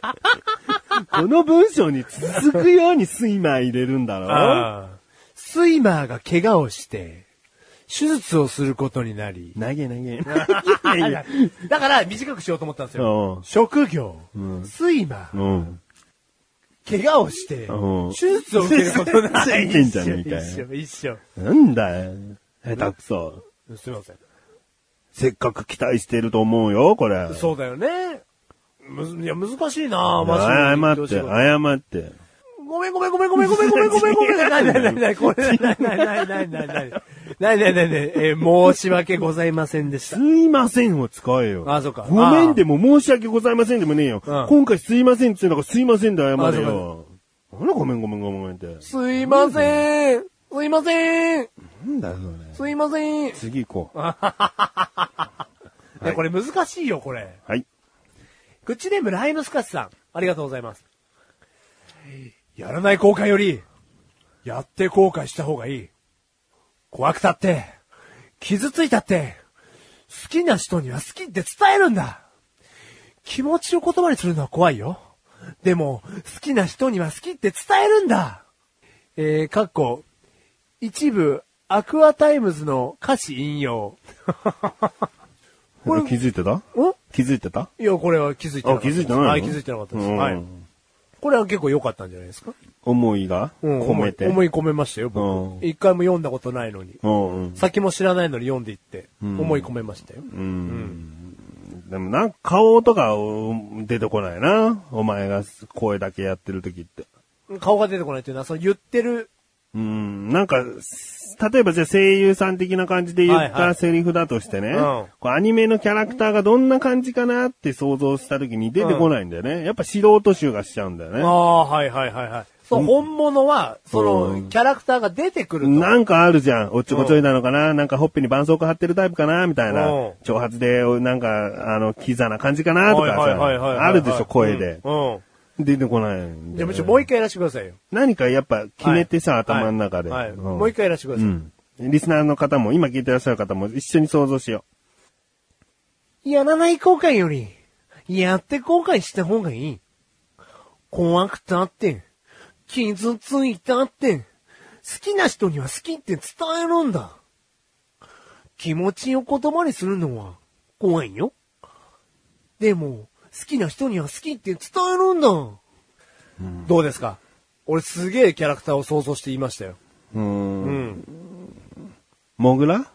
この文章に続くように睡魔入れるんだろスイマーが怪我をして、手術をすることになり、投 げ投げ。だから短くしようと思ったんですよう。ん職業、んスイマー、うん。怪我をしてうん、手術を受ける ことになつり。いてんじゃねえかよ一緒、一緒。なんだよ。下手くそ。すいません。せっかく期待してると思うよ、これ。そうだよね。むず、いや、難しいなぁ、謝マっジて、で。謝って。ごめんごめんごめんごめんごめんごめんごめんごめん。ないないないない、これ、ないないないないないない。ないないないない、えー、申し訳ございませんでしたす。いませんを使えよ。あそうかごめんでも申し訳ございませんでもねえよ。うん今回すいませんって言うのがすいませんで謝あれそうかよ。なんだごめんごめんごめんごめんって。すいません。すいません。なんだよ、それ。すいません。次行こう。ねこれ難しいよ、これ。はい。口ネームライムスカスさん。ありがとうございます。やらない後悔より、やって後悔した方がいい。怖くたって、傷ついたって、好きな人には好きって伝えるんだ。気持ちを言葉にするのは怖いよ。でも、好きな人には好きって伝えるんだ。えー、かっこ、一部、アクアタイムズの歌詞引用。これ気づいてたん気づいてたいや、これは気づいてなあ、かった気です。づいてないのはい、気づいてなかったです。うんはい。これは結構良かったんじゃないですか。思いがうん込めて。思い思い込めましたよ、うん僕。一回も読んだことないのに。うんうん。先も知らないのに読んでいって、思い込めましたよ。でもなんか顔とかお出てこないな。お前が声だけやってる時って。顔が出てこないというのは、その言ってるうん、なんか、例えばじゃあ声優さん的な感じで言っはいはたいセリフだとしてね、うんこうアニメのキャラクターがどんな感じかなって想像した時に出てこないんだよね。やっぱ素人集がしちゃうんだよあね。あ、はいはいはいはい。そう、本物は、その、キャラクターが出てくると。なんかあるじゃん。おっちょこちょいなのかな、なんかほっぺに絆創膏貼ってるタイプかなみたいな。うん挑発で、なんか、あの、キザな感じかなとはかいさ、はいはいはいはいはい。あるでしょ、声で。うん。うん出てこないんだじゃよあ、ねむしろもう一回やらせてくださいよ。何かやっぱ決めてさ、はい頭の中で。はいはいんもう一回やらせてくだうさい。ん。リスナーの方も、今聞いてらっしゃる方も一緒に想像しよやらない後悔より、やって後悔した方がいい。怖くたって、傷ついたって、好きな人には好きって伝えるんだ。気持ちを言葉にするのは怖いよ。でも、好きな人には好きって伝えるんだ。どうですか俺すげえキャラクターを想像して言いましたよ。う。う。うんん。モグラん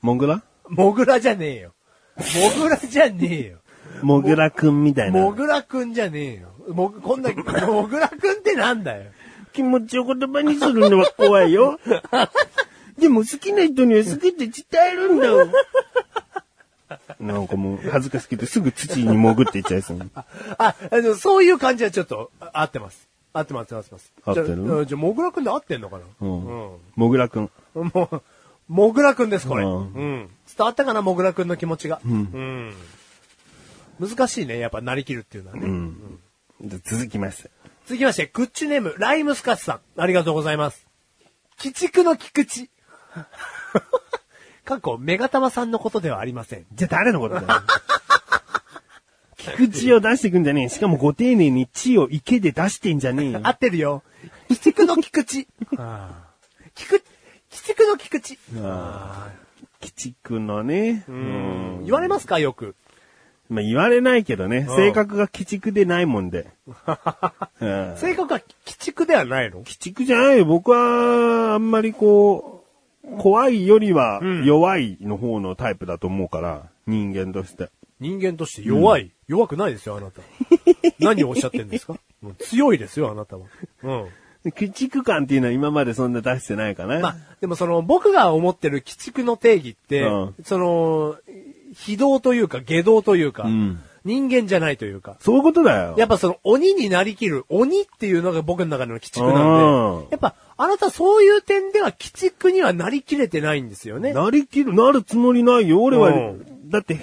モグラモグラじゃねえよ。モグラじゃねえよ。モグラくんみたいな。もぐらくんじゃねえよ。もぐ、こんな、 もぐらくんってなんだよ。気持ちを言葉にするのは怖い よ。でも好きな人には好きって伝えるんだよ。なんかもう恥ずかしくてすぐ土に潜っていっちゃいそう。あ、あのそういう感じはちょっと、あ合ってます。合ってます、合ってます。合ってるじゃあ、じゃあもぐらくんで合ってんのかなううんん。モグラくん。もう、もぐらくんです、これ。ううんん。伝わったかな、もぐらくんの気持ちが。うん。難しいね、やっぱ、なりきるっていうのはね。うん。じゃあ続きまして。続きまして、クッチネーム、ライムスカスさん。ありがとうございます。鬼畜の菊池。 かっこ、メガタマさんのことではありません。じゃあ誰のことだ よ。菊池を出してくんじゃねえ。しかもご丁寧に地を池で出してんじゃねえよ。合ってるよ。鬼畜の菊池。菊、鬼畜の菊池。鬼畜のね。うん言われますかよく。まあ、言われないけどね。ん性格が鬼畜でないもん で。うん鬼性格は鬼畜ではないの畜じゃないよ。僕は、あんまりこう、怖いよりは弱いの方のタイプだと思うから、人間として。人間として弱い。弱くないですよ、あな た。何をおっしゃってんですかもう強いですよ、あなたは。うん。鬼畜感っていうのは今までそんな出してないかな。まあ、でもその、僕が思ってる鬼畜の定義って、うんその、非道というか、下道というか、ん人間じゃないというか、そういうことだよ。やっぱその鬼になりきる、鬼っていうのが僕の中の鬼畜なんうんで、やっぱあなたそういう点では鬼畜にはなりきれてないんですよね。なりきる、なるつもりないよ。俺は、うんだって、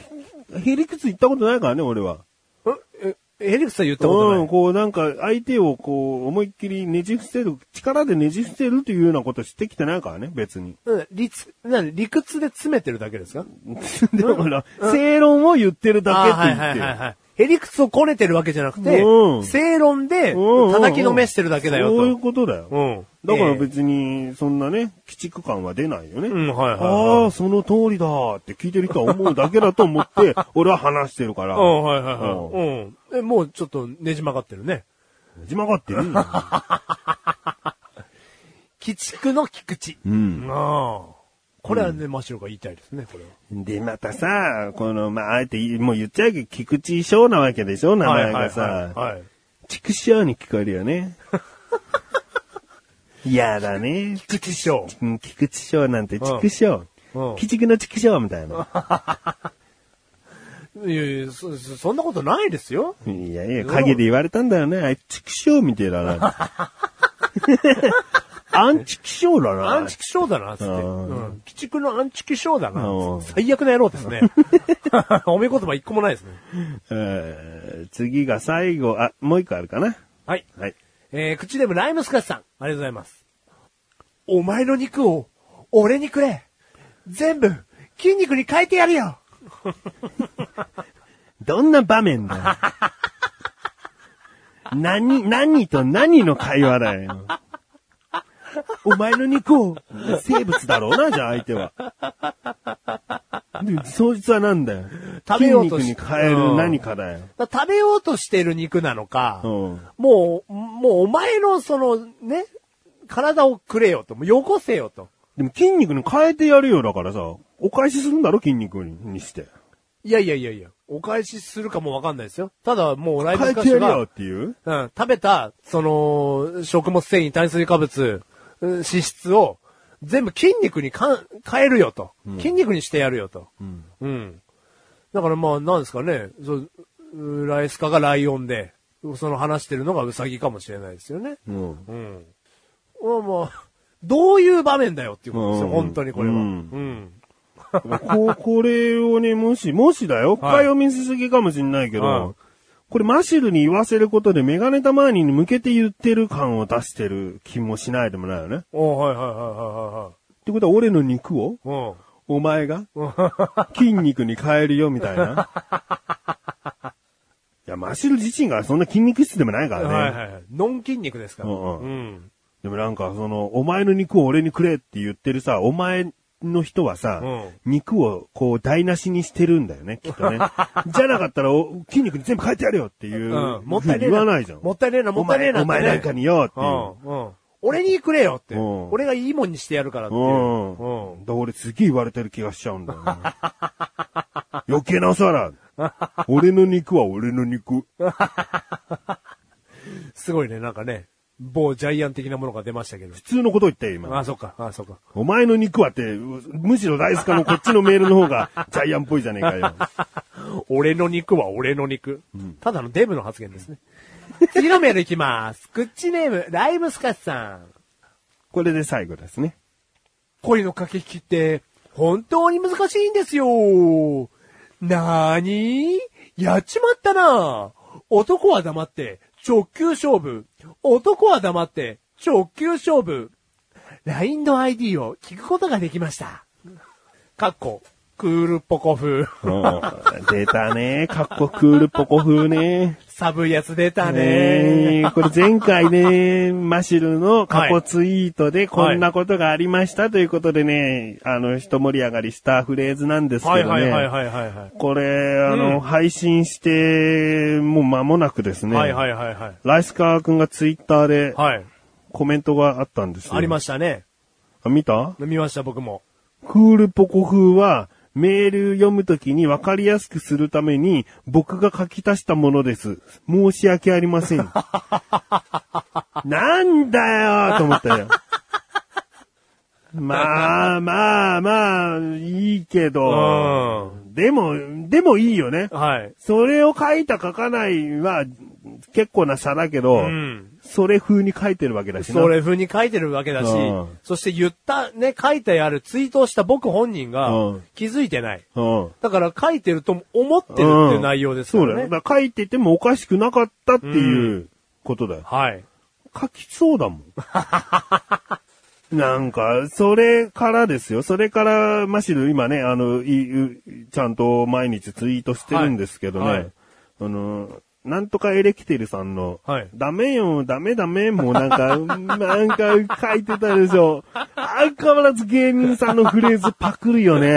へりくつ行ったことないからね、俺は。ええエリクさん言ったことう、なんい。こうなんか相手をこう思いっきりねじ伏せる、力でねじ伏せるというようなことしてきてないからね、別に。うん、理屈、なに理屈で詰めてるだけですか だから、正論を言ってるだけって言ってる。い。へりくつをこねてるわけじゃなくて、うん正論でうん叩きのめしてるだけだよと。そういうことだよ。うんだからええ別に、そんなね、鬼畜感は出ないよね。うんはいはいはいああ、その通りだって聞いてる人は思うだけだと思 って、俺は話してるから。うん、はいはいうんはい。うん。え、もうちょっとねじ曲がってるね。ねじ曲がってるよ。鬼畜の菊池。うん。ああ。これはね、真っ白が言いたいですね、これは。で、またさ、この、まあ、あえて言う、もう言っちゃうけど、菊池翔なわけでしょ名前がさ。はいはいはいはい畜生に聞こえるよ ね。嫌だね。菊池翔。うん菊池翔なんて畜生。うんうん鬼畜の畜生みたいな。いやいや、そ、そそんなことないですよ。いやいや、陰で言われたんだよね。あいつ畜生みてえだな。 アン畜生だな。アンチキショーだな、つって。ううんん。鬼畜のアンチキショーだうな。ん最悪な野郎ですね。 おめ言葉一個もないですね。えー次が最後、あ、もう一個あるかな。はい。はい。えー、口でもライムスカスさん。ありがとうございます。お前の肉を、俺にくれ。全部、筋肉に変えてやるよ。どんな場面だよ 何、何と何の会話だよ。お前の肉を、生物だろうな、じゃあ相手は。で、当日はなんだよ。食べようとし筋肉に変える何かだよ。だから食べようとしてる肉なのか、うんもう、もうお前のそのね、体をくれよと、もうよこせよと。でも筋肉に変えてやるよ、だからさ。お返しするんだろ、筋肉ににして。いやいやいやいや、お返しするかもわかんないですよ。ただもうライブ変えスカッてシやュるよがっ、ていう。うん、食べた、その、食物繊維、炭水化物、うん脂質を全部筋肉にかん変えるよと、筋肉にしてやるよと。うん。だからまあ、なんですかね。そううライスカがライオンで、その話してるのがウサギかもしれないですよね。うん。うん。まあまあ、どういう場面だよっていうことですよ、うん本当にこれは。ううんん。こ、 これをね、もし、もしだよ。はい深読みしすぎかもしんないけど、はいこれマシルに言わせることでメガネたまーに向けて言ってる感を出してる気もしないでもないよね。っおはいはいはてことは俺の肉をいはいはい。お前 が筋肉に変えるよみたいな。いや、マシル自身がそんな筋肉質でもないかうん。らね。はいはいはい。ノン筋肉ですから。ううんん、うんでもなんか、その、お前の肉を俺にくれって言ってるさ、お前の人はさ、う肉をこう台無しにしてるんだよ ね、きっとね。じゃなかったらお筋肉に全部変えてやるよっていう、うんもったいねえふうに言なわないじゃん。もったいねえなもったいねえなお前っておね前なんかによっていう。うん。うん。俺にくれよって。うん俺がいいもんにしてやるからっていう。うん。うん。だから俺すげえ言われてる気がしちゃうんだよ ね、余計なおさら。俺の肉は俺の肉。すごいね、なんかね、某ジャイアン的なものが出ましたけど。普通のこと言ったよ、今。あ、そっか、あ、そっか。お前の肉はって、うむしろ大スカのこっちのメールの方がジャイアンっぽいじゃねえかよ。俺の肉は俺の肉。ただのデブの発言ですね。次のメールいきます。 クッチネーム、ライムスカスさん。これで最後ですね。恋の駆け引きって、本当に難しいんですよ。なーにやっちまったな。男は黙って、直球勝負。男は黙って、直球勝負。LINE の ID を聞くことができました。かっこ、クールポコ風。うん出たね。かっこクールポコ風ね。寒いやつ出たねね。えこれ前回ね、マシルの過去ツイートでこんなことがありましたということでね、あの、一盛り上がりしたフレーズなんですけどね。はいはいはい。これ、あの、配信して、もう間もなくですね。はいはいはいはい。ライスカー君がツイッターではい。コメントがあったんですよ。ありまししたね。た。見た見ました僕も。クールポコ風は、メール読むときに分かりやすくするために、僕が書き足したものです。申し訳ありませ ん。なんだよと思ったよ。まあまあまあ、いいけうど。ん。でも、でもいいよね。はい。それを書いた書かないは、結構な差だけど、うん。それ風に書いてるわけだしな。それ風に書いてるわけだしうん、そして言った、ね、書いてある、ツイートをした僕本人がうん気づいてない。うん。だから書いてると思ってるっていう内容ですそかうだらよ。ね。だから書いててもおかしくなかったっていうことだよ。はい。書きそうだもん。 なんか、それからですよ。それから、マシル、今ね、あの、いいちゃんと毎日ツイートしてるんですけどね。はいはいあの、なんとかエレキテルさんの、はいダメよ、ダメダメ、もうなんか、 なんか書いてたでしょ。相変わらず芸人さんのフレーズパクるよね。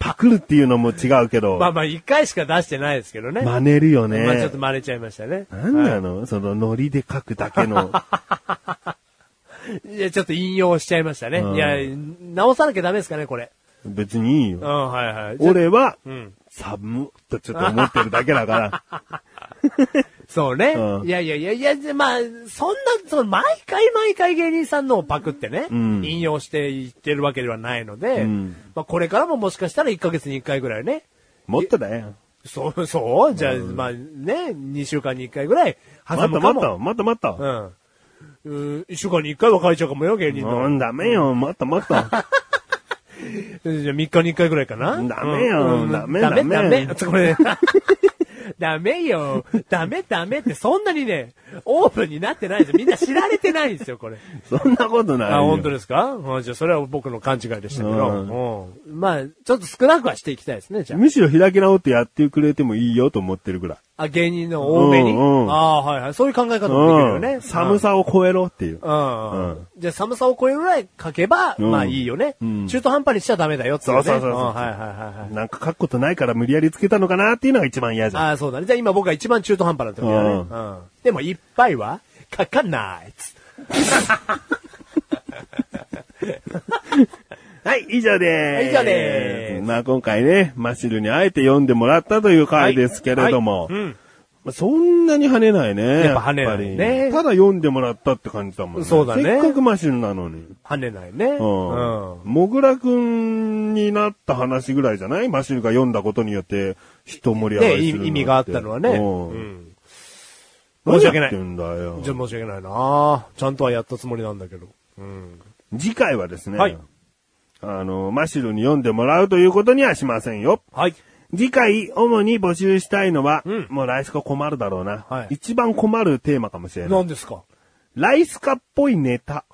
パクるっていうのも違うけど、まあまあ、一回しか出してないですけどね。 ま真似るよね。あちょっと真似ちゃいましたね。なんなの、そのノリで書くだけ の。いや、ちょっと引用しちゃいましたね。うんいや、直さなきゃダメですかね、これ。別にいいうよ。ん、はいはい。じゃあ、俺は、うん。寒っとちょっと思ってるだけだから。 そうね。うんいやいやいやいや、じゃまあ、そんな、その、毎回毎回芸人さんのをパクってね、うん引用していってるわけではないので、うんまあ、これからももしかしたら1ヶ月に1回ぐらいね、もっとだよ。そう、そうじゃあ、まあね、2週間に1回ぐらいま挟っとむかまっも。と、まっとまっと。うん。うん、1週間に1回は書いちゃうかもよ、芸人もの。うダメよ、もっとも っと。じゃあ3日に1回ぐらいかなダメよダメダメ、ダダメメ。これ、 ダメよ。ダメ、ダメって、そんなにね、オープンになってないですよ。みんな知られてないんですよ、これ。そんなことないよ。あ、本当ですかうんじゃあ、それは僕の勘違いでしたけど。うんまあ、ちょっと少なくはしていきたいですね、じゃあ。むしろ開き直ってやってくれてもいいよと思ってるぐらい。あ、芸人の多めに。うんうんああー、はいはい。そういう考え方もできるよね。うん寒さを超えろっていうう。ん。うんうんじゃあ寒さを超えるぐらい書けば、うんまあいいよね、うん中途半端にしちゃダメだよっていう、ね。そうそうそうそうんはいはいはいはい。なんか書くことないから無理やりつけたのかなっていうのが一番嫌じゃん。ああ、そうだね。じゃあ今僕が一番中途半端な時だね。ううん。でもいっぱいは書かないっつ。はい、以上でーす。はい以上でーすまあ今回ね、マシルにあえて読んでもらったという回ですけれども。はいうんまあ、そんなに跳ねないね。やっぱ跳ねないねやっぱりただ読んでもらったって感じだもんね。そうだねせっかくマシュルなのに。跳ねないね。うん。もぐらくんになった話ぐらいじゃないマシュルが読んだことによって、人盛り上がねりするのって意味があったのはね。うんうん。申し訳な何やっいてんだよ。じゃあ申し訳ないなちゃんとはやったつもりなんだけど。うん。次回はですね、はいあの、マシュルに読んでもらうということにはしませんよ。はい。次回、主に募集したいのは、うんもうライスカ困るだろうな、はい一番困るテーマかもしれない。何ですかライスカっぽいネタ。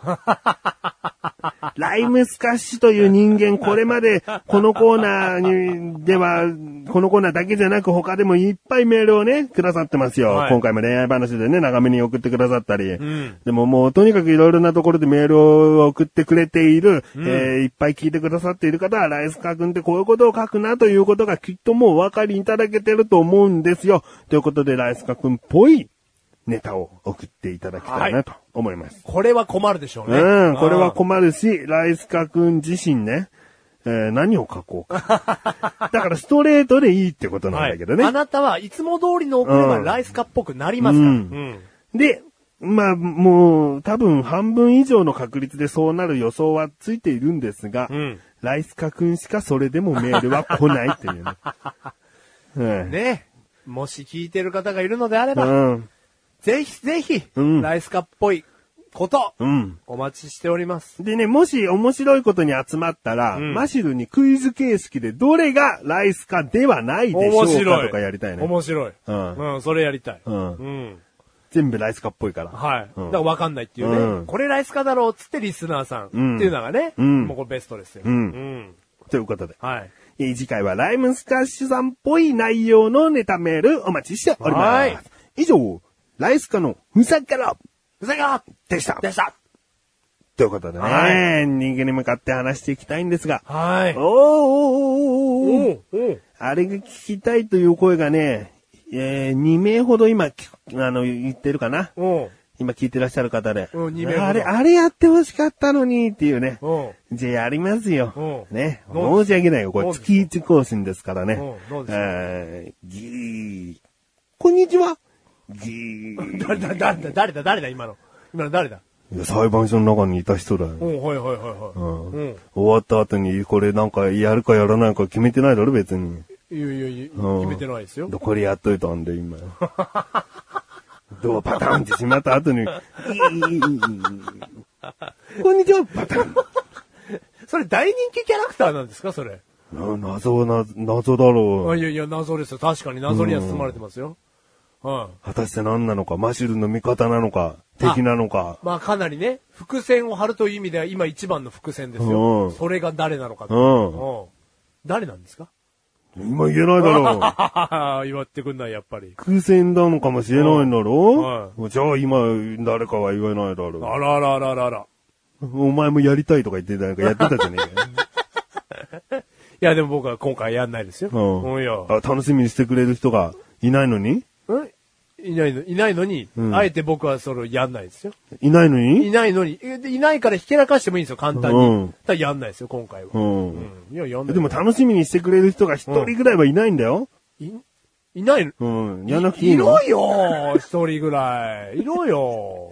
ライムスカッシュという人間、これまで、このコーナーに、では、このコーナーだけじゃなく、他でもいっぱいメールをね、くださってますよ。はい今回も恋愛話でね、長めに送ってくださったり。んでももう、とにかくいろいろなところでメールを送ってくれている、えーいっぱい聞いてくださっている方は、ライスカ君ってこういうことを書くなということがきっともうお分かりいただけてると思うんですよ。ということで、ライスカ君っぽいネタを送っていただきたいなと思います。これは困るでしょうね。うん、これは困るし、ライスカ君自身ね、えー何を書こうか。 だからストレートでいいってことなんだけどね。はいあなたはいつも通りの送ればうんライスカっぽくなりますから。ううんん。で、まあ、もう、多分半分以上の確率でそうなる予想はついているんですが、うんライスカ君しかそれでもメールは来ないってい うね。うんね。もし聞いてる方がいるのであれうば、ん。ぜひぜひ、うんライスカっぽいこと、うん。お待ちしております。でね、もし面白いことに集まったら、うんマシルにクイズ形式でどれがライスかではないでしょ面う白かい。とかやりたいね。面白い。うんうん、それやりたい。うんうん全部ライスかっぽいから。はい。うんだから分かんないっていうね。うんこれライスカだろうっつってリスナーさんってうんいうのがね、うんもうこれベストですよ。うんうんということで、はい。えー次回はライムスカッシュさんっぽい内容のネタメールお待ちしております。はい以上、ライスカのふざけろふざけろでした。でしたということでね、はいエンディングに向かって話していきたいんですが、はいおー。おーおーおーおうおうあれが聞きたいという声がね、えー、2名ほど今聞く、あの、言ってるかな。おう今聞いてらっしゃる方で。うん二名ほどあれ、あれやって欲しかったのにっていうね。おうじゃあやりますよ。うんね。どう申し訳ないよ。こどれうですか月一更新ですからね。うんどうですかえーぎー。こんにちは。ぎー。誰だ、誰だ、誰だ、誰だ、今の。今の誰だいや裁判所の中にいた人だよ。おうはいはいはいはい。んうん。終わった後にこれなんかやるかやらないか決めてないだろ別に。いやいやいや、うん決めてないですよ。どこでやっといたんで、今。 ドアパタンってしまった 後に、いいいいいいこんにちは、パタン。それ大人気キャラクターなんですかそれ。な謎はな、謎だろあう。いやいや、謎ですよ。確かに謎には包まれてますよ。うん。果たして何なのか、マシュルの味方なのか、敵なのか。まあかなりね、伏線を張るという意味では今一番の伏線ですうよ。んそれが誰なのかと。うんうん誰なんですか 今言えないだ ろう。祝ってくんない、やっぱり。空戦なのかもしれないんだろうう。じゃあ今、誰かは言えないだろあらあらあらあらあら。う。お前もやりたいとか言ってなんかやってたじゃねえか よ。いや、でも僕は今回やんないですよ。うんうんいや。あ楽しみにしてくれる人がいないのにいないの、いないのに、うんあえて僕はそれをやんないですよ。いないのにいないのに、えでいないからひけらかしてもいいんですよ、簡単に。うんただやんないですよ、今回は。う。うんいや、やんない。でも楽しみにしてくれる人が一人ぐらいはいないんだよ。い、いないのうん。やんなくていいのろよ一人ぐらい。いろよ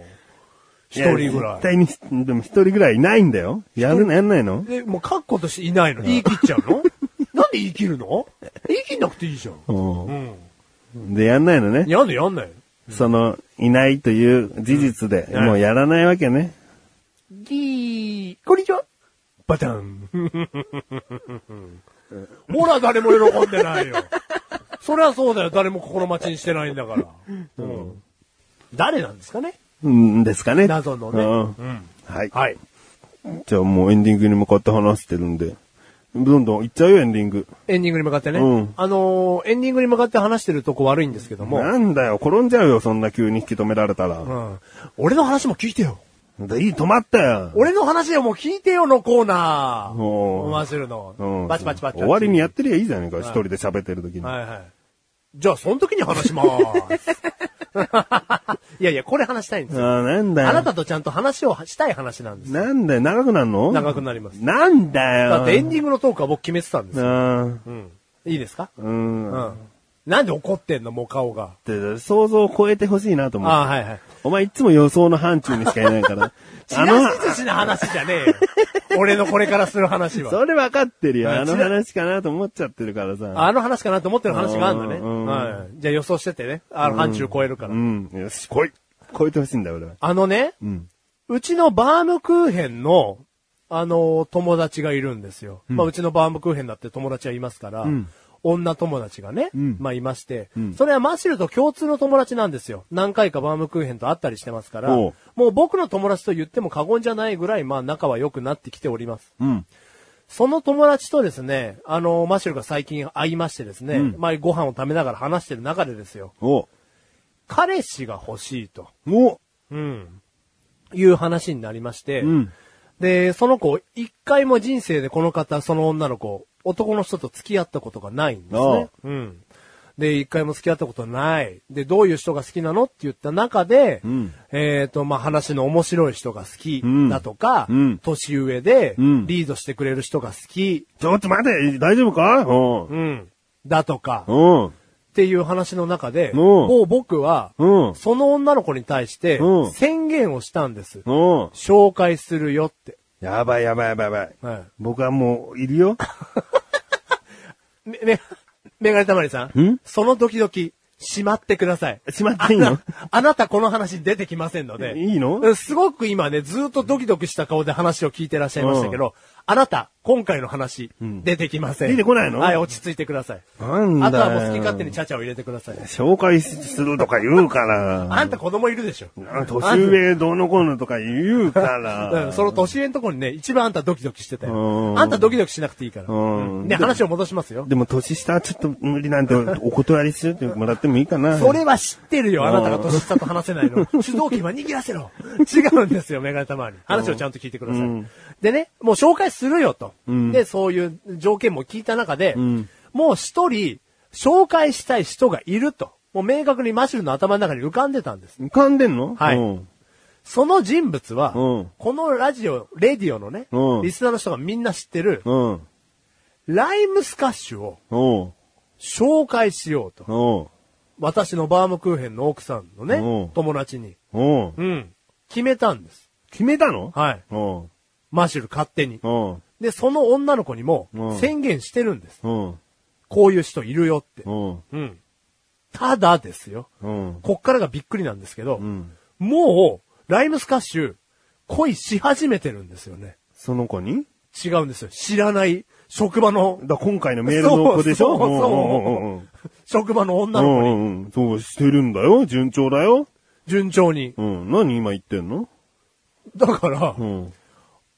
一人ぐやら絶い。対に、でも一人ぐらいいないんだよ。やるのやんないので、もう、カッコとしていないの言い切っちゃ うのなんで言い切るの言い切んなくていいじゃん。ううん。ん。で、やんないのね。やんのやんないのその、いないという事実で、うんもうやらないわけね。ぎー、こんにちは。バタン。 ほら、誰も喜んでないよ。そりゃそうだよ。誰も心待ちにしてないんだから。うん、誰なんですかねうんですかね。謎のね。うんうん。はい。はい。じゃあもうエンディングに向かって話してるんで。どんどん行っちゃうよ、エンディング。エンディングに向かってね。うんあのーエンディングに向かって話してるとこ悪いんですけども。なんだよ、転んじゃうよ、そんな急に引き止められたうら。ん。俺の話も聞いてよ。でいい、止まったよ。俺の話をもう聞いてよのコーナー。おーマシュルの。うんバチバチバチバチ。終わりにやっってりゃいいじゃねえか、一人で喋ってる時に。はいはい。じゃあ、その時に話 しまーす。いやいや、これ話したいんですよ。ああ、なんだよ。あなたとちゃんと話をしたい話なんですよ。なんだよ、長くなるの長くなります。なんだよ。だってエンディングのトークは僕決めてたんですよ。あーうん。いいですかうん。うん。なんで怒ってんのもう顔が。って想像を超えてほしいなと思あう。あ、はいはい。お前いつも予想の範疇にしかいない から。ちらし寿司の話じゃね えよ。俺のこれからする話は。それ分かってるよ。ああのちら話かなと思っちゃってるからさ。あの話かなと思ってる話があるんだね。うんはい。じゃあ予想しててね。あの、範疇超えるからう。ん。よし、来い。超えてほしいんだ、俺は。あのね、うん。うちのバームクーヘンの、あの、友達がいるんですよ。まあ、うちのバームクーヘンだって友達はいますから、ん女友達がね、んまあ、いまして、んそれはマシルと共通の友達なんですよ。何回かバームクーヘンと会ったりしてますから、おもうう僕の友達と言っても過言じゃないぐらい、まあ、仲は良くなってきております。うん。その友達とですね、あの、マシルが最近会いましてですね、まあ、ご飯を食べながら話してる中でですよ、お彼氏が欲しいと、おうん、いう話になりまして、うん。で、その子、一回も人生でこの方、その女の子、男の人と付き合ったことがないんですね。うん。で、一回も付き合ったことない。で、どういう人が好きなのって言った中で、んえっ、と、まあ、話の面白い人が好きだとか、うんうん年上で、うんリードしてくれる人が好き、ちょっと待て大丈夫かうん。うん、だとか、っうん。ていう話の中で、んもう僕は、うん。その女の子に対してうん、宣言をしたんです。うん。紹介するよって。やばいやばいやばいやばい。はい僕はもう、いるよ。め、め、メガネたまりさん。んその時々、しまってください。しまっていいのあなたこの話出てきませんので。いいのうんすごく今ね、ずっとドキドキした顔で話を聞いてらっしゃいましたけど、あなた、今回の話、出てきません。出てこないのはい、落ち着いてください。なんだよあとはもう好き勝手にちゃちゃを入れてください。紹介するとか言うから。あんた子供いるでしょ。あ年上どうのこうのとか言うか うらん、。その年上のところにね、一番あんたドキドキしてたうよ。んあんたドキドキしなくていいから。うんね、話を戻しますよ。でも年下はちょっと無理なんてお断りしてもらってもいいかな。それは知ってるよ、あなたが年下と話せ ないの。主導権は握らせろ。違うんですよ、メガネたまわり。話をちゃんと聞いてください。でね、もう紹介するよと。で、そういう条件も聞いた中で、もう一人、紹介したい人がいると。もう明確にマシュルの頭の中に浮かんでたんです。浮かんでんのはいうんその人物は、うんこのラジオ、レディオのね、うんリスナーの人がみんな知ってる、うん。ライムスカッシュをおう紹介しようと。おう私のバームクーヘンの奥さんのうんね、友達に。おううん。決めたんです。決めたのはい。おうマシュル勝手に。おうで、その女の子にもうん宣言してるんです。おうこういう人いるよって。おううん。ただですよ。おうこっからがびっくりなんですけど、んもう、ライムスカッシュ、恋し始めてるんですよね。その子に違うんですよ。知らない職場の、だ今回のメールの子でしょそうそうそう職場の女うんうの子んにうんうんそうしてるんだよ。順調だよ。順調に。うん。何今言ってんのだから、うん。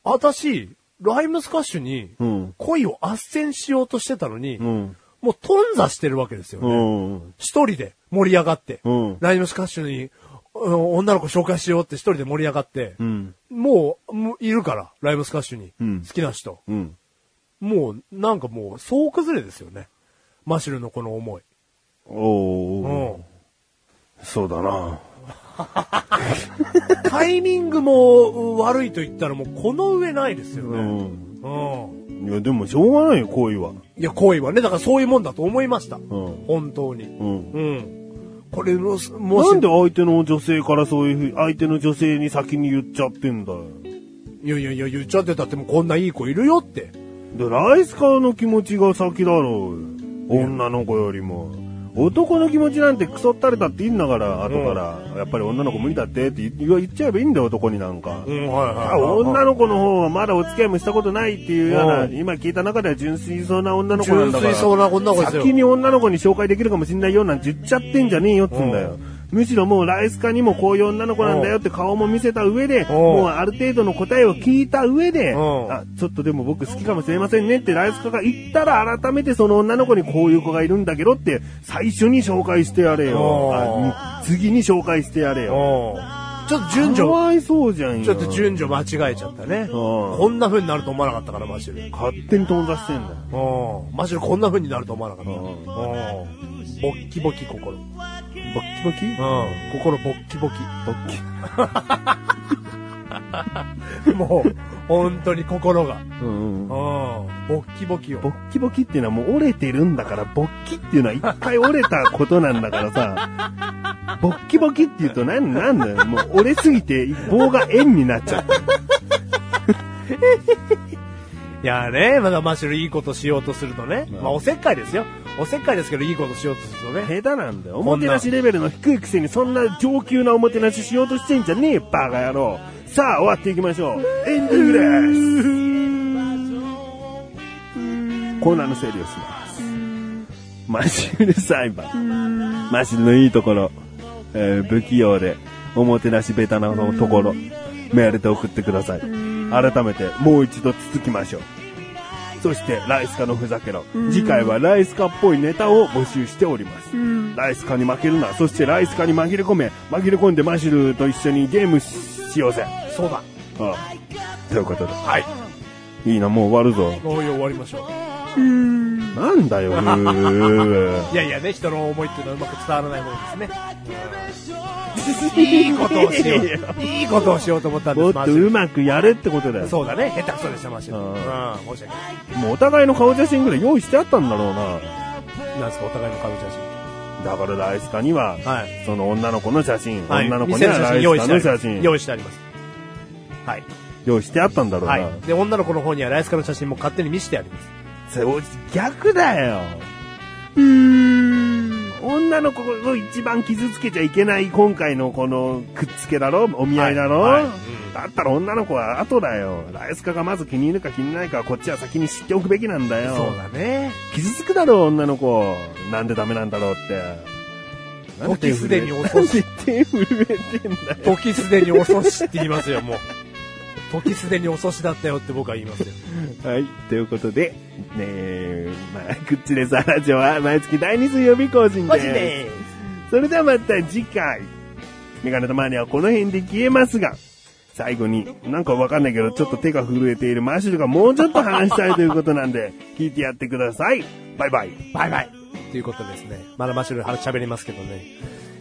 私、ライムスカッシュにうん恋を斡旋しようとしてたのに、うん。もう頓挫してるわけですよね。うん。一人で盛り上がって、うんライムスカッシュに、うん女の子紹介しようって一人で盛り上がって、うん。もう、もういるから、ライムスカッシュに、うん好きな人。うん。もう、なんかもう、総崩れですよね。マシュルのこの思い。おうおん。そうだな。タイミングも悪いと言ったらもう、この上ないですようね。ん。うん。いや、でもしょうがないよ、恋は。いや、恋はね、だからそういうもんだと思いました。ん本当に。うん。うん。これ、もし、もしなんで相手の女性からそういうふうに、相手の女性に先に言っちゃってんだよ。いやいやいや、言っちゃってたってもうこんないい子いるよって。で、ライスカーの気持ちが先だろうよ。女の子よりも。男の気持ちなんてクソったれたっていいんだから、後から。やっぱり女の子無理だってって言言っちゃえばいいんだよ、男になんか。うん、はいあ女の子の方はまだお付き合いもしたことないっていうような、うん今聞いた中では純粋そうな女の子なん純だから。粋そうな女の子ですよ。先に女の子に紹介できるかもしんないよなんて言っちゃってんじゃねえよっつうんだよ。むしろもうライスカにもこういう女の子なんだよって顔も見せた上で、うんもうある程度の答えを聞いた上で、うんあ、ちょっとでも僕好きかもしれませんねってライスカが言ったら改めてその女の子にこういう子がいるんだけどって最初に紹介してやれよ。うんあ次に紹介してやれよ。ちょっと順か序、わいそうじゃんよ。ちょっと順序間違えちゃったね。こんな風になると思わなかったから、マシュル。うん勝手に頓挫してんだよ。マシュルこんな風になると思わなかった。ううんんボッキボキ心。うん。バッキバキ心ボッキボキ。バッキ。 もう、本当に心が。うんうん。ボッキボキボよ。ッキボキっていうのはもう折れてるんだから、ボッキっていうのは一回折れたことなんだからさ、ボッキボキっていうと何、なんだよ。もう折れすぎて棒が円になっちゃった。いやね、まだマッシュルいいことしようとするとね。うんまあ、おせっかいですよ。おせっかいですけど、いいことしようとするとね。下手なんだよ。おもてなしレベルの低いくせにそんな上級なおもてなししようとしてんじゃねえ、バカ野郎。さあ、終わっていきましょう。エンディングです。コーナーの整理をします。マシュル裁判。マシルのいいところ、えー不器用で、おもてなしベタなところ、メールで送ってください。改めて、もう一度続きましょう。そして、ライスカのふざけろ。次回はライスカっぽいネタを募集しております。ライスカに負けるな。そしてライスカに紛れ込め。紛れ込んでマシュルと一緒にゲームししようぜ。そうだ。ああということで。はい。いいな、もう終わるぞ。もう終わりましょう。なんだよ、うーいやいやね、人の思いっていうのはうまく伝わらないものですね。いいことをしよう。 いいことをしようと思ったんでもっす、マとジでうまくやれってことだよ。そうだね、下手くそでした、マジで。ううんん、申し訳なもうお互いの顔写真ぐらい用意してあったんだろうな。い。なんすか、お互いの顔写だからライスカには、真。はい。その女の子の写真、はい、女の子に店はライ用意スしカてあのりま写す。真、用意してあります。はい。用意してあったんだろうな。はい。で、女の子の方にはライスカの写真も勝手に見せてあります。それ逆だよ。女の子を一番傷つけちゃいけない今回のこのくっつけだろお見合いだろ、はいはいだったら女の子は後だよ。ライスカがまず気に入るか気に入らないかはこっちは先に知っておくべきなんだよ。そうだね。傷つくだろう、女の子。なんでダメなんだろうって。なん手時すでに震え遅し、手震えてんだよ。時すでに遅しって言いますよ、もう。時すでに遅しだったよって僕は言 いますよ。はい。ということで、ねえ、まあ、くっちレサラジオは毎月第2水曜日更新です。それではまた次回。メガネとマニアはこの辺で消えますが、最後に、なんかわかんないけど、ちょっと手が震えているマッシュルがもうちょっと話したいということなんで、聞いてやってください。バイバイ。バイバイということですね。まだマシュル話喋りますけどね。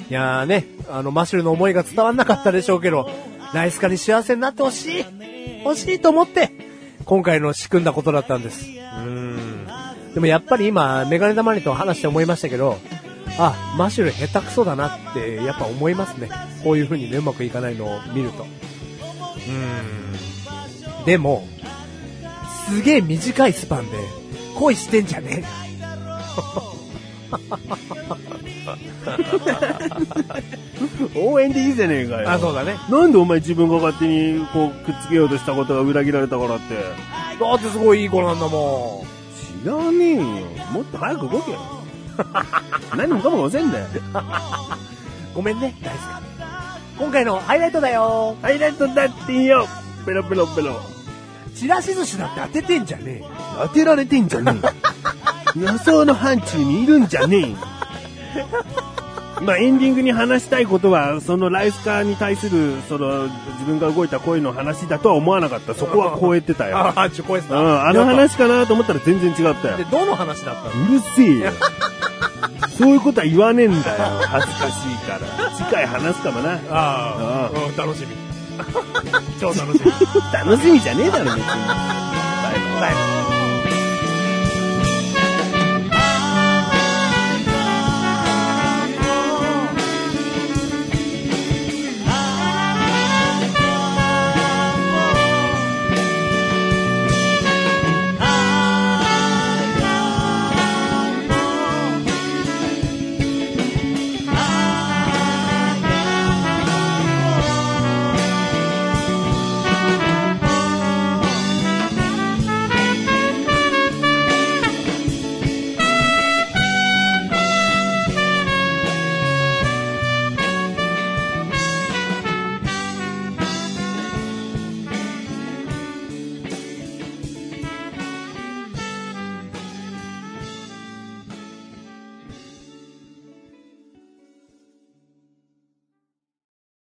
いやーね、あの、マシュルの思いが伝わんなかったでしょうけど、ライスカに幸せになってほしい欲しいと思って、今回の仕組んだことだったんです。うーん。でもやっぱり今、メガネ玉にと話して思いましたけど、あ、マシュル下手くそだなって、やっぱ思いますね。こういう風にね、うまくいかないのを見ると。うーん。でも、すげえ短いスパンで、恋してんじゃねえ。応援でいいじゃねえかよ。あ、そうだね。なんでお前自分が勝手にこうくっつけようとしたことが裏切られたからって。だってすごいいい子なんだも知らねえよ。もっと早く動 けよ。何もかもせんだよ。ん。ごめんね、大好き。今回のハイライトだよ。ハイライトだっていいよ。ペロペロペロ。チラシ寿司だって当ててんじゃねえよ。当てられてんじゃねえ。予想の範疇にいるんじゃねえよ。まあエンディングに話したいことは、そのライスカーに対する、その、自分が動いた恋の話だとは思わなかった。そこは超えてたよ。あ、ちょ、こいつうん、あの話かなと思ったら全然違ったよ。で、どの話だったのうるせえよ。そういうことは言わねえんだよ。恥ずかしいから。次回話すかもな。あーうん、楽しみ。 超楽しみ。楽しみじゃねえだろ、別に。バイバイ。バイバイ